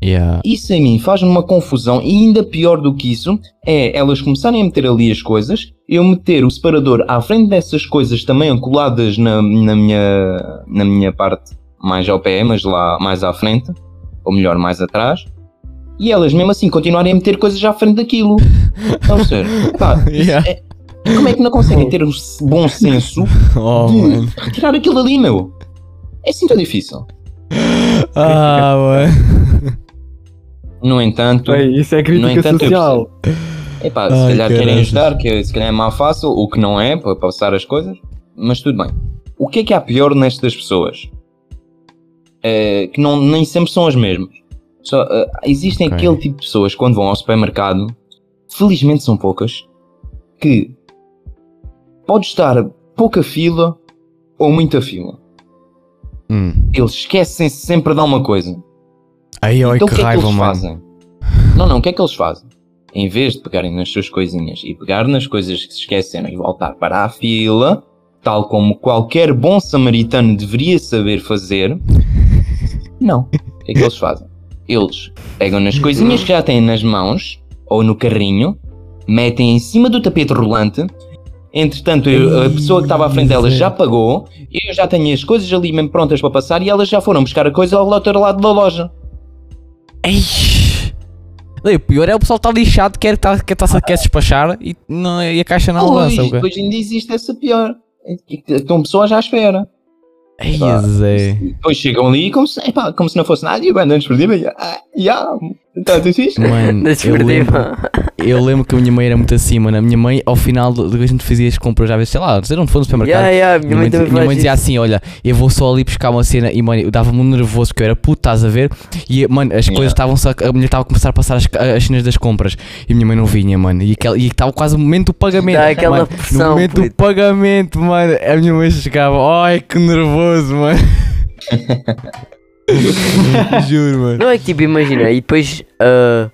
[SPEAKER 3] Yeah.
[SPEAKER 2] Isso em mim faz-me uma confusão e ainda pior do que isso é elas começarem a meter ali as coisas, eu meter o separador à frente dessas coisas também coladas na, na, minha, na minha parte mais ao pé, mas lá mais à frente, ou melhor, mais atrás, e elas mesmo assim continuarem a meter coisas à frente daquilo. Então, sério, pá,
[SPEAKER 3] Yeah.
[SPEAKER 2] como é que não conseguem ter um s- bom senso
[SPEAKER 3] Oh, mano.
[SPEAKER 2] de retirar aquilo ali, meu? É assim tão difícil.
[SPEAKER 3] Ah, mano.
[SPEAKER 2] No entanto,
[SPEAKER 4] Bem, isso é crítica
[SPEAKER 2] entanto, eu
[SPEAKER 4] social.
[SPEAKER 2] Epá, se
[SPEAKER 3] Ai,
[SPEAKER 2] calhar querem
[SPEAKER 3] caraças.
[SPEAKER 2] ajudar, que se calhar é má fácil, o que não é, para passar as coisas, mas tudo bem. O que é que há pior nestas pessoas? Eh, que não, nem sempre são as mesmas. Só, eh, existem
[SPEAKER 3] Ok.
[SPEAKER 2] aquele tipo de pessoas quando vão ao supermercado, felizmente são poucas, que pode estar pouca fila ou muita fila.
[SPEAKER 3] Hum.
[SPEAKER 2] Eles esquecem se sempre de alguma coisa
[SPEAKER 3] Aí, olha
[SPEAKER 2] então
[SPEAKER 3] que
[SPEAKER 2] o que é que
[SPEAKER 3] raiva,
[SPEAKER 2] eles
[SPEAKER 3] mano.
[SPEAKER 2] fazem? Não, não, o que é que eles fazem? Em vez de pegarem nas suas coisinhas e pegar nas coisas que se esqueceram e voltar para a fila, tal como qualquer bom samaritano deveria saber fazer, não. O que é que eles fazem? Eles pegam nas coisinhas que já têm nas mãos ou no carrinho, metem em cima do tapete rolante. Entretanto, eu- a pessoa que estava à frente delas já pagou, eu já tenho as coisas ali mesmo prontas para passar e elas já foram buscar a coisa ao outro lado da loja.
[SPEAKER 3] Ei. Não, e o pior é o pessoal que está lixado, quer, tá, quer, tá, quer se despachar e, não, e a caixa não
[SPEAKER 2] Pois,
[SPEAKER 3] avança. o quê?
[SPEAKER 2] Hoje ainda existe essa pior. É que Estão pessoas à espera.
[SPEAKER 3] Ei,
[SPEAKER 2] Pá.
[SPEAKER 3] Zé.
[SPEAKER 2] Depois chegam ali como se, epá, como se não fosse nada e agora andamos perdidos. e, Ah, já, está tudo fixe.
[SPEAKER 3] Mano,
[SPEAKER 1] Andas
[SPEAKER 3] eu lembro,
[SPEAKER 1] perdida.
[SPEAKER 3] eu lembro que a minha mãe era muito assim, mano. A minha mãe, ao final do do que a gente fazia as compras, já vezes, sei lá, se não for no supermercado,
[SPEAKER 1] Yeah, yeah, minha
[SPEAKER 3] Minha
[SPEAKER 1] mãe
[SPEAKER 3] mãe,
[SPEAKER 1] também
[SPEAKER 3] dizia- minha mãe
[SPEAKER 1] faz
[SPEAKER 3] dizia
[SPEAKER 1] isso.
[SPEAKER 3] assim: Olha, eu vou só ali buscar uma cena e, mano, eu dava-me um nervoso porque eu era puto, estás a ver? E, mano, as coisas estavam só. A mulher estava a começar a passar as, as cenas das compras e a minha mãe não vinha, mano. E aquela- e estava quase o momento do pagamento.
[SPEAKER 1] Dá aquela
[SPEAKER 3] mano,
[SPEAKER 1] pressão,
[SPEAKER 3] No momento do
[SPEAKER 1] puto.
[SPEAKER 3] pagamento, mano, a minha mãe chegava: Ai que nervoso, mano. Juro, mano.
[SPEAKER 1] Não é que tipo, imagina, e depois. ah,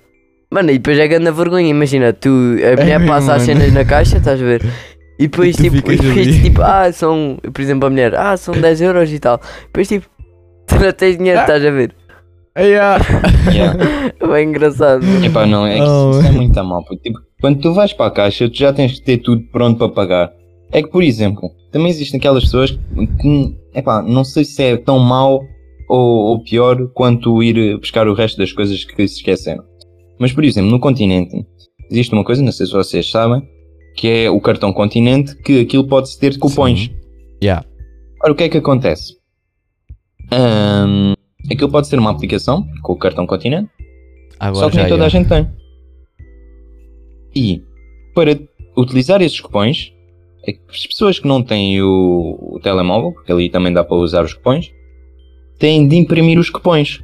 [SPEAKER 1] mano, e depois é grande vergonha, imagina, tu. A mulher
[SPEAKER 3] É mesmo,
[SPEAKER 1] passa as
[SPEAKER 3] mano.
[SPEAKER 1] cenas na caixa, estás a ver? E depois,
[SPEAKER 3] E tu
[SPEAKER 1] tipo, e
[SPEAKER 3] ficas
[SPEAKER 1] depois,
[SPEAKER 3] ali.
[SPEAKER 1] tipo, ah, são. Por exemplo, a mulher, ah, são 10 euros e tal. Depois, tipo, tu não tens
[SPEAKER 3] Ah.
[SPEAKER 1] dinheiro, estás a ver?
[SPEAKER 3] Ai, ah.
[SPEAKER 2] Yeah.
[SPEAKER 1] É bem engraçado.
[SPEAKER 2] Epá, não, é que
[SPEAKER 3] Oh,
[SPEAKER 2] isso, isso é muito mal. puto. Tipo, quando tu vais para a caixa, tu já tens que ter tudo pronto para pagar. É que, por exemplo, também existem aquelas pessoas que, epá, não sei se é tão mau ou, ou pior quanto ir buscar o resto das coisas que se esqueceram. Mas, por exemplo, no continente, existe uma coisa, não sei se vocês sabem, que é o cartão continente, que aquilo pode-se ter cupons.
[SPEAKER 3] Sim. Yeah.
[SPEAKER 2] Ora, o que é que acontece? Ahm, aquilo pode ser uma aplicação com o cartão continente,
[SPEAKER 3] Agora
[SPEAKER 2] só que
[SPEAKER 3] já. é.
[SPEAKER 2] nem toda
[SPEAKER 3] já.
[SPEAKER 2] a gente tem. E para utilizar esses cupons, é que as pessoas que não têm o, o telemóvel, porque ali também dá para usar os cupons, têm de imprimir os cupons.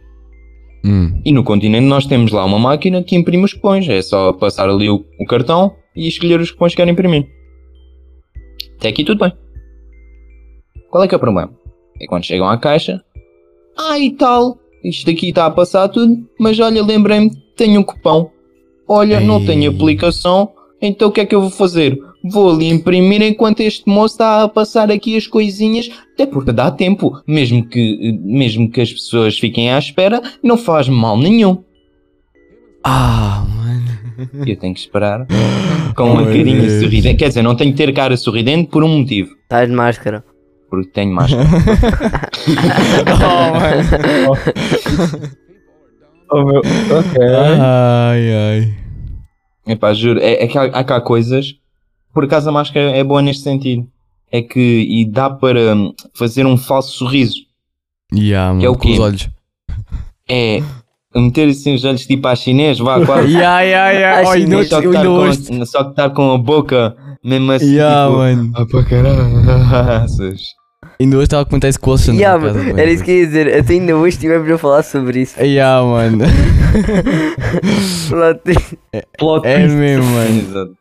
[SPEAKER 3] Hum.
[SPEAKER 2] E no continente nós temos lá uma máquina que imprime os cupons. É só passar ali o, o cartão e escolher os cupons que querem imprimir. Até aqui tudo bem. Qual é que é o problema? É quando chegam à caixa. Ah, e tal. Isto aqui está a passar tudo. Mas olha, lembrei-me, tenho um cupão. Olha, não
[SPEAKER 3] Ei.
[SPEAKER 2] tenho aplicação. Então o que é que eu vou fazer? Vou ali imprimir enquanto este moço está a passar aqui as coisinhas, até porque dá tempo, mesmo que, mesmo que as pessoas fiquem à espera, não faz mal nenhum.
[SPEAKER 3] Ah, mano.
[SPEAKER 2] Eu tenho que esperar com uma
[SPEAKER 3] Meu
[SPEAKER 2] carinha
[SPEAKER 3] Deus.
[SPEAKER 2] sorridente. Quer dizer, não tenho que ter cara sorridente por um motivo,
[SPEAKER 1] Estás de máscara.
[SPEAKER 2] porque tenho mais.
[SPEAKER 3] Oh, mano.
[SPEAKER 5] Oh, meu. Ok.
[SPEAKER 2] É?
[SPEAKER 3] Ai, ai.
[SPEAKER 2] Epá, juro, é, é que há, há cá coisas. Por acaso a máscara é boa neste sentido. É que e dá para hum, fazer um falso sorriso.
[SPEAKER 3] Yeah, mano,
[SPEAKER 2] Que é o
[SPEAKER 3] com os
[SPEAKER 2] quê?
[SPEAKER 3] olhos.
[SPEAKER 2] É meter assim os olhos tipo à chinês, vá quase.
[SPEAKER 3] Yeah, yeah, yeah.
[SPEAKER 1] Acho
[SPEAKER 3] Ai,
[SPEAKER 1] que
[SPEAKER 3] não,
[SPEAKER 2] Mas só, que
[SPEAKER 3] eu
[SPEAKER 2] estar
[SPEAKER 3] ainda
[SPEAKER 2] com,
[SPEAKER 3] hoje.
[SPEAKER 2] só que estar com a boca mesmo assim.
[SPEAKER 3] Yeah,
[SPEAKER 2] tipo,
[SPEAKER 3] mano.
[SPEAKER 2] ah, para caralho.
[SPEAKER 3] Ainda hoje estava a comentar isso com o Alexandre.
[SPEAKER 1] Yeah,
[SPEAKER 3] por acaso,
[SPEAKER 1] mano, era isso que eu ia dizer. Até ainda hoje estivemos a falar sobre isso.
[SPEAKER 3] Yeah, mano.
[SPEAKER 1] Lá tem-
[SPEAKER 4] Plot
[SPEAKER 3] É mesmo, mano.
[SPEAKER 2] Exato.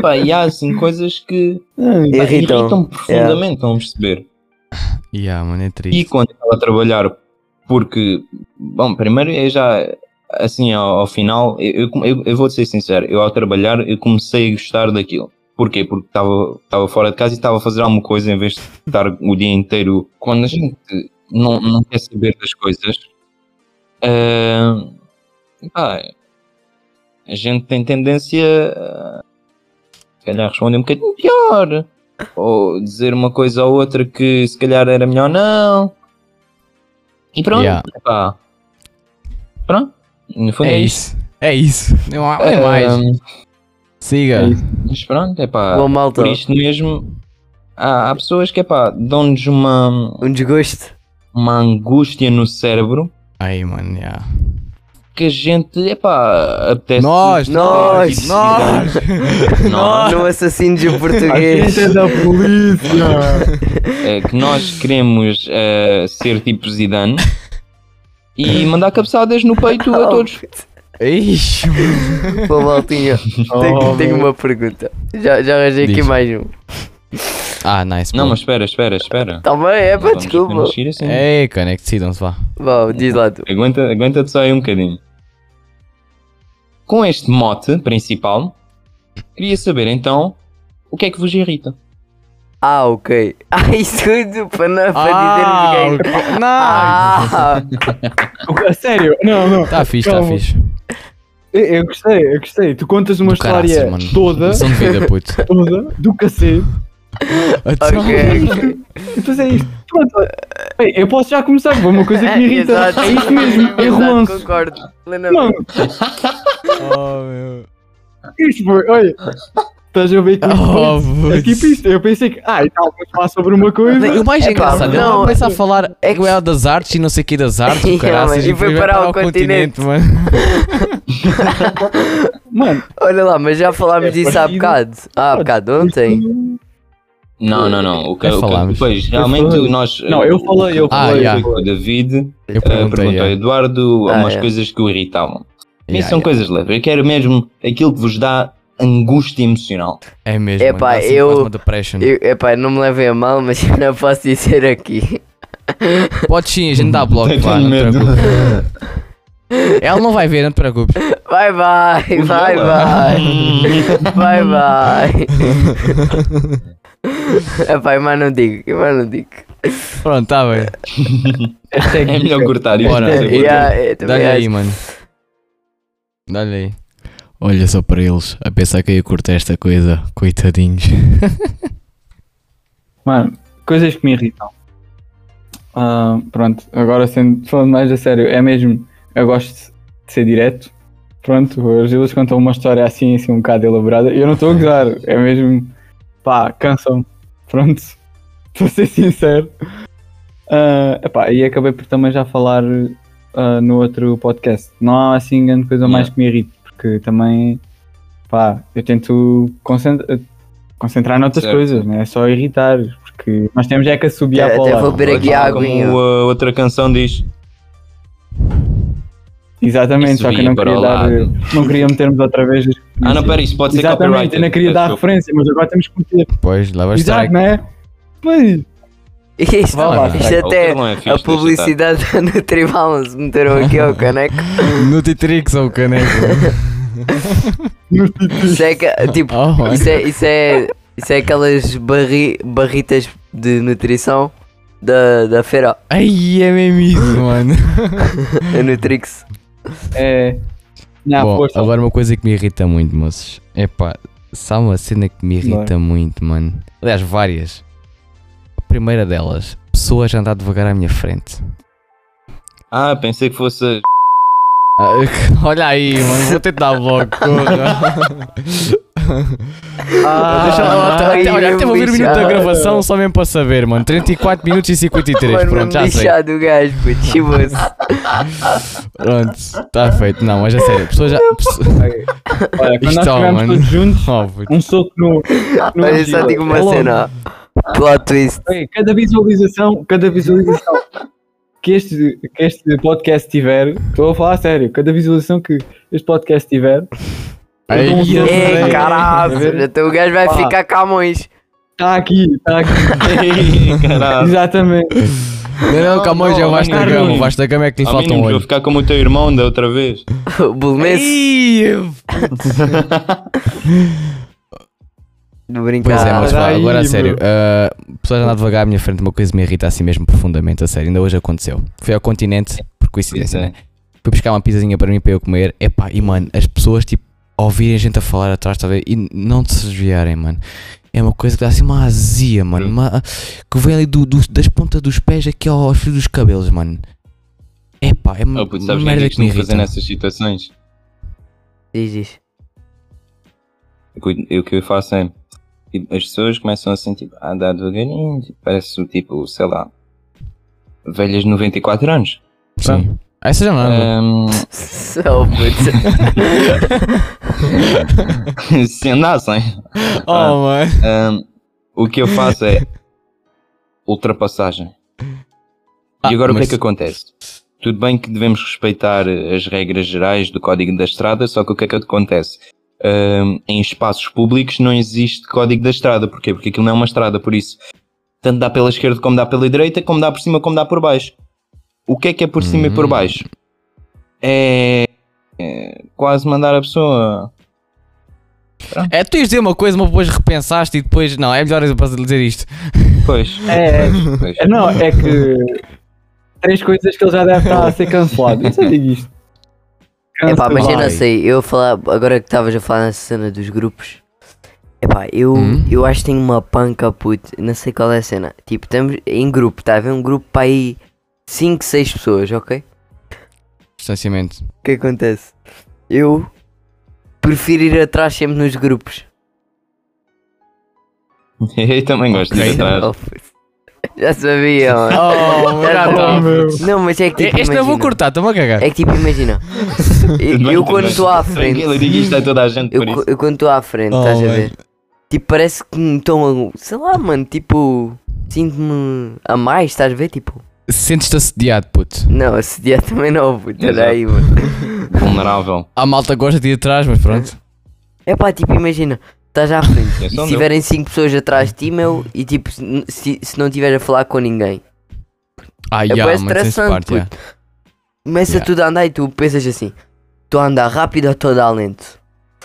[SPEAKER 2] Pá, e há assim coisas que pá,
[SPEAKER 1] Irritam.
[SPEAKER 2] irritam profundamente, estão a perceber?
[SPEAKER 3] Yeah, mano, é triste.
[SPEAKER 2] e quando estava a trabalhar, porque, bom, primeiro eu já, assim, ao, ao final, eu, eu- eu, eu vou ser sincero, eu ao trabalhar eu comecei a gostar daquilo. Porquê? Porque estava estava fora de casa e estava a fazer alguma coisa em vez de estar o dia inteiro. Quando a gente não, não quer saber das coisas, ah, pá, a gente tem tendência a se calhar responder um bocadinho pior ou dizer uma coisa ou outra que se calhar era melhor não. E pronto,
[SPEAKER 3] Yeah.
[SPEAKER 2] pá. Pronto, no fundo
[SPEAKER 3] É isso. É isso. Não há não é
[SPEAKER 2] Ah,
[SPEAKER 3] mais. Siga.
[SPEAKER 4] é
[SPEAKER 2] Mas pronto, é pá.
[SPEAKER 1] Bom, malta,
[SPEAKER 2] Por isto mesmo, há, há pessoas que é pá, dão-nos uma,
[SPEAKER 1] um desgosto.
[SPEAKER 2] uma angústia no cérebro
[SPEAKER 3] Ai, mano, yeah.
[SPEAKER 2] que a gente, é pá, apetece.
[SPEAKER 3] Nós,
[SPEAKER 1] nós,
[SPEAKER 3] nós.
[SPEAKER 2] Nós.
[SPEAKER 1] é Não assassinos de português.
[SPEAKER 4] é da polícia!
[SPEAKER 2] é, que nós queremos eh, ser tipo Zidane e mandar cabeçadas no peito
[SPEAKER 1] Oh.
[SPEAKER 2] a todos.
[SPEAKER 3] Ixi, mano.
[SPEAKER 1] Bom, maltinha, tenho, tenho uma pergunta. Já, já arranjei aqui
[SPEAKER 3] Diz.
[SPEAKER 1] mais um.
[SPEAKER 3] Ah, nice.
[SPEAKER 2] Não,
[SPEAKER 3] bro.
[SPEAKER 2] mas espera, espera, espera.
[SPEAKER 1] Tá bem, é pá,
[SPEAKER 2] Vamos
[SPEAKER 1] desculpa.
[SPEAKER 2] apenas ir assim.
[SPEAKER 3] Ei, cara, é que decidam-se, vá.
[SPEAKER 1] Bom, diz lá tu.
[SPEAKER 2] Aguenta, aguenta-te só aí um bocadinho. Com este mote principal, queria saber então o que é que vos irrita.
[SPEAKER 1] Ah, ok. Ah, isso tudo para não
[SPEAKER 3] Ah,
[SPEAKER 1] para dizer ninguém.
[SPEAKER 3] ok.
[SPEAKER 1] Ah,
[SPEAKER 4] Sério? Não, não.
[SPEAKER 3] Não, tá fixe, tá
[SPEAKER 4] Calma.
[SPEAKER 3] fixe.
[SPEAKER 4] Eu, eu gostei, eu gostei. Tu contas uma
[SPEAKER 3] Do caraças,
[SPEAKER 4] história
[SPEAKER 3] mano.
[SPEAKER 4] toda,
[SPEAKER 3] Lição de vida, puto.
[SPEAKER 4] toda, do cacete.
[SPEAKER 3] Então,
[SPEAKER 1] ok, ok.
[SPEAKER 4] Então é isto. Pronto. Bem, eu posso já começar com uma coisa que me irrita.
[SPEAKER 1] Exato.
[SPEAKER 4] É isto mesmo, é
[SPEAKER 1] Exato,
[SPEAKER 4] relance.
[SPEAKER 1] Concordo. Plenamente.
[SPEAKER 4] Mano,
[SPEAKER 3] Oh, meu.
[SPEAKER 4] isto foi, olha. Estás a ver que
[SPEAKER 3] Oh,
[SPEAKER 4] É tipo
[SPEAKER 3] puto.
[SPEAKER 4] isto, eu pensei que, ah, então vamos falar sobre uma coisa.
[SPEAKER 3] O mais
[SPEAKER 1] Epá,
[SPEAKER 3] engraçado, ele
[SPEAKER 1] É não,
[SPEAKER 3] começa a falar
[SPEAKER 1] é
[SPEAKER 3] é
[SPEAKER 1] que-
[SPEAKER 3] que... das artes e não sei o que das artes, o
[SPEAKER 1] Yeah,
[SPEAKER 3] caraças,
[SPEAKER 1] mas e foi
[SPEAKER 3] depois vai
[SPEAKER 1] parar ao continente.
[SPEAKER 3] mano.
[SPEAKER 4] Mano,
[SPEAKER 1] Olha lá, mas já falámos disso há
[SPEAKER 4] parecido.
[SPEAKER 1] bocado. Há bocado ontem.
[SPEAKER 2] Não, não, não. O que,
[SPEAKER 3] Já
[SPEAKER 2] o que,
[SPEAKER 3] falámos.
[SPEAKER 2] depois, realmente
[SPEAKER 4] falei.
[SPEAKER 2] nós.
[SPEAKER 4] não, eu falei, eu
[SPEAKER 3] É Ah,
[SPEAKER 2] eu-
[SPEAKER 4] falei.
[SPEAKER 3] já.
[SPEAKER 2] o David eh,
[SPEAKER 3] Eu
[SPEAKER 2] perguntou
[SPEAKER 3] perguntei, é.
[SPEAKER 2] ao
[SPEAKER 3] yeah.
[SPEAKER 2] Eduardo
[SPEAKER 1] Ah,
[SPEAKER 2] umas
[SPEAKER 1] é.
[SPEAKER 2] coisas que o irritavam. Mas
[SPEAKER 3] Yeah,
[SPEAKER 2] são
[SPEAKER 3] yeah.
[SPEAKER 2] coisas leves. Eu quero mesmo aquilo que vos dá angústia emocional.
[SPEAKER 3] É mesmo,
[SPEAKER 1] Epá,
[SPEAKER 3] mano, dá assim
[SPEAKER 1] eu-
[SPEAKER 3] quase uma depression.
[SPEAKER 1] Eu, epá, não me levem a mal, mas eu não posso dizer aqui.
[SPEAKER 3] Podes sim, a gente dá bloco,
[SPEAKER 2] Tenho
[SPEAKER 3] pá, não te
[SPEAKER 2] medo.
[SPEAKER 3] preocupes. Ela não vai ver, não te preocupes.
[SPEAKER 1] Vai, vai,
[SPEAKER 2] é.
[SPEAKER 1] vai, vai. Vai, vai. Epá, mas não digo, mas não digo.
[SPEAKER 3] Pronto, tá bem.
[SPEAKER 2] É melhor cortar isto.
[SPEAKER 3] Bora.
[SPEAKER 2] não sei porquê.
[SPEAKER 1] Yeah, eu também
[SPEAKER 3] Dá-lhe aí,
[SPEAKER 1] acho.
[SPEAKER 3] mano. Dá-lhe aí. Olha só para eles, a pensar que eu ia cortar esta coisa. Coitadinhos.
[SPEAKER 4] Mano, coisas que me irritam. Ah, pronto, agora sendo, falando mais a sério, é mesmo, eu gosto de ser direto. Pronto, as eles contam uma história assim, assim, um bocado elaborada. e Eu não estou a gozar, é mesmo, pá, cansam-me. Pronto, estou a ser sincero. Ah, epá, e acabei por também já falar ah, no outro podcast. Não há assim grande coisa mais que me irrite, porque também, pá, eu tento concentrar, concentrar noutras
[SPEAKER 2] Certo.
[SPEAKER 4] coisas, não é só irritar, porque nós temos é que subir
[SPEAKER 1] Até-
[SPEAKER 4] para o
[SPEAKER 1] até
[SPEAKER 4] lado.
[SPEAKER 1] vou beber aqui a aguinha.
[SPEAKER 2] Como a outra canção diz.
[SPEAKER 4] Exatamente, só que eu não
[SPEAKER 2] Subia para
[SPEAKER 4] queria
[SPEAKER 2] o
[SPEAKER 4] dar,
[SPEAKER 2] lado.
[SPEAKER 4] não queria metermos outra vez. as
[SPEAKER 2] Ah, não,
[SPEAKER 4] referências.
[SPEAKER 2] peraí, isso pode ser
[SPEAKER 4] Exatamente,
[SPEAKER 2] copyright.
[SPEAKER 4] eu não queria dar referência, mas agora temos que meter.
[SPEAKER 3] Pois, lá vai estar.
[SPEAKER 4] Exato, não é? Pois,
[SPEAKER 1] Isto,
[SPEAKER 4] Vá lá,
[SPEAKER 1] isto até
[SPEAKER 2] é
[SPEAKER 1] a publicidade da Nutribalance meteram aqui ao caneco.
[SPEAKER 3] Nutritrix ou caneco.
[SPEAKER 1] Isso é que, tipo,
[SPEAKER 3] Oh, mano.
[SPEAKER 1] isso é, isso é, isso é aquelas barri, barritas de nutrição da, da feira,
[SPEAKER 3] Ai, é mesmo isso, mano.
[SPEAKER 1] a Nutrix.
[SPEAKER 4] É. Não,
[SPEAKER 3] Bom,
[SPEAKER 4] força.
[SPEAKER 3] agora uma coisa que me irrita muito, moços. É pá, sabe uma cena que me irrita muito, mano. Aliás, várias. A primeira delas, pessoas a andar devagar à minha frente.
[SPEAKER 2] Ah, pensei que fosse.
[SPEAKER 3] Ah, Olha aí, mano, vou tentar logo. corra.
[SPEAKER 4] Ah,
[SPEAKER 3] Deixa lá, até,
[SPEAKER 1] ai,
[SPEAKER 3] até, olha, até vou ver o
[SPEAKER 1] mesmo
[SPEAKER 3] minuto da
[SPEAKER 1] lixado.
[SPEAKER 3] gravação só mesmo para saber, mano. 34 minutos e 53,
[SPEAKER 1] Mano,
[SPEAKER 3] pronto, já
[SPEAKER 1] mesmo
[SPEAKER 3] sei.
[SPEAKER 1] lixado o gajo, puto, chibou-se.
[SPEAKER 3] Pronto, está feito. Não, mas a sério, pessoas já. Pessoas...
[SPEAKER 4] olha, quando
[SPEAKER 3] Isto,
[SPEAKER 4] nós estivermos
[SPEAKER 3] mano.
[SPEAKER 4] todos juntos,
[SPEAKER 3] Oh, puto.
[SPEAKER 4] um soco no. no
[SPEAKER 1] Olha, só
[SPEAKER 4] umbigo.
[SPEAKER 1] digo
[SPEAKER 4] É
[SPEAKER 1] uma
[SPEAKER 4] logo.
[SPEAKER 1] cena, ó. plot twist.
[SPEAKER 4] Ei, Cada visualização, cada visualização que este, que este podcast tiver, estou a falar a sério, cada visualização que este podcast tiver,
[SPEAKER 3] Ai,
[SPEAKER 4] dou um
[SPEAKER 3] ai,
[SPEAKER 4] Eu
[SPEAKER 1] É,
[SPEAKER 4] sei.
[SPEAKER 1] caralho, então o gajo vai
[SPEAKER 4] Pá.
[SPEAKER 1] ficar Camões.
[SPEAKER 4] está aqui, está aqui.
[SPEAKER 2] Caralho.
[SPEAKER 4] Exatamente.
[SPEAKER 3] Não, não, Camões, é
[SPEAKER 2] Não,
[SPEAKER 3] o Vasco da
[SPEAKER 2] não,
[SPEAKER 3] Gama.
[SPEAKER 2] não.
[SPEAKER 3] O Vasco da Gama é que lhe
[SPEAKER 2] Ao
[SPEAKER 3] falta um
[SPEAKER 2] mínimo, vou
[SPEAKER 3] olho.
[SPEAKER 2] ficar como o teu irmão da outra vez.
[SPEAKER 1] O Bulmense,
[SPEAKER 3] Ih,
[SPEAKER 1] de
[SPEAKER 3] Pois é,
[SPEAKER 1] brincar.
[SPEAKER 3] mas
[SPEAKER 4] Ah,
[SPEAKER 3] pá,
[SPEAKER 4] daí,
[SPEAKER 3] agora a
[SPEAKER 4] bro.
[SPEAKER 3] sério. Uh, pessoas andar devagar à minha frente, uma coisa me irrita assim mesmo profundamente, a sério. Ainda hoje aconteceu. Fui ao continente, por coincidência,
[SPEAKER 2] Sim,
[SPEAKER 3] né? Fui buscar uma pizzazinha para mim para eu comer. Epá, e mano, as pessoas tipo ouvirem a gente a falar atrás, talvez, e não se desviarem, mano. É uma coisa que dá assim uma azia, mano. uma- que vem ali do- do- das pontas dos pés aqui ao- aos fios dos cabelos, mano. Epá, é uma,
[SPEAKER 2] Oh, puto, sabes o que é
[SPEAKER 3] merda
[SPEAKER 2] que
[SPEAKER 3] que me
[SPEAKER 2] costumo fazer
[SPEAKER 3] irrita.
[SPEAKER 2] nessas situações?
[SPEAKER 1] Diz, diz.
[SPEAKER 2] Eu que eu faço é. tipo, as pessoas começam assim, tipo, a andar devagarinho, tipo, parece tipo, sei lá. Velhas de 94 anos.
[SPEAKER 3] Sim. Ah, isso já não é.
[SPEAKER 2] Ahm,
[SPEAKER 1] Só, puto.
[SPEAKER 2] se andassem.
[SPEAKER 3] Oh, mano.
[SPEAKER 2] Ahm, o que eu faço é ultrapassagem.
[SPEAKER 3] Ah,
[SPEAKER 2] e agora o que é
[SPEAKER 3] mas-
[SPEAKER 2] que acontece? Tudo bem que devemos respeitar eh, as regras gerais do Código da Estrada, só que o que é que acontece? Ahm, em espaços públicos não existe Código da Estrada. Porquê? Porque aquilo não é uma estrada, por isso tanto dá pela esquerda como dá pela direita, como dá por cima como dá por baixo. O que é que é por cima e por
[SPEAKER 3] Hum.
[SPEAKER 2] baixo? É, é quase mandar a pessoa.
[SPEAKER 3] É, tu ias dizer uma coisa, mas depois repensaste e depois. Não, é melhor eu para dizer isto.
[SPEAKER 2] Pois.
[SPEAKER 4] É,
[SPEAKER 2] pois.
[SPEAKER 4] é, não, é que três coisas que ele já deve estar a ser cancelado. Eu só digo isto.
[SPEAKER 1] Epá, mas eu
[SPEAKER 4] Cancelado.
[SPEAKER 1] não sei, eu falar, agora que estavas a falar nessa cena dos grupos, epá, eu,
[SPEAKER 3] Hum?
[SPEAKER 1] eu acho que tenho uma panca, puto, não sei qual é a cena. Tipo, estamos em grupo, está a ver um grupo para aí 5, 6 pessoas, ok?
[SPEAKER 3] Distanciamento.
[SPEAKER 1] O que acontece? Eu prefiro ir atrás sempre nos grupos.
[SPEAKER 2] Eu também
[SPEAKER 3] É
[SPEAKER 2] gosto de ir
[SPEAKER 3] então,
[SPEAKER 2] atrás.
[SPEAKER 1] Oh, puto. Oh, Já sabia, mano.
[SPEAKER 3] Oh,
[SPEAKER 1] Era
[SPEAKER 3] já
[SPEAKER 1] bom,
[SPEAKER 3] tá.
[SPEAKER 4] meu.
[SPEAKER 1] Não, mas é que tipo,
[SPEAKER 3] Este não vou
[SPEAKER 1] imagina.
[SPEAKER 3] cortar, é estou-me a cagar.
[SPEAKER 1] É que tipo, imagina. eu
[SPEAKER 2] Tudo bem,
[SPEAKER 1] eu
[SPEAKER 2] tudo
[SPEAKER 1] quando
[SPEAKER 2] bem.
[SPEAKER 1] estou à frente.
[SPEAKER 2] Tranquilo, eu digo isto a toda a gente
[SPEAKER 1] Eu,
[SPEAKER 2] por isso.
[SPEAKER 1] co- eu quando estou à frente,
[SPEAKER 3] Oh,
[SPEAKER 1] estás a
[SPEAKER 3] mano.
[SPEAKER 1] ver? Tipo, parece que me estão a. Sei lá, mano, tipo. Sinto-me a mais, estás a ver? Tipo.
[SPEAKER 3] Sentes-te assediado, puto.
[SPEAKER 1] Não, assediar também não, puto. Olha
[SPEAKER 2] Exato.
[SPEAKER 1] aí, mano.
[SPEAKER 2] Vulnerável.
[SPEAKER 3] A malta gosta de ir atrás, mas pronto.
[SPEAKER 1] É pá, tipo, imagina, estás à frente.
[SPEAKER 2] É
[SPEAKER 1] E
[SPEAKER 2] só
[SPEAKER 1] se
[SPEAKER 2] meu.
[SPEAKER 1] tiverem 5 pessoas atrás de ti, meu, e tipo, se, n- se, se não estiver a falar com ninguém,
[SPEAKER 3] Ah,
[SPEAKER 1] É
[SPEAKER 3] já,
[SPEAKER 1] bué
[SPEAKER 3] mas tens
[SPEAKER 1] estressante,
[SPEAKER 3] parte, já.
[SPEAKER 1] começa
[SPEAKER 3] Yeah.
[SPEAKER 1] tudo a andar e tu pensas assim: estou a andar rápido ou estou a dar lento?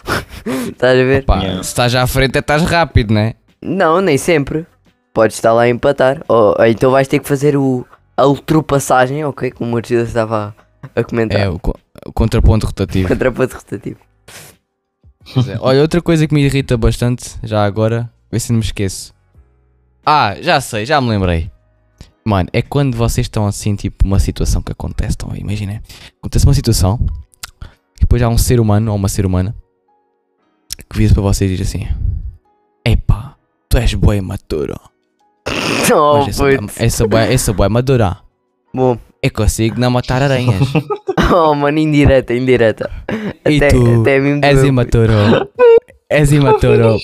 [SPEAKER 1] estás a ver?
[SPEAKER 3] Pá,
[SPEAKER 2] Yeah.
[SPEAKER 3] se estás à frente, é estás rápido, né?
[SPEAKER 1] Não, nem sempre. Podes estar lá a empatar. Ou, ou então vais ter que fazer o, a ultrapassagem, ok? Como o Artilha estava a, a comentar.
[SPEAKER 3] É o, co- o contraponto rotativo.
[SPEAKER 1] Contraponto rotativo.
[SPEAKER 3] Pois é. Olha, outra coisa que me irrita bastante, já agora, vê se não me esqueço. Ah, já sei, já me lembrei. Mano, é quando vocês estão assim, tipo, uma situação que acontece, estão aí, imagina. Acontece uma situação, e depois há um ser humano ou uma ser humana que vira para vocês e diz assim: Epá, tu és boa imaturo.
[SPEAKER 1] Oh,
[SPEAKER 3] Mas essa,
[SPEAKER 1] puto.
[SPEAKER 3] essa, boa, essa boa é madura.
[SPEAKER 1] Bom.
[SPEAKER 3] Eu consigo não matar aranhas.
[SPEAKER 1] Oh, mano, indireta, indireta.
[SPEAKER 3] E
[SPEAKER 1] até,
[SPEAKER 3] tu
[SPEAKER 1] até é mesmo
[SPEAKER 3] És imaturo. És imaturo.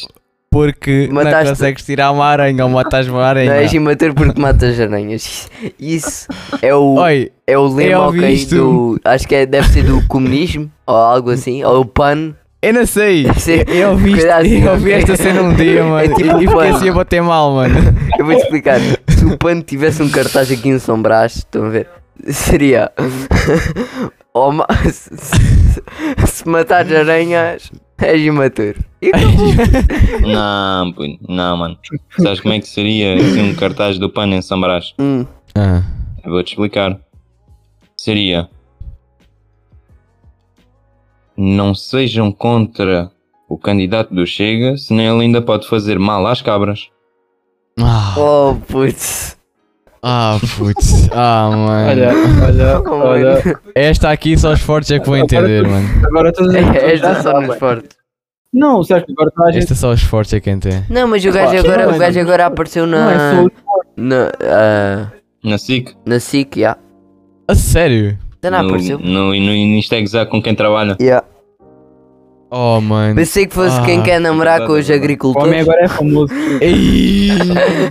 [SPEAKER 3] Porque
[SPEAKER 1] Mataste-
[SPEAKER 3] não consegues tirar uma aranha ou matas uma aranha.
[SPEAKER 1] Não é és imatura porque matas aranhas. Isso é o,
[SPEAKER 3] Oi,
[SPEAKER 1] é o lema,
[SPEAKER 3] ouvi
[SPEAKER 1] ok?
[SPEAKER 3] isto.
[SPEAKER 1] Do, acho que é, deve ser do comunismo ou algo assim, ou o PAN.
[SPEAKER 3] eu não sei.
[SPEAKER 1] Deve ser-
[SPEAKER 3] Eu ouvi, isto-
[SPEAKER 1] Cuidado,
[SPEAKER 3] eu ouvi
[SPEAKER 1] ok?
[SPEAKER 3] esta cena um dia, mano.
[SPEAKER 1] É tipo
[SPEAKER 3] e e fiquei
[SPEAKER 1] pano.
[SPEAKER 3] assim a bater mal, mano.
[SPEAKER 1] Eu vou te explicar. Se o PAN tivesse um cartaz aqui em São Brás, estão a ver? seria ou ma- se, se- se matares aranhas és imaturo. E acabou.
[SPEAKER 2] Não, puto, não, mano. Sabes como é que seria assim, um cartaz do pano em São Brás?
[SPEAKER 1] Hum,
[SPEAKER 3] Ah.
[SPEAKER 2] Eu vou-te explicar. Seria. Não sejam contra o candidato do Chega, senão ele ainda pode fazer mal às cabras.
[SPEAKER 3] Ah,
[SPEAKER 1] Oh putz.
[SPEAKER 3] ah, putz. Ah, mano.
[SPEAKER 4] Olha, olha,
[SPEAKER 1] Oh,
[SPEAKER 4] olha.
[SPEAKER 3] Esta aqui só os fortes é que vão entender, mano.
[SPEAKER 4] Agora todas as pessoas
[SPEAKER 1] És
[SPEAKER 4] já
[SPEAKER 1] só nos
[SPEAKER 4] sabem.
[SPEAKER 1] fortes.
[SPEAKER 4] Não, Sérgio, agora toda a gente.
[SPEAKER 3] Esta só os fortes é que entende.
[SPEAKER 1] Não, mas o gajo
[SPEAKER 4] Claro,
[SPEAKER 1] agora,
[SPEAKER 4] não,
[SPEAKER 1] o gajo
[SPEAKER 4] não.
[SPEAKER 1] agora apareceu
[SPEAKER 4] Não é
[SPEAKER 1] na.
[SPEAKER 4] só o
[SPEAKER 1] Na, ah,
[SPEAKER 2] Na SIC,
[SPEAKER 1] na SIC, já.
[SPEAKER 3] A sério?
[SPEAKER 1] Ainda não
[SPEAKER 2] no,
[SPEAKER 1] apareceu.
[SPEAKER 2] no, no, no Instagram com quem trabalha.
[SPEAKER 1] Yeah.
[SPEAKER 3] Oh, mano.
[SPEAKER 1] Pensei que fosse quem
[SPEAKER 3] Ah,
[SPEAKER 1] quer namorar com os
[SPEAKER 2] verdade,
[SPEAKER 4] O homem
[SPEAKER 1] agricultores.
[SPEAKER 4] agora é famoso.
[SPEAKER 3] Ei,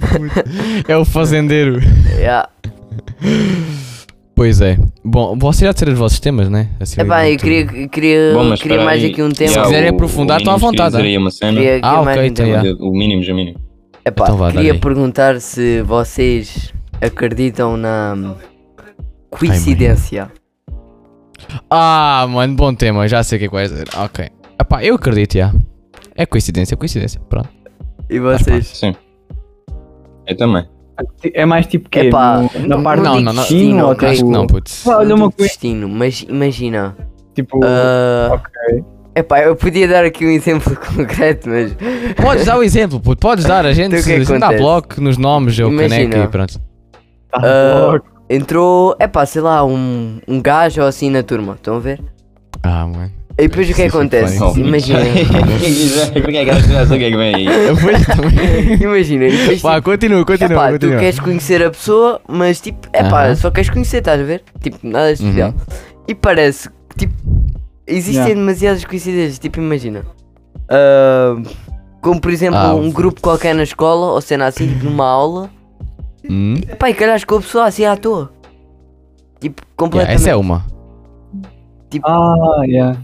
[SPEAKER 3] puto. é o fazendeiro.
[SPEAKER 1] Yeah.
[SPEAKER 3] Pois é. Bom, vocês já disseram os vossos temas, né? Assim,
[SPEAKER 1] Epá, eu
[SPEAKER 3] tudo.
[SPEAKER 1] queria, queria,
[SPEAKER 2] Bom, mas
[SPEAKER 1] queria
[SPEAKER 2] espera
[SPEAKER 1] mais
[SPEAKER 2] aí.
[SPEAKER 1] aqui um tema.
[SPEAKER 2] Yeah,
[SPEAKER 3] quiserem
[SPEAKER 2] o-
[SPEAKER 3] aprofundar,
[SPEAKER 2] o
[SPEAKER 3] estão à
[SPEAKER 2] mínimo
[SPEAKER 3] vontade.
[SPEAKER 2] queria dizer aí uma cena.
[SPEAKER 1] Queria,
[SPEAKER 3] Ah,
[SPEAKER 1] queria mais
[SPEAKER 3] ok,
[SPEAKER 1] um
[SPEAKER 3] então,
[SPEAKER 1] tema.
[SPEAKER 3] yeah.
[SPEAKER 2] O mínimo, já o mínimo.
[SPEAKER 1] Epá,
[SPEAKER 3] Então vá, dá
[SPEAKER 1] queria
[SPEAKER 3] aí.
[SPEAKER 1] perguntar se vocês acreditam na coincidência.
[SPEAKER 3] Ah, mano, bom tema. Já sei o que é que vais dizer. Ok. Epá, eu acredito, já. É coincidência, é coincidência. Pronto.
[SPEAKER 1] e vocês?
[SPEAKER 2] Sim. Eu também.
[SPEAKER 4] É mais tipo que.
[SPEAKER 1] Epá,
[SPEAKER 4] na parte
[SPEAKER 3] não,
[SPEAKER 4] do
[SPEAKER 3] não, não.
[SPEAKER 4] destino, ou
[SPEAKER 1] Ok.
[SPEAKER 3] Acho que
[SPEAKER 4] tipo-
[SPEAKER 3] não, putz.
[SPEAKER 4] Pá, olha
[SPEAKER 1] Não
[SPEAKER 4] uma
[SPEAKER 1] digo
[SPEAKER 4] coisa.
[SPEAKER 1] destino, mas imagina.
[SPEAKER 4] Tipo.
[SPEAKER 1] ah,
[SPEAKER 4] Ok.
[SPEAKER 1] epá, eu podia dar aqui um exemplo concreto, mas
[SPEAKER 3] Podes dar o exemplo, puto. Podes dar. A gente,
[SPEAKER 1] Então o que é
[SPEAKER 3] a
[SPEAKER 1] que
[SPEAKER 3] gente dá
[SPEAKER 1] acontece?
[SPEAKER 3] bloco nos nomes, eu
[SPEAKER 1] Imagina.
[SPEAKER 3] caneco e pronto.
[SPEAKER 4] Tá
[SPEAKER 1] Ah,
[SPEAKER 4] louco.
[SPEAKER 1] entrou, epá, sei lá, um, um gajo ou assim na turma, estão a ver?
[SPEAKER 3] Ah, mano.
[SPEAKER 1] E depois o que
[SPEAKER 3] Sim, sim,
[SPEAKER 1] acontece?
[SPEAKER 3] claro.
[SPEAKER 1] Imagina,
[SPEAKER 2] Porquê é que elas não sabem o que é que vem aí?
[SPEAKER 3] Eu vou também.
[SPEAKER 1] imagina, e depois,
[SPEAKER 3] Pá, continua, continua,
[SPEAKER 1] um Epá, tu
[SPEAKER 3] continua.
[SPEAKER 1] queres conhecer a pessoa, mas tipo, epá,
[SPEAKER 3] Aham. Uhum.
[SPEAKER 1] só queres conhecer, estás a ver? Tipo, nada de especial. E parece que, tipo, existem
[SPEAKER 4] Yeah.
[SPEAKER 1] demasiadas coincidências. Tipo, imagina, ah, como por exemplo,
[SPEAKER 3] Ah,
[SPEAKER 1] um grupo qualquer na escola, ou cena assim, tipo, numa aula,
[SPEAKER 3] Hum?
[SPEAKER 1] epá, e calhas com a pessoa assim à toa, tipo,
[SPEAKER 3] Yeah,
[SPEAKER 1] completamente.
[SPEAKER 3] essa é uma.
[SPEAKER 4] Ah, yeah.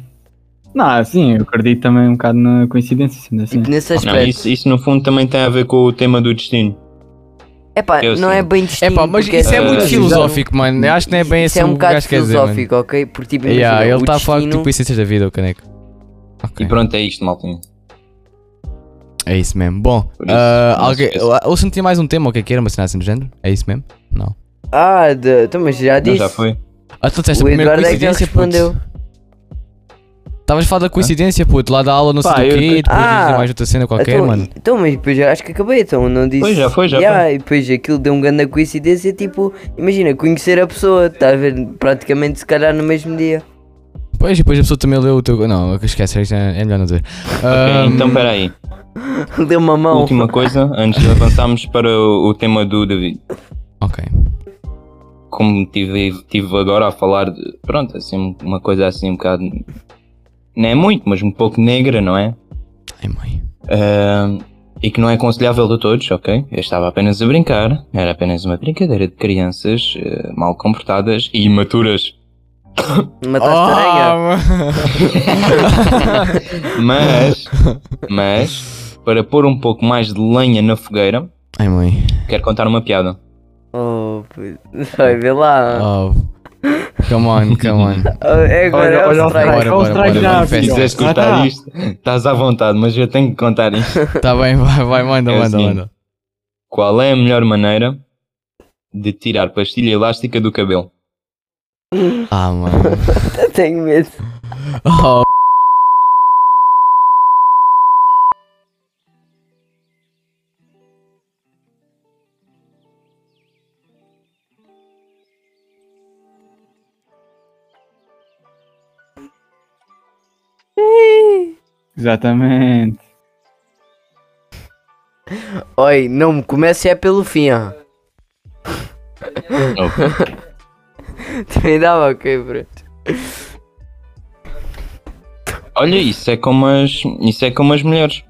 [SPEAKER 4] Não, sim, eu acredito também um bocado na coincidência, sendo assim.
[SPEAKER 1] Tipo, nesse
[SPEAKER 2] Não,
[SPEAKER 1] aspecto,
[SPEAKER 2] isso, isso no fundo também tem a ver com o tema do destino.
[SPEAKER 1] epá,
[SPEAKER 2] eu
[SPEAKER 1] não
[SPEAKER 2] sei.
[SPEAKER 1] é bem destino.
[SPEAKER 3] É pá, mas
[SPEAKER 1] porque um
[SPEAKER 3] isso é
[SPEAKER 2] essa-
[SPEAKER 3] muito
[SPEAKER 2] essa-
[SPEAKER 3] filosófico, mano. Eu Acho que não é bem
[SPEAKER 1] isso
[SPEAKER 3] assim
[SPEAKER 1] é um
[SPEAKER 3] o gajo
[SPEAKER 1] bocado
[SPEAKER 3] quer dizer. mano.
[SPEAKER 1] filosófico, ok? Porque, tipo, imagina,
[SPEAKER 3] Yeah, ele
[SPEAKER 1] o
[SPEAKER 3] está a falar
[SPEAKER 1] destino-
[SPEAKER 3] tipo essências da vida, o caneco.
[SPEAKER 2] E
[SPEAKER 3] Ok.
[SPEAKER 2] pronto, é isto, maltinho.
[SPEAKER 3] É isso mesmo. Bom,
[SPEAKER 2] Por isso,
[SPEAKER 3] ah,
[SPEAKER 2] não
[SPEAKER 3] alguém,
[SPEAKER 2] esqueça.
[SPEAKER 3] ou se não tinha mais um tema, o que é que era? Uma cena assim do género? É isso mesmo? Não.
[SPEAKER 1] Ah, de... então, mas já
[SPEAKER 2] Não,
[SPEAKER 1] disse.
[SPEAKER 2] já foi.
[SPEAKER 3] Ah, tu disseste a
[SPEAKER 1] o
[SPEAKER 3] primeira
[SPEAKER 1] Eduardo é que já
[SPEAKER 3] coincidência,
[SPEAKER 1] respondeu.
[SPEAKER 3] puto. Estavas a falar da coincidência, puto, lá da aula, não sei
[SPEAKER 4] Pá,
[SPEAKER 3] do
[SPEAKER 4] eu-
[SPEAKER 3] quê, e depois
[SPEAKER 1] Ah,
[SPEAKER 3] dizem mais outra cena qualquer,
[SPEAKER 1] então,
[SPEAKER 3] mano.
[SPEAKER 1] então, mas depois já acho que acabei, então não disse.
[SPEAKER 2] Pois, já foi, já
[SPEAKER 1] Yeah, E depois aquilo deu um grande coincidência, tipo, imagina, conhecer a pessoa, estás a ver, praticamente se calhar no mesmo dia.
[SPEAKER 3] Pois, e depois a pessoa também leu o teu. Não, esquece, é é melhor não dizer. Ah,
[SPEAKER 2] Ok, então, espera aí.
[SPEAKER 1] Deu uma mão.
[SPEAKER 2] Última coisa, antes de avançarmos para o, o tema do David.
[SPEAKER 3] ok.
[SPEAKER 2] Como estive tive agora a falar de. Pronto, assim, uma coisa assim um bocado. Não é muito, mas um pouco negra, não é?
[SPEAKER 3] Ai, mãe.
[SPEAKER 2] Ahm, e que não é aconselhável de todos, ok? Eu estava apenas a brincar, era apenas uma brincadeira de crianças eh, mal comportadas e imaturas.
[SPEAKER 1] Mataste
[SPEAKER 3] Ah!
[SPEAKER 2] Ah,
[SPEAKER 1] aranha.
[SPEAKER 2] Mas, mas, para pôr um pouco mais de lenha na fogueira,
[SPEAKER 3] Ai, mãe.
[SPEAKER 2] quero contar uma piada.
[SPEAKER 1] Oh, puto. vai ver lá.
[SPEAKER 3] Oh. Come on, come on.
[SPEAKER 1] Oh, é agora
[SPEAKER 4] Olha-
[SPEAKER 1] é o
[SPEAKER 4] olha
[SPEAKER 1] strike.
[SPEAKER 4] o strike.
[SPEAKER 3] Bora, bora, bora.
[SPEAKER 4] strike já,
[SPEAKER 3] bora,
[SPEAKER 2] Se
[SPEAKER 4] filho.
[SPEAKER 3] festa.
[SPEAKER 2] quiseres
[SPEAKER 4] Ah,
[SPEAKER 2] contar
[SPEAKER 4] tá.
[SPEAKER 2] isto, estás à vontade, mas eu tenho que contar isto.
[SPEAKER 3] Tá bem, vai, vai, manda,
[SPEAKER 2] É
[SPEAKER 3] manda,
[SPEAKER 2] assim.
[SPEAKER 3] manda.
[SPEAKER 2] Qual é a melhor maneira de tirar pastilha elástica do cabelo?
[SPEAKER 3] Ah, mano.
[SPEAKER 1] Eu tenho medo.
[SPEAKER 3] Oh.
[SPEAKER 4] Exatamente.
[SPEAKER 1] Oi, não me comece é pelo fim, ó.
[SPEAKER 2] Ok.
[SPEAKER 1] Também dava ok, bro.
[SPEAKER 2] Olha, isso é como as, isso é como as mulheres.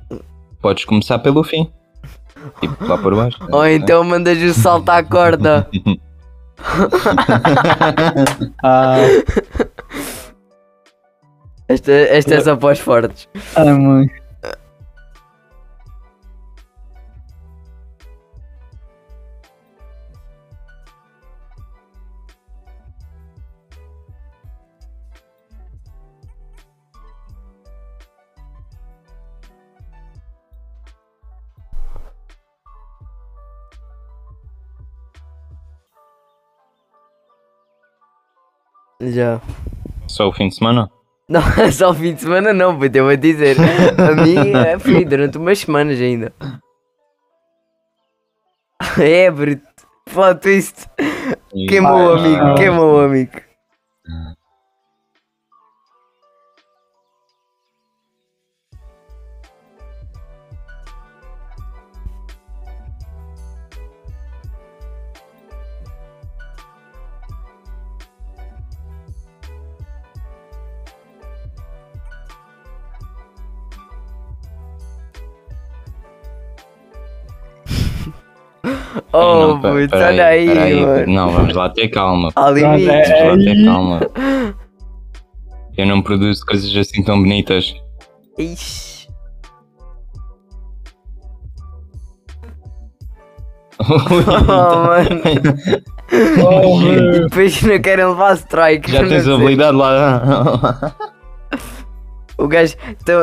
[SPEAKER 2] Podes começar pelo fim. Tipo, lá por baixo.
[SPEAKER 1] Ou então mandas o salto à corda.
[SPEAKER 4] Ah,
[SPEAKER 1] Esta, esta é só para os fortes.
[SPEAKER 4] ah mãe.
[SPEAKER 1] Já.
[SPEAKER 2] Só o fim de semana?
[SPEAKER 1] Não, é só o fim de semana não, puto, eu vou dizer. A mim é, fui durante umas semanas ainda. É, bruto. Foto isto.
[SPEAKER 2] E-
[SPEAKER 1] Queimou o
[SPEAKER 2] Ah,
[SPEAKER 1] amigo, queimou o amigo. Oh,
[SPEAKER 2] não, pe-
[SPEAKER 1] putz,
[SPEAKER 2] peraí,
[SPEAKER 1] olha aí,
[SPEAKER 2] peraí,
[SPEAKER 1] mano.
[SPEAKER 2] Não, vamos lá ter calma.
[SPEAKER 1] Há
[SPEAKER 4] Pronto,
[SPEAKER 1] limites.
[SPEAKER 4] é-
[SPEAKER 2] Vamos lá ter calma. Eu não produzo coisas assim tão bonitas. é.
[SPEAKER 1] Ixi. Oh,
[SPEAKER 2] Então,
[SPEAKER 1] mano. E depois não querem levar strike.
[SPEAKER 2] é. Já
[SPEAKER 1] não
[SPEAKER 2] tens
[SPEAKER 1] sei.
[SPEAKER 2] habilidade lá.
[SPEAKER 1] O gajo.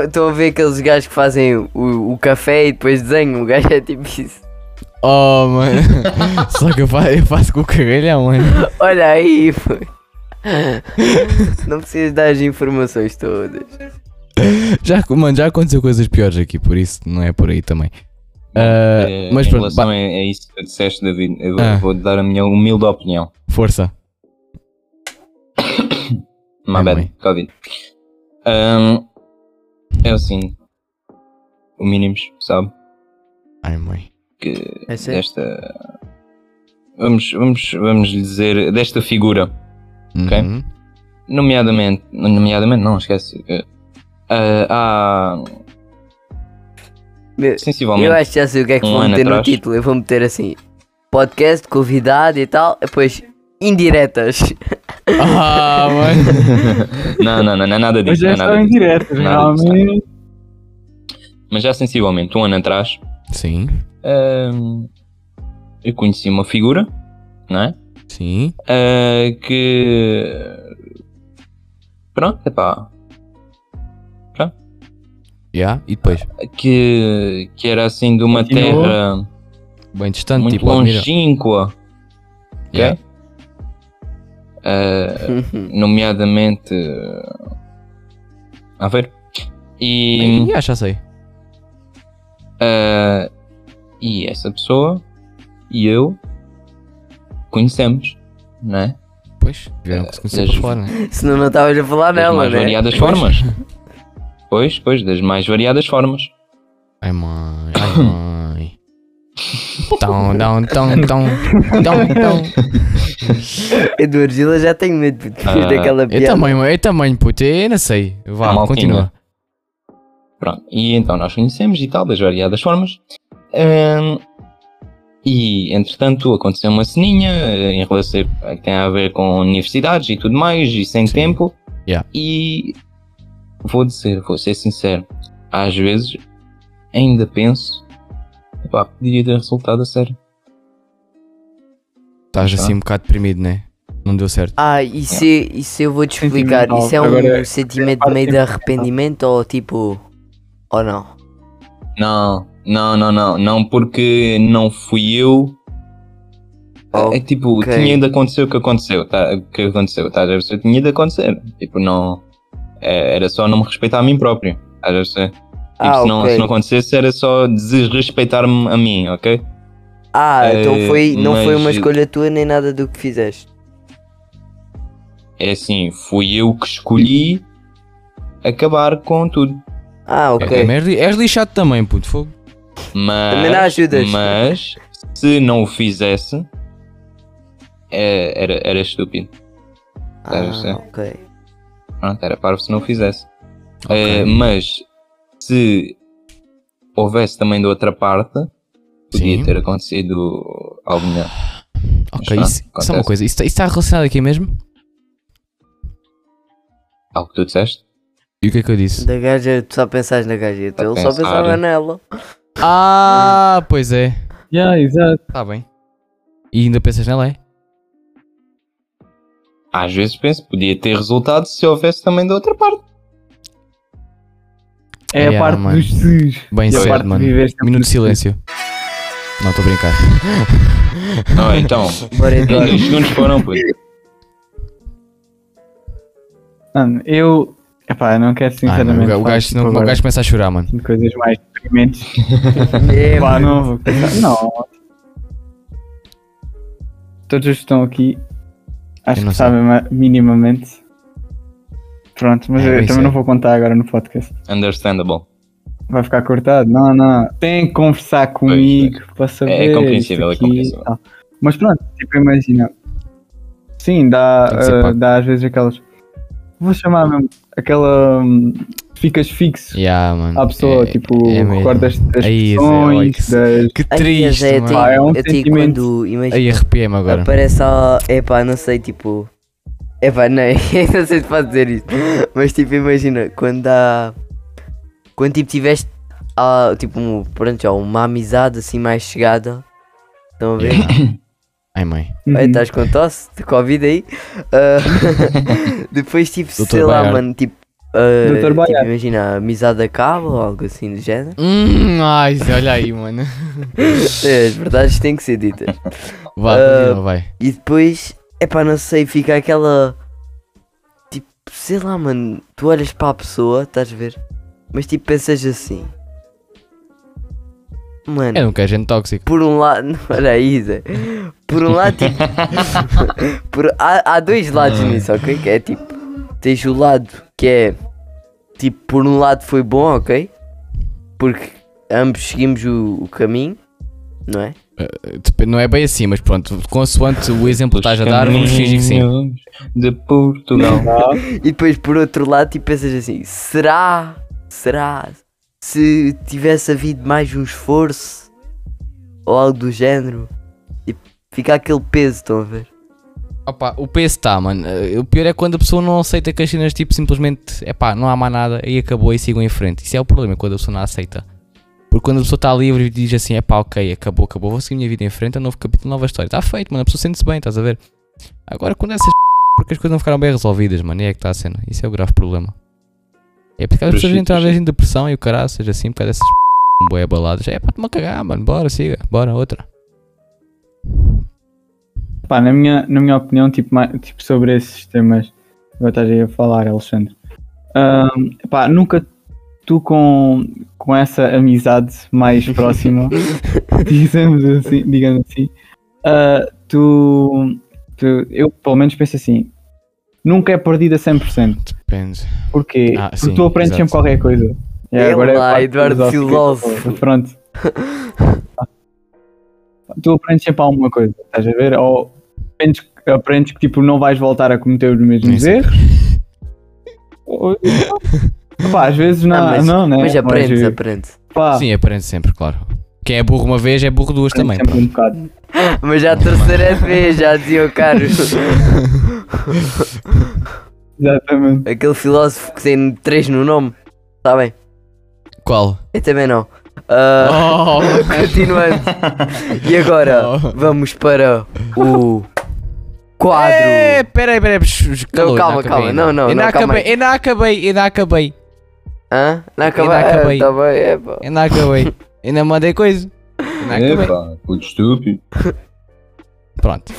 [SPEAKER 1] Estão a ver aqueles gajos que fazem o, o café e depois desenham. O gajo é tipo isso.
[SPEAKER 3] Oh, mano. Só que eu faço, eu faço com o cagalhão, mano.
[SPEAKER 1] Olha aí, foi. Não precisas dar as informações todas.
[SPEAKER 3] Já, mano, já aconteceu coisas piores aqui, por isso não é por aí também. Ah,
[SPEAKER 2] Eh,
[SPEAKER 3] mas
[SPEAKER 2] em
[SPEAKER 3] pronto,
[SPEAKER 2] relação
[SPEAKER 3] ba-
[SPEAKER 2] a, a isso que tu disseste, David, eu vou-
[SPEAKER 3] Ah.
[SPEAKER 2] vou dar a minha humilde opinião.
[SPEAKER 3] força.
[SPEAKER 2] My
[SPEAKER 3] É,
[SPEAKER 2] bad,
[SPEAKER 3] mãe.
[SPEAKER 2] Covid. Ahm, é assim, o mínimos, sabe?
[SPEAKER 3] Ai, mãe.
[SPEAKER 2] Que
[SPEAKER 1] É sério?
[SPEAKER 2] desta. Vamos, vamos, vamos lhe dizer, desta figura. Ok.
[SPEAKER 3] Uhum.
[SPEAKER 2] Nomeadamente, nomeadamente não, esquece. eh, ah, há
[SPEAKER 1] Meu,
[SPEAKER 2] sensivelmente.
[SPEAKER 1] Eu acho que já sei o que é que
[SPEAKER 2] Um
[SPEAKER 1] vou
[SPEAKER 2] ano
[SPEAKER 1] meter no
[SPEAKER 2] atrás.
[SPEAKER 1] título. Eu vou meter assim: podcast, convidado e tal. Depois, indiretas.
[SPEAKER 3] Ah, mano.
[SPEAKER 2] não, não, não, não é nada
[SPEAKER 4] Mas
[SPEAKER 2] disso. não
[SPEAKER 4] já
[SPEAKER 2] é nada
[SPEAKER 4] estão em
[SPEAKER 2] disso.
[SPEAKER 4] direto,
[SPEAKER 2] Nada disso,
[SPEAKER 4] realmente.
[SPEAKER 2] Mas já sensivelmente, um ano atrás,
[SPEAKER 3] Sim,
[SPEAKER 2] ahm, eu conheci uma figura, não é?
[SPEAKER 3] sim.
[SPEAKER 2] Uh, que pronto, epá,
[SPEAKER 3] Já, e depois?
[SPEAKER 2] que, que era assim de uma
[SPEAKER 4] Continuou.
[SPEAKER 2] terra
[SPEAKER 3] Bem distante,
[SPEAKER 2] muito
[SPEAKER 3] tipo, admira.
[SPEAKER 2] longínqua, ok?
[SPEAKER 3] Yeah.
[SPEAKER 2] Uh, nomeadamente a ver e,
[SPEAKER 3] Já, já sei.
[SPEAKER 2] uh, e essa pessoa e eu conhecemos, não é?
[SPEAKER 3] Pois, tiveram que se conhecer
[SPEAKER 2] das-
[SPEAKER 3] para fora, né?
[SPEAKER 1] Senão não estavas a falar
[SPEAKER 2] Das
[SPEAKER 1] nela,
[SPEAKER 2] mais
[SPEAKER 1] né?
[SPEAKER 2] variadas formas. Pois, pois, das mais variadas formas.
[SPEAKER 3] Ai, mãe, ai, mãe. Tão, tão, tão, tão, tão, tão.
[SPEAKER 1] Eu do Argila já tenho medo puto, depois
[SPEAKER 2] Ah,
[SPEAKER 1] daquela
[SPEAKER 3] Eu
[SPEAKER 1] piada.
[SPEAKER 3] também, mãe, eu também, é puto, eu não sei. Vá,
[SPEAKER 2] Maltinha.
[SPEAKER 3] continua.
[SPEAKER 2] Pronto, e então nós conhecemos e tal, das variadas formas. Ahm, e entretanto aconteceu uma ceninha eh, em relação a que tem a ver com universidades e tudo mais, e sem
[SPEAKER 3] Sim.
[SPEAKER 2] tempo.
[SPEAKER 3] Yeah.
[SPEAKER 2] E vou dizer, vou ser sincero, às vezes ainda penso, pá, podia ter resultado a sério.
[SPEAKER 3] Estás
[SPEAKER 2] Já.
[SPEAKER 3] assim um bocado deprimido, né? Não deu certo.
[SPEAKER 1] Ah, isso, é- isso eu vou te explicar.
[SPEAKER 4] Sentimental.
[SPEAKER 1] Isso é um
[SPEAKER 4] Agora-
[SPEAKER 1] sentimento meio de arrependimento ou tipo. Ou não?
[SPEAKER 2] Não, não, não, não, não, porque não fui eu.
[SPEAKER 1] Oh,
[SPEAKER 2] É tipo,
[SPEAKER 1] ok.
[SPEAKER 2] tinha de acontecer o que aconteceu, tá? O que aconteceu, tá? a perceber? Tinha de acontecer. Tipo, não. é, era só não me respeitar a mim próprio, estás a perceber? Tipo,
[SPEAKER 1] Ah,
[SPEAKER 2] se, não,
[SPEAKER 1] ok.
[SPEAKER 2] se não acontecesse, era só desrespeitar-me a mim, ok?
[SPEAKER 1] Ah, então
[SPEAKER 2] Eh,
[SPEAKER 1] foi, não foi uma
[SPEAKER 2] mas-
[SPEAKER 1] escolha tua nem nada do que fizeste.
[SPEAKER 2] É assim, fui eu que escolhi acabar com tudo.
[SPEAKER 1] Ah,
[SPEAKER 2] É,
[SPEAKER 1] ok.
[SPEAKER 3] Também és li- és lixado é também, puto, fogo.
[SPEAKER 2] Mas.
[SPEAKER 1] Também não ajudas.
[SPEAKER 2] Mas, se não o fizesse, é, era, era estúpido. deve ser.
[SPEAKER 1] Ah, ok.
[SPEAKER 2] Pronto, era parvo se não o fizesse. Eh, mas se houvesse também da outra parte, podia
[SPEAKER 3] Sim.
[SPEAKER 2] ter acontecido algo melhor.
[SPEAKER 3] Ok,
[SPEAKER 2] pronto,
[SPEAKER 3] isso, só uma
[SPEAKER 2] acontece.
[SPEAKER 3] coisa, isso está relacionado aqui mesmo?
[SPEAKER 2] Algo que tu disseste?
[SPEAKER 3] E o que é que eu disse?
[SPEAKER 1] Da gaja, tu só pensas na gaja. Então ele só
[SPEAKER 2] pensar.
[SPEAKER 1] pensava nela.
[SPEAKER 3] Ah, pois é.
[SPEAKER 4] Yeah, exato.
[SPEAKER 3] Está bem. E ainda pensas nela, é?
[SPEAKER 2] Às vezes penso, podia ter resultado se houvesse também da outra parte.
[SPEAKER 4] É
[SPEAKER 3] Yeah,
[SPEAKER 4] a parte
[SPEAKER 3] mano.
[SPEAKER 4] dos SIS.
[SPEAKER 3] Bem
[SPEAKER 4] E a
[SPEAKER 3] certo,
[SPEAKER 4] parte de
[SPEAKER 3] mano.
[SPEAKER 4] viver sempre
[SPEAKER 3] Minuto de silêncio. Não, estou a brincar. Ah,
[SPEAKER 2] Não, então,
[SPEAKER 1] Bora, então. Eduardo.
[SPEAKER 2] dois segundos foram, puto.
[SPEAKER 4] Mano, eu. Epá, eu não
[SPEAKER 3] Ah,
[SPEAKER 4] quero
[SPEAKER 3] não,
[SPEAKER 4] sinceramente.
[SPEAKER 3] o,
[SPEAKER 4] falar
[SPEAKER 3] gajo,
[SPEAKER 4] tipo
[SPEAKER 3] senão, o
[SPEAKER 4] agora
[SPEAKER 3] gajo começa a chorar, mano.
[SPEAKER 4] de coisas mais deprimentes.
[SPEAKER 1] É,
[SPEAKER 4] Pá,
[SPEAKER 1] mano.
[SPEAKER 4] não vou pensar. Não. Todos os que estão aqui acho
[SPEAKER 3] Eu
[SPEAKER 4] que
[SPEAKER 3] não sei.
[SPEAKER 4] sabem ma- minimamente. Pronto, mas
[SPEAKER 3] É,
[SPEAKER 4] eu,
[SPEAKER 3] bem
[SPEAKER 4] também
[SPEAKER 3] sei.
[SPEAKER 4] não vou contar agora no podcast.
[SPEAKER 2] Understandable.
[SPEAKER 4] Vai ficar cortado? Não, não. Tem que conversar comigo para saber.
[SPEAKER 2] É compreensível,
[SPEAKER 4] isto
[SPEAKER 2] é
[SPEAKER 4] aqui
[SPEAKER 2] compreensível.
[SPEAKER 4] e tal. Mas pronto, tipo, imagina. Sim, dá,
[SPEAKER 3] Tem que ser
[SPEAKER 4] eh,
[SPEAKER 3] pago.
[SPEAKER 4] dá às vezes aquelas. Vou chamar mesmo aquela. hum, Ficas fixo
[SPEAKER 3] Yeah, mano.
[SPEAKER 4] à pessoa,
[SPEAKER 3] É-
[SPEAKER 4] tipo,
[SPEAKER 3] é mesmo.
[SPEAKER 4] recordas das
[SPEAKER 3] Aí, Zé, olha que
[SPEAKER 4] pessoas,
[SPEAKER 3] se-
[SPEAKER 4] das.
[SPEAKER 3] Que
[SPEAKER 1] Ai, mas
[SPEAKER 3] triste,
[SPEAKER 1] é,
[SPEAKER 3] mano.
[SPEAKER 1] tem-
[SPEAKER 4] Pá, é um
[SPEAKER 1] eu tenho
[SPEAKER 4] sentimento.
[SPEAKER 1] quando, imagina,
[SPEAKER 3] Aí arrepiei-me agora.
[SPEAKER 1] aparece a... Epá, não sei, tipo... Epá, não, eu não sei se posso dizer isto. Mas, tipo, imagina, quando há... Quando, tipo, tiveste, ah, tipo, um, pronto, já, uma amizade, assim, mais chegada. Estão a ver?
[SPEAKER 3] Yeah. Ai, mãe.
[SPEAKER 4] Uhum.
[SPEAKER 1] Olha, estás com tosse de Covid aí. Ah, depois, tipo,
[SPEAKER 3] Doutor
[SPEAKER 1] sei lá,
[SPEAKER 3] Baiar.
[SPEAKER 1] mano, tipo, ah,
[SPEAKER 4] Doutor
[SPEAKER 1] tipo,
[SPEAKER 4] Baiar.
[SPEAKER 1] imagina, a amizade acaba ou algo assim do género.
[SPEAKER 3] Hum, ai, Zé, olha aí, mano.
[SPEAKER 1] É, As verdades têm que ser ditas.
[SPEAKER 3] Vá,
[SPEAKER 1] Ah,
[SPEAKER 3] continua, vai.
[SPEAKER 1] E depois, epá, não sei, fica aquela. Tipo, sei lá, mano, tu olhas para a pessoa, estás a ver? Mas tipo, pensas assim. Mano,
[SPEAKER 3] É um gente tóxico.
[SPEAKER 1] por um lado. Não era aí, Zé. Por um lado, tipo. por- há, há dois lados nisso, ok? Que é tipo. Tens o lado que é. Tipo, por um lado foi bom, ok? Porque ambos seguimos o, o caminho, não é?
[SPEAKER 3] Dep- Não é bem assim, mas pronto, consoante o exemplo que estás a dar, vamos fingir que sim.
[SPEAKER 2] Caminhos De Portugal.
[SPEAKER 1] E depois por outro lado tipo pensas assim, será? Será? Se tivesse havido mais um esforço ou algo do género, e fica aquele peso, estão a ver?
[SPEAKER 3] Opa, o peso está, mano. Eh, O pior é quando a pessoa não aceita que as cenas, tipo, simplesmente, epá, não há mais nada, e acabou e sigam em frente. Isso é o problema, quando a pessoa não aceita. Porque quando a pessoa está livre e diz assim, epá, ok, acabou, acabou, vou seguir a minha vida em frente, é um novo capítulo, nova história. Está feito, mano, a pessoa sente-se bem, estás a ver? Agora, quando é essas porque as coisas não ficaram bem resolvidas, mano, e é que está a cena. Isso é o grave problema. É porque as pessoas
[SPEAKER 2] Prostitu-
[SPEAKER 3] entram às vezes em depressão e o caralho, seja assim, por causa dessas boé baladas. É pá, te cagar, mano, bora, siga, bora, outra.
[SPEAKER 4] Pá, na minha, na minha opinião, tipo, mais- tipo, sobre esses temas que estás aí a falar, Alexandre. Ahm, pá, nunca tu com, com essa amizade mais próxima, dizemos assim, digamos assim, ah, tu, tu- eu pelo menos penso assim, nunca é perdida 100%.
[SPEAKER 3] Depende.
[SPEAKER 4] Porquê?
[SPEAKER 3] Ah, sim,
[SPEAKER 4] Porque tu aprendes
[SPEAKER 3] exato.
[SPEAKER 4] sempre qualquer coisa. E
[SPEAKER 1] Ele
[SPEAKER 4] agora é a
[SPEAKER 1] lá,
[SPEAKER 4] parte
[SPEAKER 1] Eduardo
[SPEAKER 4] filosófica.
[SPEAKER 1] Filósofo.
[SPEAKER 4] Pronto. tu aprendes sempre alguma coisa, estás a ver? Ou aprendes, que- aprendes que tipo, não vais voltar a cometer os mesmos
[SPEAKER 3] Isso.
[SPEAKER 4] erros. Ou- Pá, às vezes não,
[SPEAKER 1] Ah,
[SPEAKER 4] não, né?
[SPEAKER 1] Mas aprendes,
[SPEAKER 4] Mas,
[SPEAKER 1] aprendes.
[SPEAKER 4] pá,
[SPEAKER 3] Sim, aprende sempre, claro. Quem é burro uma vez é burro duas
[SPEAKER 4] aprendes
[SPEAKER 3] também.
[SPEAKER 4] sempre um bocado.
[SPEAKER 1] Mas já a terceira vez, já dizia o Carlos.
[SPEAKER 4] Exatamente.
[SPEAKER 1] Aquele filósofo que tem três no nome, sabem?
[SPEAKER 3] Qual?
[SPEAKER 1] Eu também não. Ah,
[SPEAKER 3] Oh,
[SPEAKER 1] Continuando. E agora
[SPEAKER 3] Oh.
[SPEAKER 1] vamos para o quadro.
[SPEAKER 3] é, peraí, peraí.
[SPEAKER 1] Não, calma, calma, não, não,
[SPEAKER 3] Ainda
[SPEAKER 1] não, calma
[SPEAKER 3] acabei,
[SPEAKER 1] aí.
[SPEAKER 3] ainda acabei, ainda acabei,
[SPEAKER 1] Hã? Não acabei.
[SPEAKER 3] Ainda acabei.
[SPEAKER 1] É, tá bem, é, pá.
[SPEAKER 3] ainda acabei. Ainda mandei coisa. Ainda acabei.
[SPEAKER 2] Epá, puto estúpido.
[SPEAKER 3] Pronto.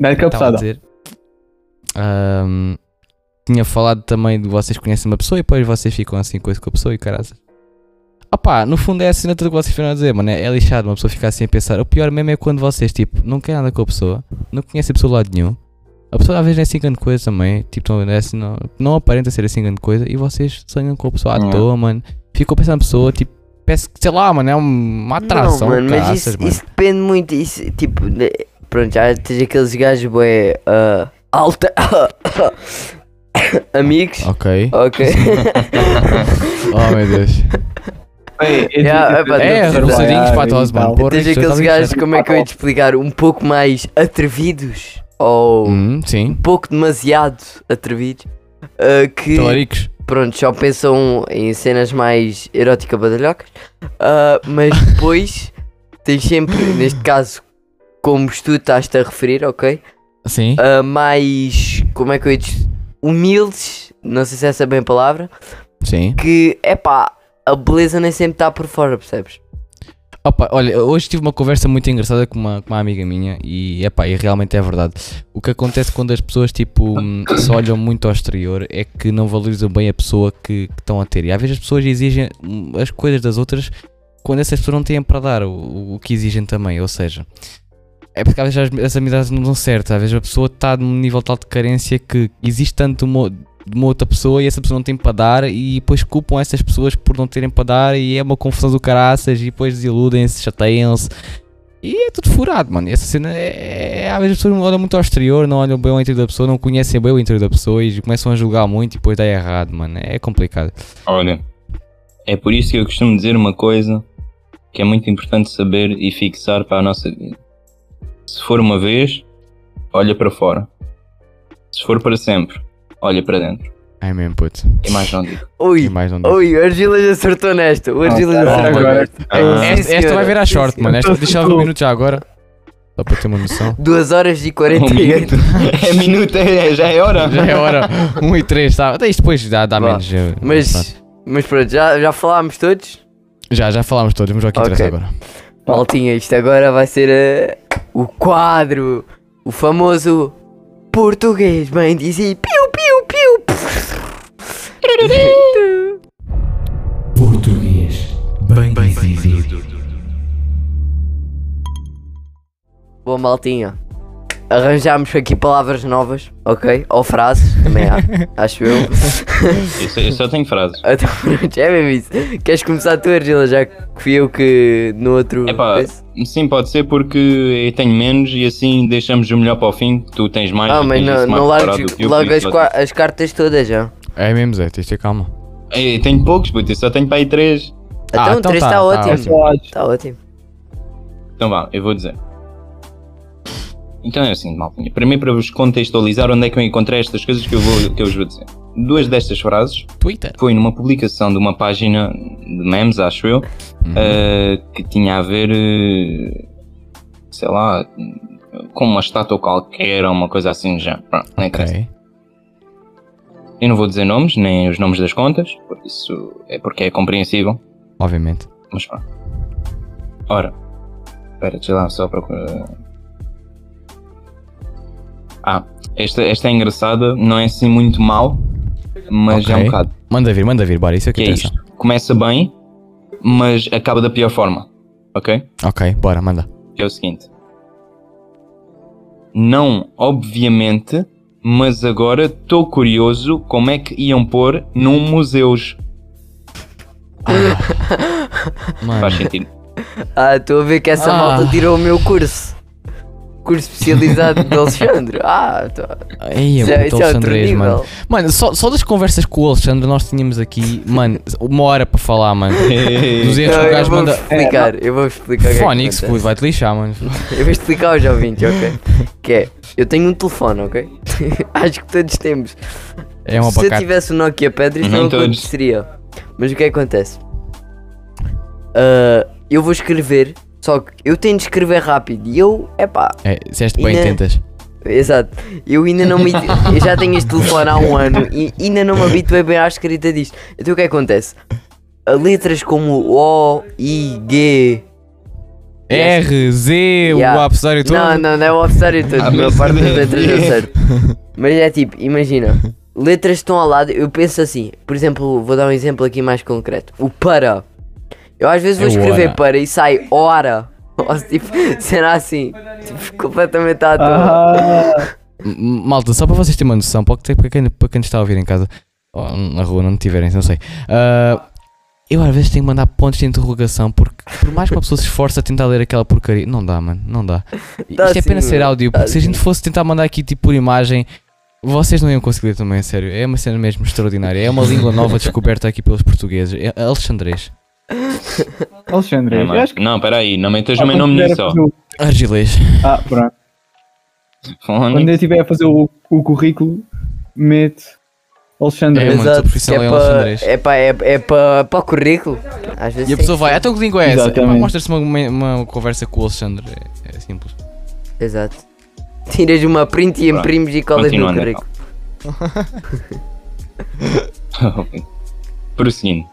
[SPEAKER 4] Dá-lhe
[SPEAKER 3] Estava a
[SPEAKER 4] cabeçada.
[SPEAKER 3] dizer. Ahm, tinha falado também de vocês conhecem uma pessoa e depois vocês ficam assim com isso com a pessoa e caras. Opá, no fundo é a cena tudo que vocês vieram a dizer, mano. É é lixado uma pessoa ficar assim a pensar. O pior mesmo é quando vocês, tipo, não querem nada com a pessoa, não conhecem a pessoa de lado nenhum. A pessoa às vezes não é assim grande coisa também, tipo, tão- não, é assim, não, não aparenta ser assim grande coisa e vocês sonham com a pessoa à
[SPEAKER 1] é.
[SPEAKER 2] Yeah.
[SPEAKER 3] toa, mano. Ficam pensando na pessoa, tipo, parece que, sei lá, mano, é uma atração.
[SPEAKER 1] não, mano, mas
[SPEAKER 3] caraças,
[SPEAKER 1] isso,
[SPEAKER 3] mano.
[SPEAKER 1] isso depende muito. Isso, tipo, de- pronto, já tens aqueles gajos, boé, alta. amigos.
[SPEAKER 3] Ok.
[SPEAKER 1] Ok.
[SPEAKER 3] Oh meu Deus.
[SPEAKER 4] Bem, eu
[SPEAKER 1] Yeah,
[SPEAKER 4] digo
[SPEAKER 1] é, pá,
[SPEAKER 4] tipo que
[SPEAKER 1] É,
[SPEAKER 4] eu quero
[SPEAKER 3] roçadinhos
[SPEAKER 4] trabalhar
[SPEAKER 3] para todos,
[SPEAKER 4] e
[SPEAKER 3] mano.
[SPEAKER 4] tal.
[SPEAKER 3] Porra,
[SPEAKER 1] tens
[SPEAKER 3] isto
[SPEAKER 1] aqueles
[SPEAKER 3] está
[SPEAKER 1] gajos,
[SPEAKER 3] lixado.
[SPEAKER 1] como é que eu ia te explicar? Um pouco mais atrevidos ou
[SPEAKER 3] Hum,
[SPEAKER 1] um
[SPEAKER 3] sim.
[SPEAKER 1] pouco demasiado atrevidos. ah, que
[SPEAKER 3] Talaricos.
[SPEAKER 1] pronto, só pensam em cenas mais erótica badalhocas, Ah, mas depois tens sempre, neste caso, como tu estás-te a referir, ok?
[SPEAKER 3] Sim.
[SPEAKER 1] Ah, mais, como é que eu ia dizer? Humildes, não sei se essa é bem a palavra,
[SPEAKER 3] Sim.
[SPEAKER 1] que é pá, a beleza nem sempre está por fora, percebes?
[SPEAKER 3] Opa, olha, hoje tive uma conversa muito engraçada com uma, com uma amiga minha e, epá, e realmente é verdade. O que acontece quando as pessoas tipo hum, só olham muito ao exterior é que não valorizam bem a pessoa que, que estão a ter. E às vezes as pessoas exigem hum, as coisas das outras quando essas pessoas não têm para dar o, o que exigem também. Ou seja, é porque às vezes as, as amizades não dão certo. Às vezes a pessoa está num nível tal de carência que existe tanto uma, de uma outra pessoa e essa pessoa não tem para dar e depois culpam essas pessoas por não terem para dar e é uma confusão do caraças e depois desiludem-se, chateiam-se e é tudo furado, mano. E essa cena é, é- Às vezes as pessoas não olham muito ao exterior, não olham bem ao interior da pessoa, não conhecem bem o interior da pessoa e começam a julgar muito e depois dá errado, mano. É complicado.
[SPEAKER 2] Olha, é por isso que eu costumo dizer uma coisa que é muito importante saber e fixar para a nossa vida. Se for uma vez, olha para fora. Se for para sempre, olha para dentro.
[SPEAKER 3] É mesmo, puto.
[SPEAKER 2] E mais não digo.
[SPEAKER 3] E
[SPEAKER 1] Ui,
[SPEAKER 3] mais um. não dá.
[SPEAKER 1] ui, o Argila já acertou nesta. O Argila já acertou
[SPEAKER 2] agora.
[SPEAKER 1] nesta.
[SPEAKER 2] Ah.
[SPEAKER 1] Sim,
[SPEAKER 3] tá, é Esta, esta
[SPEAKER 1] senhora.
[SPEAKER 3] vai virar
[SPEAKER 1] Sim,
[SPEAKER 3] short,
[SPEAKER 1] senhora.
[SPEAKER 3] mano. Esta deixava um minuto já agora. Só para ter uma noção.
[SPEAKER 1] 2 horas e
[SPEAKER 2] Um
[SPEAKER 1] 48.
[SPEAKER 2] minuto. É minuto, é, já é hora.
[SPEAKER 3] Já é hora. 1 e 3, tá? Até isto depois dá, dá
[SPEAKER 1] Vá.
[SPEAKER 3] menos. eh, pronto.
[SPEAKER 1] Mas, mas pronto, já, já falámos todos?
[SPEAKER 3] Já, já falámos todos, vamos ao que
[SPEAKER 1] Ok.
[SPEAKER 3] interessa agora.
[SPEAKER 1] Maltinha, isto agora vai ser eh, o quadro, o famoso português bem diz e piu piu piu.
[SPEAKER 6] Português bem, bem dizido.
[SPEAKER 1] Bom, maltinha, arranjámos aqui palavras novas, ok? Ou frases, também há, acho eu.
[SPEAKER 2] Eu só, eu só tenho frases.
[SPEAKER 1] Então pronto, é mesmo isso. Queres começar tu, Argila, já que fui eu que no outro...
[SPEAKER 2] Epá,
[SPEAKER 1] coisa?
[SPEAKER 2] Sim, pode ser porque eu tenho menos e assim deixamos o melhor para o fim. Tu tens mais.
[SPEAKER 1] ah,
[SPEAKER 2] eu
[SPEAKER 1] mas
[SPEAKER 2] tenho
[SPEAKER 1] não,
[SPEAKER 2] isso mais
[SPEAKER 1] não
[SPEAKER 2] preparado
[SPEAKER 1] largues
[SPEAKER 2] do que eu,
[SPEAKER 1] logo
[SPEAKER 2] por
[SPEAKER 1] as,
[SPEAKER 2] isso
[SPEAKER 1] qua- as cartas todas já.
[SPEAKER 3] É mesmo, Zé, tens de ter calma.
[SPEAKER 2] Eu eu tenho poucos, puto, eu só tenho para aí três.
[SPEAKER 1] Então,
[SPEAKER 3] Ah,
[SPEAKER 1] três
[SPEAKER 3] então
[SPEAKER 1] está
[SPEAKER 3] tá, tá
[SPEAKER 1] ótimo.
[SPEAKER 3] ótimo.
[SPEAKER 1] Está ótimo.
[SPEAKER 2] Então vá, eu vou dizer. Então é assim, maltinha. Primeiro para vos contextualizar onde é que eu encontrei estas coisas que eu, vou, que eu vos vou dizer. Duas destas frases
[SPEAKER 3] Twitter.
[SPEAKER 2] foi numa publicação de uma página de memes, acho eu, eh, que tinha a ver, eh, sei lá, com uma estátua qualquer ou uma coisa assim já. Pronto, não interessa.
[SPEAKER 3] Ok.
[SPEAKER 2] Eu não vou dizer nomes, nem os nomes das contas, por isso é porque é compreensível.
[SPEAKER 3] Obviamente.
[SPEAKER 2] Mas pronto. Ora. Espera, deixa lá só procurar. Ah, esta, esta é engraçada, não é assim muito mal, mas é um
[SPEAKER 3] Ok.
[SPEAKER 2] bocado.
[SPEAKER 3] Manda vir, manda vir, bora, isso é o que
[SPEAKER 2] Que é
[SPEAKER 3] interessa.
[SPEAKER 2] isto? Começa bem, mas acaba da pior forma. Ok?
[SPEAKER 3] Ok, bora, manda.
[SPEAKER 2] Que é o seguinte. Não, obviamente, mas agora estou curioso como é que iam pôr num museus. Faz
[SPEAKER 3] Mano,
[SPEAKER 2] sentido.
[SPEAKER 1] Ah, estou a ver que essa
[SPEAKER 3] Ah.
[SPEAKER 1] malta tirou o meu curso. Curso especializado de Alexandre. Ah, tô...
[SPEAKER 3] aí
[SPEAKER 1] isso,
[SPEAKER 3] é
[SPEAKER 1] é,
[SPEAKER 3] muito
[SPEAKER 1] isso é outro
[SPEAKER 3] Alexandrez,
[SPEAKER 1] nível.
[SPEAKER 3] mano. Mano, só, só das conversas com o Alexandre nós tínhamos aqui, mano, uma hora para falar, mano. Dos erros
[SPEAKER 1] Não,
[SPEAKER 3] que o
[SPEAKER 1] eu
[SPEAKER 3] gajo
[SPEAKER 1] vou
[SPEAKER 3] manda.
[SPEAKER 1] explicar, eu vou explicar. o que é que
[SPEAKER 3] Fónix,
[SPEAKER 1] acontece.
[SPEAKER 3] puto, vai-te lixar, mano.
[SPEAKER 1] Eu vou explicar aos ouvintes, ok? Que é, eu tenho um telefone, ok? Acho que todos temos.
[SPEAKER 3] É uma
[SPEAKER 1] Se eu
[SPEAKER 3] abacate.
[SPEAKER 1] tivesse o Nokia Pedra, isso
[SPEAKER 2] Nem
[SPEAKER 1] não
[SPEAKER 2] todos.
[SPEAKER 1] aconteceria. Mas o que é que acontece? Ah, eu vou escrever, só que eu tenho de escrever rápido. E eu, epá,
[SPEAKER 3] É, se és
[SPEAKER 1] E
[SPEAKER 3] bem,
[SPEAKER 1] na-
[SPEAKER 3] tentas.
[SPEAKER 1] Exato. Eu ainda não me. Eu já tenho este telefone há um ano e ainda não me habituei bem à escrita disto. Então o que é que acontece? A Letras como O, I, G.
[SPEAKER 3] R, Z, É o
[SPEAKER 1] Yeah.
[SPEAKER 3] abecedário todo.
[SPEAKER 1] Não, não, não é o oficiário todo.
[SPEAKER 2] Ah,
[SPEAKER 1] A maior
[SPEAKER 2] mas-
[SPEAKER 1] parte das letras é certo. Mas é tipo, imagina. Letras estão ao lado, eu penso assim. Por exemplo, vou dar um exemplo aqui mais concreto. O para. Eu às vezes vou
[SPEAKER 3] É o
[SPEAKER 1] escrever
[SPEAKER 3] ora.
[SPEAKER 1] para e sai hora. Ou tipo, será assim? Tipo, completamente à toa.
[SPEAKER 4] Ah,
[SPEAKER 3] M- Malta, só para vocês terem uma noção, para quem, para quem, para quem está a ouvir em casa, ou na rua, não tiverem, não sei. Ah, eu às vezes tenho que mandar pontos de interrogação, porque por mais que uma pessoa se esforce a tentar ler aquela porcaria, não dá, mano, não dá.
[SPEAKER 1] Dá
[SPEAKER 3] Isto é apenas
[SPEAKER 1] sim,
[SPEAKER 3] ser
[SPEAKER 1] mano,
[SPEAKER 3] áudio,
[SPEAKER 1] dá
[SPEAKER 3] porque se a
[SPEAKER 1] sim.
[SPEAKER 3] gente fosse tentar mandar aqui tipo por imagem, vocês não iam conseguir ler também, a sério. É uma cena mesmo extraordinária. É uma língua nova descoberta aqui pelos portugueses. É alexandrês.
[SPEAKER 4] Alexandre,
[SPEAKER 2] É,
[SPEAKER 4] eu
[SPEAKER 2] mano.
[SPEAKER 4] acho que. Ah,
[SPEAKER 2] Não, peraí, não metas o meu nome
[SPEAKER 4] Quando
[SPEAKER 2] nisso, ó.
[SPEAKER 4] tiver a fazer o-
[SPEAKER 3] Argilês.
[SPEAKER 4] Ah, pronto.
[SPEAKER 2] Fone.
[SPEAKER 4] Quando eu estiver a fazer o, o currículo, mete Alexandre.
[SPEAKER 3] É, mano,
[SPEAKER 1] Exato,
[SPEAKER 3] a profissão
[SPEAKER 1] porque
[SPEAKER 3] é
[SPEAKER 1] pa-
[SPEAKER 3] alexandrês.
[SPEAKER 1] É para é, é pa- pa o currículo. Às vezes
[SPEAKER 3] E
[SPEAKER 1] tem
[SPEAKER 3] a pessoa
[SPEAKER 1] que
[SPEAKER 3] vai,
[SPEAKER 1] ser.
[SPEAKER 3] então que língua é essa?
[SPEAKER 4] Exatamente.
[SPEAKER 3] Mostra-se uma, uma, uma conversa com o Alexandre. É, é simples.
[SPEAKER 1] Exato. Tiras uma print e
[SPEAKER 2] Pronto, né?
[SPEAKER 1] imprimes e colas no
[SPEAKER 2] continuando,
[SPEAKER 1] currículo.
[SPEAKER 2] então. Ok. Prosseguindo.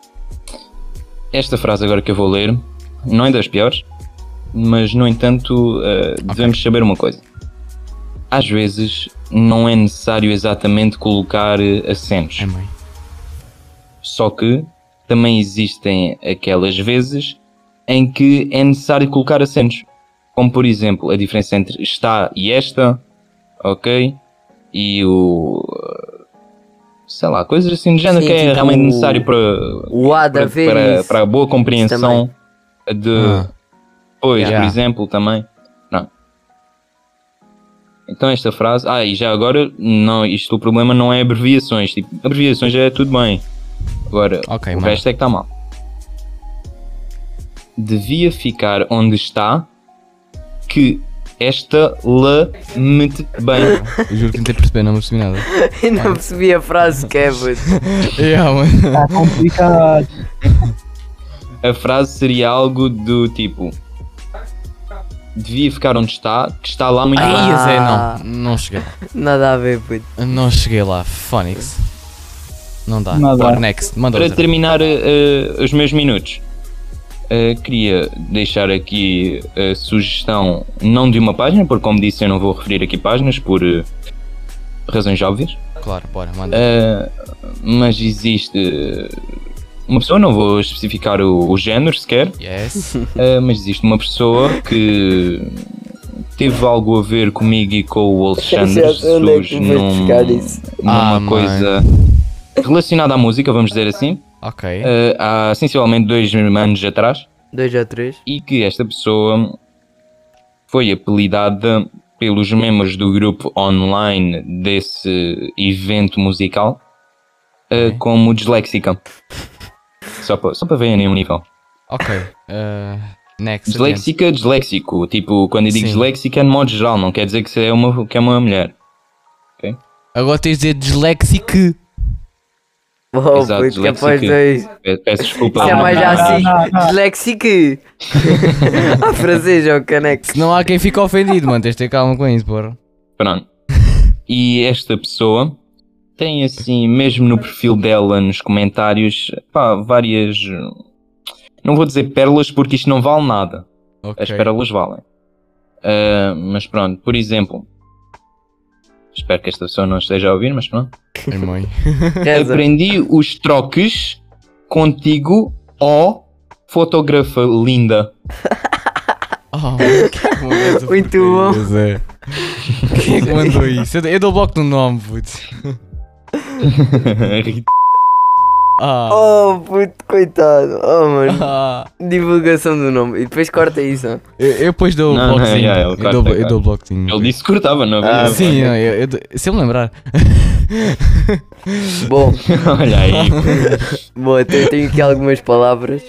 [SPEAKER 2] Esta frase agora que eu vou ler não é das piores, mas no entanto eh, devemos saber uma coisa. Às vezes não é necessário exatamente colocar eh, acentos.
[SPEAKER 3] É mãe.
[SPEAKER 2] Só que também existem aquelas vezes em que é necessário colocar acentos. Como por exemplo a diferença entre está e esta, ok? E o. Sei lá, coisas assim do género
[SPEAKER 1] Sim,
[SPEAKER 2] que é
[SPEAKER 1] tipo
[SPEAKER 2] realmente
[SPEAKER 1] o-
[SPEAKER 2] necessário para
[SPEAKER 1] O A é da
[SPEAKER 2] para,
[SPEAKER 1] vez.
[SPEAKER 2] para, para a boa compreensão de.
[SPEAKER 3] Ah.
[SPEAKER 2] Pois,
[SPEAKER 3] Yeah.
[SPEAKER 2] por exemplo, também. Não. Então, esta frase. Ah, e já agora, não, isto o problema não é abreviações. Tipo, abreviações é tudo bem. Agora,
[SPEAKER 3] Ok,
[SPEAKER 2] o
[SPEAKER 3] mano.
[SPEAKER 2] resto é que está mal. Devia ficar onde está que esta lamente bem.
[SPEAKER 3] Eu juro que não te percebi, não percebi nada.
[SPEAKER 1] Eu não percebi a frase que é, puto.
[SPEAKER 3] yeah, mano.
[SPEAKER 7] Está
[SPEAKER 1] é
[SPEAKER 7] complicado.
[SPEAKER 2] a frase seria algo do tipo. Devia ficar onde está, que está lá muito bem.
[SPEAKER 3] Ai,
[SPEAKER 1] Ah.
[SPEAKER 3] Zé, não. Não cheguei.
[SPEAKER 1] Nada a ver, puto.
[SPEAKER 3] Não cheguei lá. Phonics. Não dá.
[SPEAKER 7] Não dá.
[SPEAKER 3] Bora, next. Manda
[SPEAKER 2] Para
[SPEAKER 3] outra.
[SPEAKER 2] terminar eh, os meus minutos, eh, queria deixar aqui a sugestão, não de uma página, porque, como disse, eu não vou referir aqui páginas por eh, razões óbvias,
[SPEAKER 3] Claro, bora, manda.
[SPEAKER 2] eh, mas existe eh, uma pessoa, não vou especificar o, o género sequer,
[SPEAKER 3] Yes.
[SPEAKER 2] eh, mas existe uma pessoa que teve algo a ver comigo e com o Alexandre
[SPEAKER 1] Exato, onde é que
[SPEAKER 2] Jesus
[SPEAKER 1] tu vais
[SPEAKER 2] num-
[SPEAKER 1] buscar isso?
[SPEAKER 2] numa
[SPEAKER 3] Ah, mãe.
[SPEAKER 2] coisa relacionada à música, vamos dizer assim.
[SPEAKER 3] Ok.
[SPEAKER 2] eh, há sensivelmente dois anos atrás
[SPEAKER 1] Dois ou três?
[SPEAKER 2] e que esta pessoa foi apelidada pelos membros do grupo online desse evento musical eh,
[SPEAKER 3] Ok.
[SPEAKER 2] como disléxica. Só para só para verem a um nível.
[SPEAKER 3] Ok. eh, next. adiante.
[SPEAKER 2] Disléxica, disléxico. Tipo, quando eu digo
[SPEAKER 3] Sim.
[SPEAKER 2] disléxica, no modo geral, não quer dizer que se é uma, que é uma mulher.
[SPEAKER 3] Agora tens de dizer disléxico.
[SPEAKER 1] Oh,
[SPEAKER 2] Exato,
[SPEAKER 1] puto, que é para os
[SPEAKER 2] disléxico.
[SPEAKER 1] dois.
[SPEAKER 2] Pe- Peço desculpa.
[SPEAKER 1] Isso é
[SPEAKER 2] não-
[SPEAKER 1] mais
[SPEAKER 2] não-
[SPEAKER 1] assim. Dislexique. A francês é o caneco.
[SPEAKER 3] Não há quem fique ofendido, mano. Tens de ter calma com isso, bora.
[SPEAKER 2] Pronto. E esta pessoa tem assim, mesmo no perfil dela, nos comentários, pá, várias. Não vou dizer pérolas porque isto não vale nada.
[SPEAKER 3] Ok.
[SPEAKER 2] As pérolas valem. Ah, mas pronto, por exemplo. Espero que esta pessoa não esteja a ouvir, mas pronto.
[SPEAKER 3] Irmão.
[SPEAKER 1] Reza.
[SPEAKER 2] Aprendi os troques contigo, ó fotógrafa linda.
[SPEAKER 3] Oh, que é que mandou essa
[SPEAKER 1] Muito
[SPEAKER 3] porcaria,
[SPEAKER 1] bom.
[SPEAKER 3] Zé? Quem é que mandou isso? Eu, eu dou bloco no nome, putz. Ah.
[SPEAKER 1] Oh, puto, coitado. Oh, mano.
[SPEAKER 3] ah.
[SPEAKER 1] Divulgação do nome. E depois corta isso. ó.
[SPEAKER 3] Eu, eu depois dou
[SPEAKER 2] Não, não,
[SPEAKER 3] bloquezinho.
[SPEAKER 2] já, ele
[SPEAKER 3] eu,
[SPEAKER 2] corta,
[SPEAKER 3] dou, eu
[SPEAKER 2] corta.
[SPEAKER 3] dou bloquezinho.
[SPEAKER 2] é Ele disse que cortava, não é?
[SPEAKER 1] Ah,
[SPEAKER 3] Sim, eu, eu- eu dou- se eu me lembrar.
[SPEAKER 1] Bom,
[SPEAKER 3] é.
[SPEAKER 2] Olha aí.
[SPEAKER 1] bom, então eu tenho aqui algumas palavras.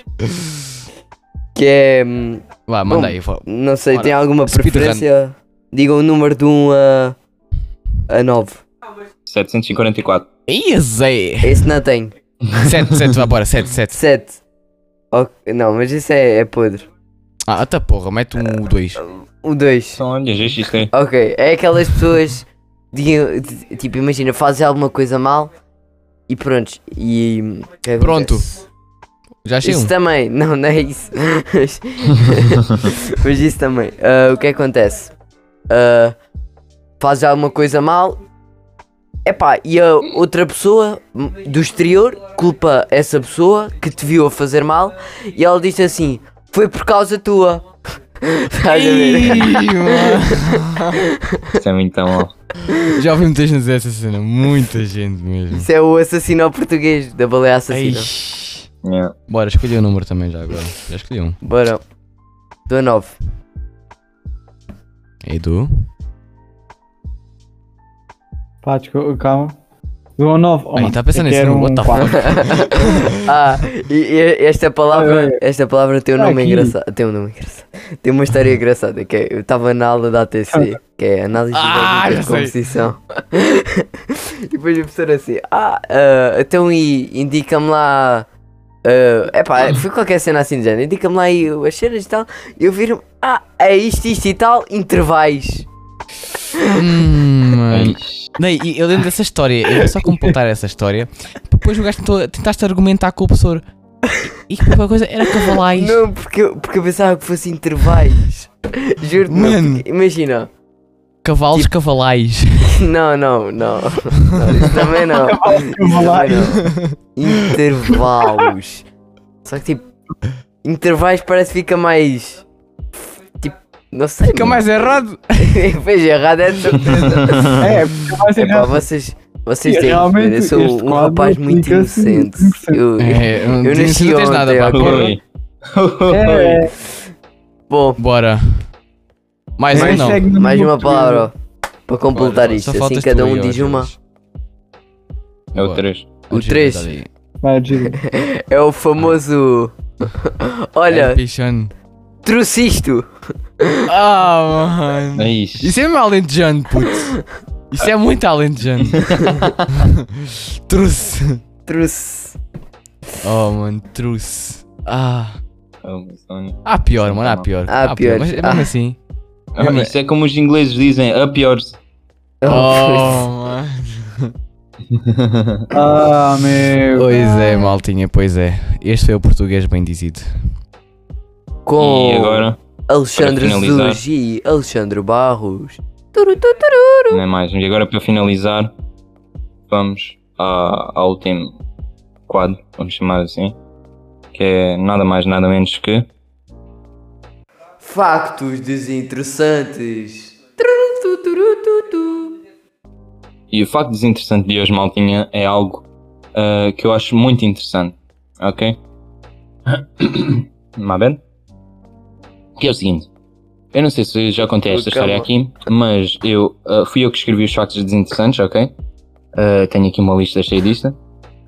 [SPEAKER 1] Que é. hum,
[SPEAKER 3] Vá,
[SPEAKER 1] Bom,
[SPEAKER 3] manda aí. fala.
[SPEAKER 1] Não sei,
[SPEAKER 3] Ora,
[SPEAKER 1] tem alguma
[SPEAKER 3] speedrun.
[SPEAKER 1] preferência? Diga o número de 1 a. a 9.
[SPEAKER 2] 744.
[SPEAKER 3] Ih, Zé!
[SPEAKER 1] Esse não tem.
[SPEAKER 3] 7, 7, vá, bora, 7, 7.
[SPEAKER 1] 7. Ok, Não, mas isso é, é podre.
[SPEAKER 3] Ah, até porra, mete um 2.
[SPEAKER 1] O 2.
[SPEAKER 2] Então, olha, já isto é.
[SPEAKER 1] Ok, é aquelas pessoas de- de- tipo, imagina, fazem alguma coisa mal e pronto. E. hum, o que acontece?
[SPEAKER 3] Pronto. Já achei
[SPEAKER 1] Isso tá
[SPEAKER 3] um.
[SPEAKER 1] também, não, não é isso. Mas- Mas isso também. Ah, o que acontece? Ah, faz alguma coisa mal. Epá, e a outra pessoa hum, do exterior culpa essa pessoa que te viu a fazer mal e ela diz assim: Foi por causa tua. Estás a ver?
[SPEAKER 3] Ih, mano.
[SPEAKER 2] Isso é muito tão mal.
[SPEAKER 3] Já ouvi muita gente dizer essa cena, muita gente mesmo.
[SPEAKER 1] Isso é o assassino ao português da baleia assassina.
[SPEAKER 3] Ai.
[SPEAKER 2] Yeah.
[SPEAKER 3] Bora, escolhi o número também já agora. Já escolhi um.
[SPEAKER 1] Bora. Dou 9.
[SPEAKER 3] Edu?
[SPEAKER 4] Pá, desculpa, calma. Do 9. Oh,
[SPEAKER 3] Aí,
[SPEAKER 4] mano,
[SPEAKER 3] tá pensando
[SPEAKER 4] eu
[SPEAKER 3] nisso,
[SPEAKER 4] quero
[SPEAKER 3] não? What the
[SPEAKER 4] quatro.
[SPEAKER 1] Ah, e, e esta
[SPEAKER 4] Ai,
[SPEAKER 1] palavra, esta palavra tem um
[SPEAKER 4] Tá
[SPEAKER 1] nome
[SPEAKER 4] aqui.
[SPEAKER 1] engraçado. Tem um nome engraçado. Tem uma história engraçada que é, eu estava na aula da ATC, que é análise
[SPEAKER 3] Ah,
[SPEAKER 1] de
[SPEAKER 3] já
[SPEAKER 1] de
[SPEAKER 3] sei.
[SPEAKER 1] composição. e depois o professor assim, ah, ah, então e indica-me lá. ah, epá, foi qualquer cena assim de género, indica-me lá aí as cenas e tal, e eu viro-me, ah, é isto, isto e tal, intervais.
[SPEAKER 3] Hum,
[SPEAKER 2] é
[SPEAKER 3] mano. Não, e eu lembro dessa história, eu vou só completar essa história. Depois o gajo tentou, tentaste argumentar com o professor. E qualquer coisa era cavalais.
[SPEAKER 1] Não, porque, eu- porque eu pensava que fosse intervais. Juro-te, não,
[SPEAKER 3] Mano.
[SPEAKER 1] porque- imagina.
[SPEAKER 3] Cavalos,
[SPEAKER 2] Tipo,
[SPEAKER 3] cavalais.
[SPEAKER 1] Não, não, não. não isso também não. Isso também não. Intervalos. Só que tipo. Intervais parece que fica mais. Tipo, não sei.
[SPEAKER 3] Fica mais
[SPEAKER 2] é
[SPEAKER 3] errado.
[SPEAKER 1] Fez errado, é tudo.
[SPEAKER 4] É, porque vai ser
[SPEAKER 1] É pá, vocês, vocês
[SPEAKER 4] E
[SPEAKER 1] têm que ver. Eu
[SPEAKER 4] realmente
[SPEAKER 1] sou
[SPEAKER 4] este
[SPEAKER 1] um
[SPEAKER 4] quadro
[SPEAKER 1] rapaz muito
[SPEAKER 4] aplica-se
[SPEAKER 1] inocente. Eu,
[SPEAKER 3] É, não
[SPEAKER 1] eu
[SPEAKER 3] tens-
[SPEAKER 1] nasci
[SPEAKER 3] não tens nada
[SPEAKER 1] ontem,
[SPEAKER 3] para
[SPEAKER 1] ok?
[SPEAKER 3] pôr.
[SPEAKER 2] Oi.
[SPEAKER 4] É,
[SPEAKER 1] Bom,
[SPEAKER 3] Bora. Mais um
[SPEAKER 4] mas
[SPEAKER 3] não.
[SPEAKER 4] segue no
[SPEAKER 1] mais uma
[SPEAKER 4] outro.
[SPEAKER 1] palavra para completar
[SPEAKER 3] Bora,
[SPEAKER 1] isto.
[SPEAKER 3] só
[SPEAKER 1] Assim
[SPEAKER 3] faltas
[SPEAKER 1] cada
[SPEAKER 3] tu
[SPEAKER 1] um
[SPEAKER 3] e
[SPEAKER 1] diz
[SPEAKER 3] eu,
[SPEAKER 1] uma. um
[SPEAKER 3] Jorge.
[SPEAKER 2] É o
[SPEAKER 3] Boa.
[SPEAKER 2] 3.
[SPEAKER 1] O
[SPEAKER 3] Jorge,
[SPEAKER 1] 3
[SPEAKER 3] olha aí.
[SPEAKER 4] Vai, Gil.
[SPEAKER 1] é o famoso.
[SPEAKER 3] É,
[SPEAKER 1] Olha,
[SPEAKER 3] pichano.
[SPEAKER 1] trouxe isto.
[SPEAKER 3] Ah, mano.
[SPEAKER 2] É isso.
[SPEAKER 3] Isso é mesmo alentejano, puto. Isso é muito alentejano. truce.
[SPEAKER 1] Trouxe.
[SPEAKER 3] Oh, mano, truce. Ah.
[SPEAKER 2] É o Sony.
[SPEAKER 3] Há pior, mano, há pior.
[SPEAKER 1] Há pior.
[SPEAKER 3] Mas é
[SPEAKER 1] Ah.
[SPEAKER 3] mesmo assim.
[SPEAKER 2] Ah, Isso é como os ingleses dizem, a pior.
[SPEAKER 3] Oh, mano.
[SPEAKER 4] Ah, meu.
[SPEAKER 3] Pois é, maltinha, pois é. Este foi o português bem dizido.
[SPEAKER 1] Com
[SPEAKER 2] E agora?
[SPEAKER 1] Alexandre
[SPEAKER 2] para finalizar.
[SPEAKER 1] Jesus e Alexandre Barros.
[SPEAKER 2] Não é mais. E agora para finalizar, vamos à, ao último quadro, vamos chamar assim, que é nada mais nada menos que
[SPEAKER 1] Factos desinteressantes.
[SPEAKER 2] E o facto desinteressante de hoje, Maltinha, é algo ah, que eu acho muito interessante. Ok? Mabel? Que é o seguinte. Eu não sei se eu já contei esta
[SPEAKER 1] Calma.
[SPEAKER 2] história aqui, mas eu ah, fui eu que escrevi os factos desinteressantes, ok? Ah, tenho aqui uma lista cheia disto.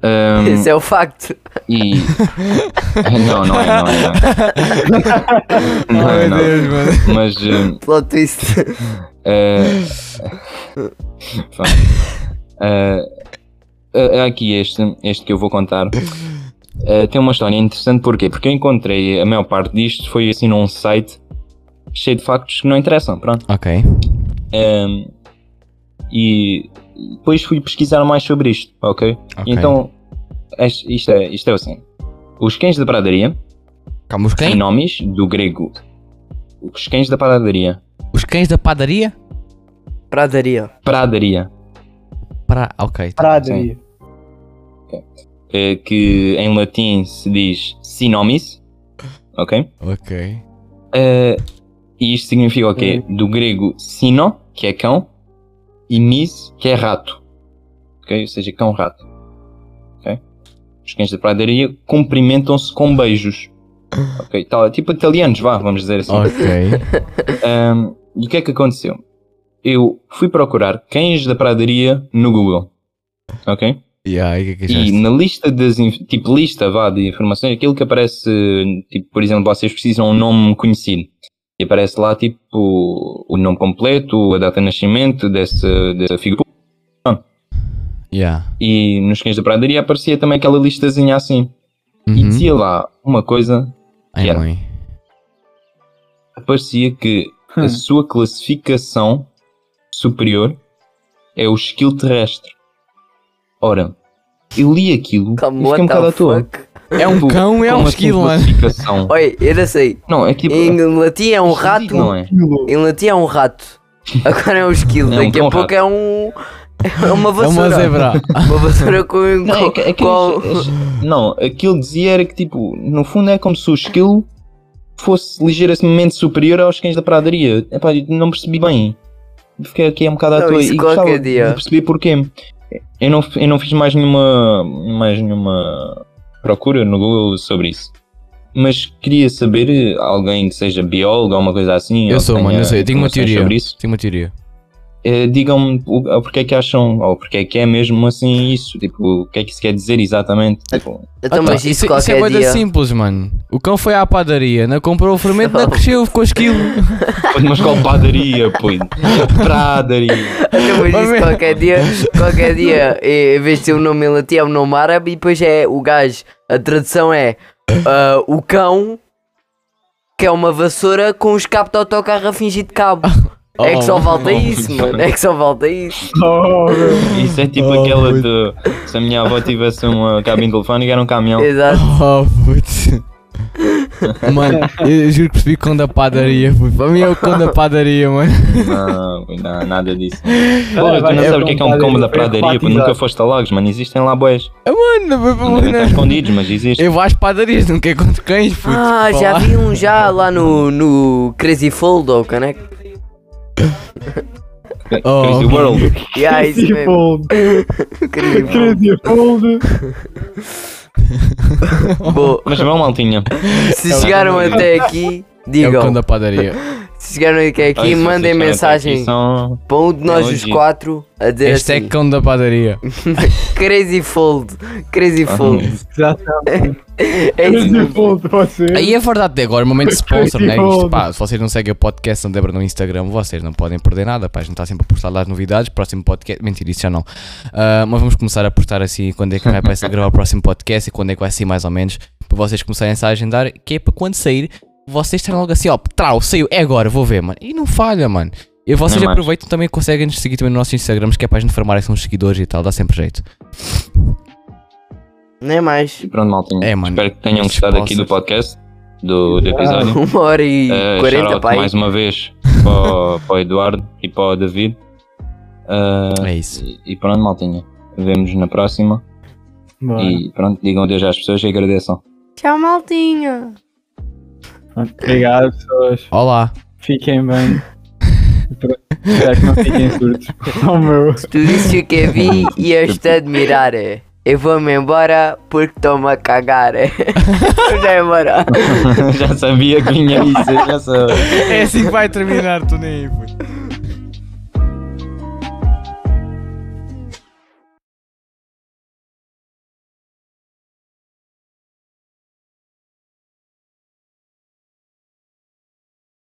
[SPEAKER 2] Ah,
[SPEAKER 1] Esse é o facto.
[SPEAKER 2] e. não, não é, não é. Não, é, não. é, não.
[SPEAKER 3] mano.
[SPEAKER 2] Mas. ah,
[SPEAKER 1] Plot twist.
[SPEAKER 2] eh, pá. Eh, eh, aqui este, este que eu vou contar. eh, tem uma história interessante, porquê? Porque eu encontrei a maior parte disto foi assim num site cheio de factos que não interessam, pronto.
[SPEAKER 3] Ok.
[SPEAKER 2] Em, e depois fui pesquisar mais sobre isto, ok?
[SPEAKER 3] ok.
[SPEAKER 2] Então, es- isto é, isto é assim. Os cães da pradaria,
[SPEAKER 3] Calma, os
[SPEAKER 2] em
[SPEAKER 3] cães?
[SPEAKER 2] nomes do grego. Os cães da pradaria.
[SPEAKER 3] Os cães da padaria?
[SPEAKER 1] Pradaria.
[SPEAKER 2] Pradaria.
[SPEAKER 3] Para. Ok.
[SPEAKER 4] Pradaria.
[SPEAKER 2] eh, que em latim se diz sinomis, ok?
[SPEAKER 3] Ok.
[SPEAKER 2] Eh, e isto significa o quê? Do grego sino, que é cão, e mis, que é rato, ok? Ou seja, cão-rato, ok? Os cães da pradaria cumprimentam-se com beijos, ok? Tal, tipo italianos, vá, vamos dizer assim.
[SPEAKER 3] Ok.
[SPEAKER 2] Ahm, e o que é que aconteceu? Eu fui procurar cães da pradaria no Google, ok?
[SPEAKER 3] yeah, e o que é que
[SPEAKER 2] E
[SPEAKER 3] achaste?
[SPEAKER 2] na lista das inf- tipo lista vá, de informações, aquilo que aparece, tipo, por exemplo, vocês precisam um nome conhecido. E aparece lá tipo o nome completo, a data de nascimento dessa, dessa figura.
[SPEAKER 3] Yeah.
[SPEAKER 2] E nos cães da pradaria aparecia também aquela listazinha assim. E
[SPEAKER 3] Uhum.
[SPEAKER 2] dizia lá uma coisa,
[SPEAKER 3] Ai,
[SPEAKER 2] Yeah.
[SPEAKER 3] mãe.
[SPEAKER 2] aparecia que a
[SPEAKER 4] Hum.
[SPEAKER 2] sua classificação superior é o esquilo terrestre. Ora, eu li aquilo e
[SPEAKER 1] Calma,
[SPEAKER 2] fiquei um
[SPEAKER 1] what
[SPEAKER 2] bocado à
[SPEAKER 1] the
[SPEAKER 2] toa.
[SPEAKER 1] fuck?
[SPEAKER 3] É um
[SPEAKER 2] Tipo,
[SPEAKER 3] cão, é
[SPEAKER 2] como
[SPEAKER 3] um
[SPEAKER 2] assim
[SPEAKER 3] esquilo, mano.
[SPEAKER 2] classificação?
[SPEAKER 1] Oi, eu não sei.
[SPEAKER 2] Não, é tipo.
[SPEAKER 1] Em latim é um
[SPEAKER 2] Esquilo
[SPEAKER 1] rato.
[SPEAKER 2] Não é?
[SPEAKER 1] Em latim é um rato. Agora é um esquilo.
[SPEAKER 2] É um
[SPEAKER 1] Daqui a
[SPEAKER 2] cão
[SPEAKER 1] pouco é um. É uma
[SPEAKER 3] É uma
[SPEAKER 1] vassoura.
[SPEAKER 3] zebra.
[SPEAKER 1] Uma vassoura com.
[SPEAKER 2] Não, é, que- é que
[SPEAKER 1] com-
[SPEAKER 2] eles- eles- não, aquilo dizia era que tipo, no fundo é como se o esquilo fosse ligeiramente superior aos cães da pradaria. Epá, eu não percebi bem. Fiquei aqui um bocado à
[SPEAKER 1] Não,
[SPEAKER 2] toa
[SPEAKER 1] isso
[SPEAKER 2] e
[SPEAKER 1] qualquer
[SPEAKER 2] gostava
[SPEAKER 1] dia.
[SPEAKER 2] de perceber porquê. Eu não, eu não fiz mais nenhuma, mais nenhuma procura no Google sobre isso. Mas queria saber, eh, alguém que seja biólogo ou uma coisa assim.
[SPEAKER 3] Eu
[SPEAKER 2] ou
[SPEAKER 3] sou,
[SPEAKER 2] que
[SPEAKER 3] mano, eu
[SPEAKER 2] tenha
[SPEAKER 3] sei. Eu tenho uma
[SPEAKER 2] informações
[SPEAKER 3] teoria.
[SPEAKER 2] Sobre isso,
[SPEAKER 3] Tenho uma teoria.
[SPEAKER 2] eh, digam-me o- o porque é que acham, ou porque é que é mesmo assim isso, tipo, o que é que isso quer dizer exatamente, tipo,
[SPEAKER 1] Então,
[SPEAKER 3] Ah,
[SPEAKER 1] mas
[SPEAKER 3] tá.
[SPEAKER 1] isso
[SPEAKER 3] isso, é
[SPEAKER 1] qualquer
[SPEAKER 3] coisa
[SPEAKER 1] dia.
[SPEAKER 3] simples, mano. O cão foi à padaria, não comprou o fermento, não
[SPEAKER 1] Não.
[SPEAKER 3] cresceu, ficou esquilo.
[SPEAKER 2] pô, mas qual padaria, pô, pradaria,
[SPEAKER 1] Então, mas
[SPEAKER 3] Vai
[SPEAKER 1] isso
[SPEAKER 3] ver.
[SPEAKER 1] qualquer dia. Qualquer dia, eh, em vez de ser o nome em latim, é o nome árabe. E depois é o gajo. A tradução é. ah, o cão. Que é uma vassoura com um escape de autocarro a fingir de cabo. é que só
[SPEAKER 3] Oh,
[SPEAKER 1] falta
[SPEAKER 2] oh,
[SPEAKER 1] isso,
[SPEAKER 2] mano.
[SPEAKER 1] mano. É que só falta isso.
[SPEAKER 4] Oh, meu.
[SPEAKER 2] isso é tipo
[SPEAKER 3] Oh,
[SPEAKER 2] aquela
[SPEAKER 3] muito.
[SPEAKER 2] de, se a minha avó tivesse uma cabine telefónica era um caminhão,
[SPEAKER 1] Exato.
[SPEAKER 3] Oh, putz. Mano, eu juro que percebi que quando a padaria, puto. Para mim é o quando a padaria, mano.
[SPEAKER 2] Não, pois não, nada disso. Bora, vai, não sabes o que é que é um combo da pradaria, porque nunca foste a Lagos, mano. Existem lá boés.
[SPEAKER 3] É, Mano,
[SPEAKER 2] Devem estar escondidos, mas existem.
[SPEAKER 3] né? Eu vou às padarias, não quero contra cães, puto.
[SPEAKER 1] Ah,
[SPEAKER 3] Para
[SPEAKER 1] já
[SPEAKER 3] lá.
[SPEAKER 1] vi um já lá no, no Crazy Fold, ou caneco.
[SPEAKER 3] Oh.
[SPEAKER 2] Crazy World.
[SPEAKER 1] Yeah, isso
[SPEAKER 4] Crazy
[SPEAKER 1] mesmo.
[SPEAKER 4] Fold.
[SPEAKER 1] Crazy Fold.
[SPEAKER 4] Crazy Fold.
[SPEAKER 1] Boa.
[SPEAKER 2] Mas vão, maltinha.
[SPEAKER 1] Se chegaram até aqui,
[SPEAKER 3] É o cão
[SPEAKER 1] digam.
[SPEAKER 3] da padaria.
[SPEAKER 1] Se chegaram até
[SPEAKER 2] Ah,
[SPEAKER 1] aqui, mandem
[SPEAKER 2] isso, vocês chegaram até
[SPEAKER 1] mensagem
[SPEAKER 2] aqui, são-
[SPEAKER 1] para um de nós os
[SPEAKER 2] elogio.
[SPEAKER 1] quatro a dizer
[SPEAKER 3] Este é
[SPEAKER 1] assim.
[SPEAKER 3] cão da padaria.
[SPEAKER 1] Crazy Fold. Crazy
[SPEAKER 2] Ah,
[SPEAKER 1] Fold.
[SPEAKER 4] Já está.
[SPEAKER 1] É isso
[SPEAKER 4] Crazy
[SPEAKER 1] mesmo.
[SPEAKER 4] Fold, pode ser.
[SPEAKER 3] Aí é verdade, até agora, o momento de sponsor, né?
[SPEAKER 4] Crazy
[SPEAKER 3] Isto, pá, se vocês não seguem o podcast não Debra no Instagram, vocês não podem perder nada, pá, a gente está sempre a postar lá as novidades, próximo podcast, mentira, isso já não. Ah, mas vamos começar a postar assim, quando é que vai para gravar o próximo podcast e quando é que vai sair mais ou menos, para vocês começarem a agendar, que é para quando sair, vocês estarem logo assim, ó, trau, saiu, é agora, vou ver, mano. E não falha, mano. E vocês
[SPEAKER 2] Não é mais.
[SPEAKER 3] aproveitam também, conseguem nos seguir também nos nossos Instagrams, que é para a gente formar assim uns seguidores e tal, dá sempre jeito.
[SPEAKER 1] Não é mais.
[SPEAKER 2] E pronto, maltinha.
[SPEAKER 3] É, mano.
[SPEAKER 2] Espero que tenham gostado aqui do podcast, do, do episódio.
[SPEAKER 1] Uma hora e
[SPEAKER 2] Eh,
[SPEAKER 1] quarenta,
[SPEAKER 2] shoutout
[SPEAKER 1] pai.
[SPEAKER 2] mais uma vez para, o- para o Eduardo e para o David. Eh,
[SPEAKER 3] É isso.
[SPEAKER 2] e- e pronto, maltinha. Vemos na próxima.
[SPEAKER 4] Bora.
[SPEAKER 2] E pronto, digam adeus às pessoas e agradeçam.
[SPEAKER 1] Tchau, maltinha.
[SPEAKER 4] Obrigado, pessoas.
[SPEAKER 3] Olá.
[SPEAKER 4] Fiquem bem. Pronto, Espero que não fiquem surdos. Oh, meu.
[SPEAKER 2] um.
[SPEAKER 1] Tu disse o que vi e eu estou a admirar. é. Eu vou-me embora porque estou-me a cagar. é. Já é embora.
[SPEAKER 2] já sabia que vinha isso, eu já sabia.
[SPEAKER 3] É assim que vai terminar, tu nem aí, puto.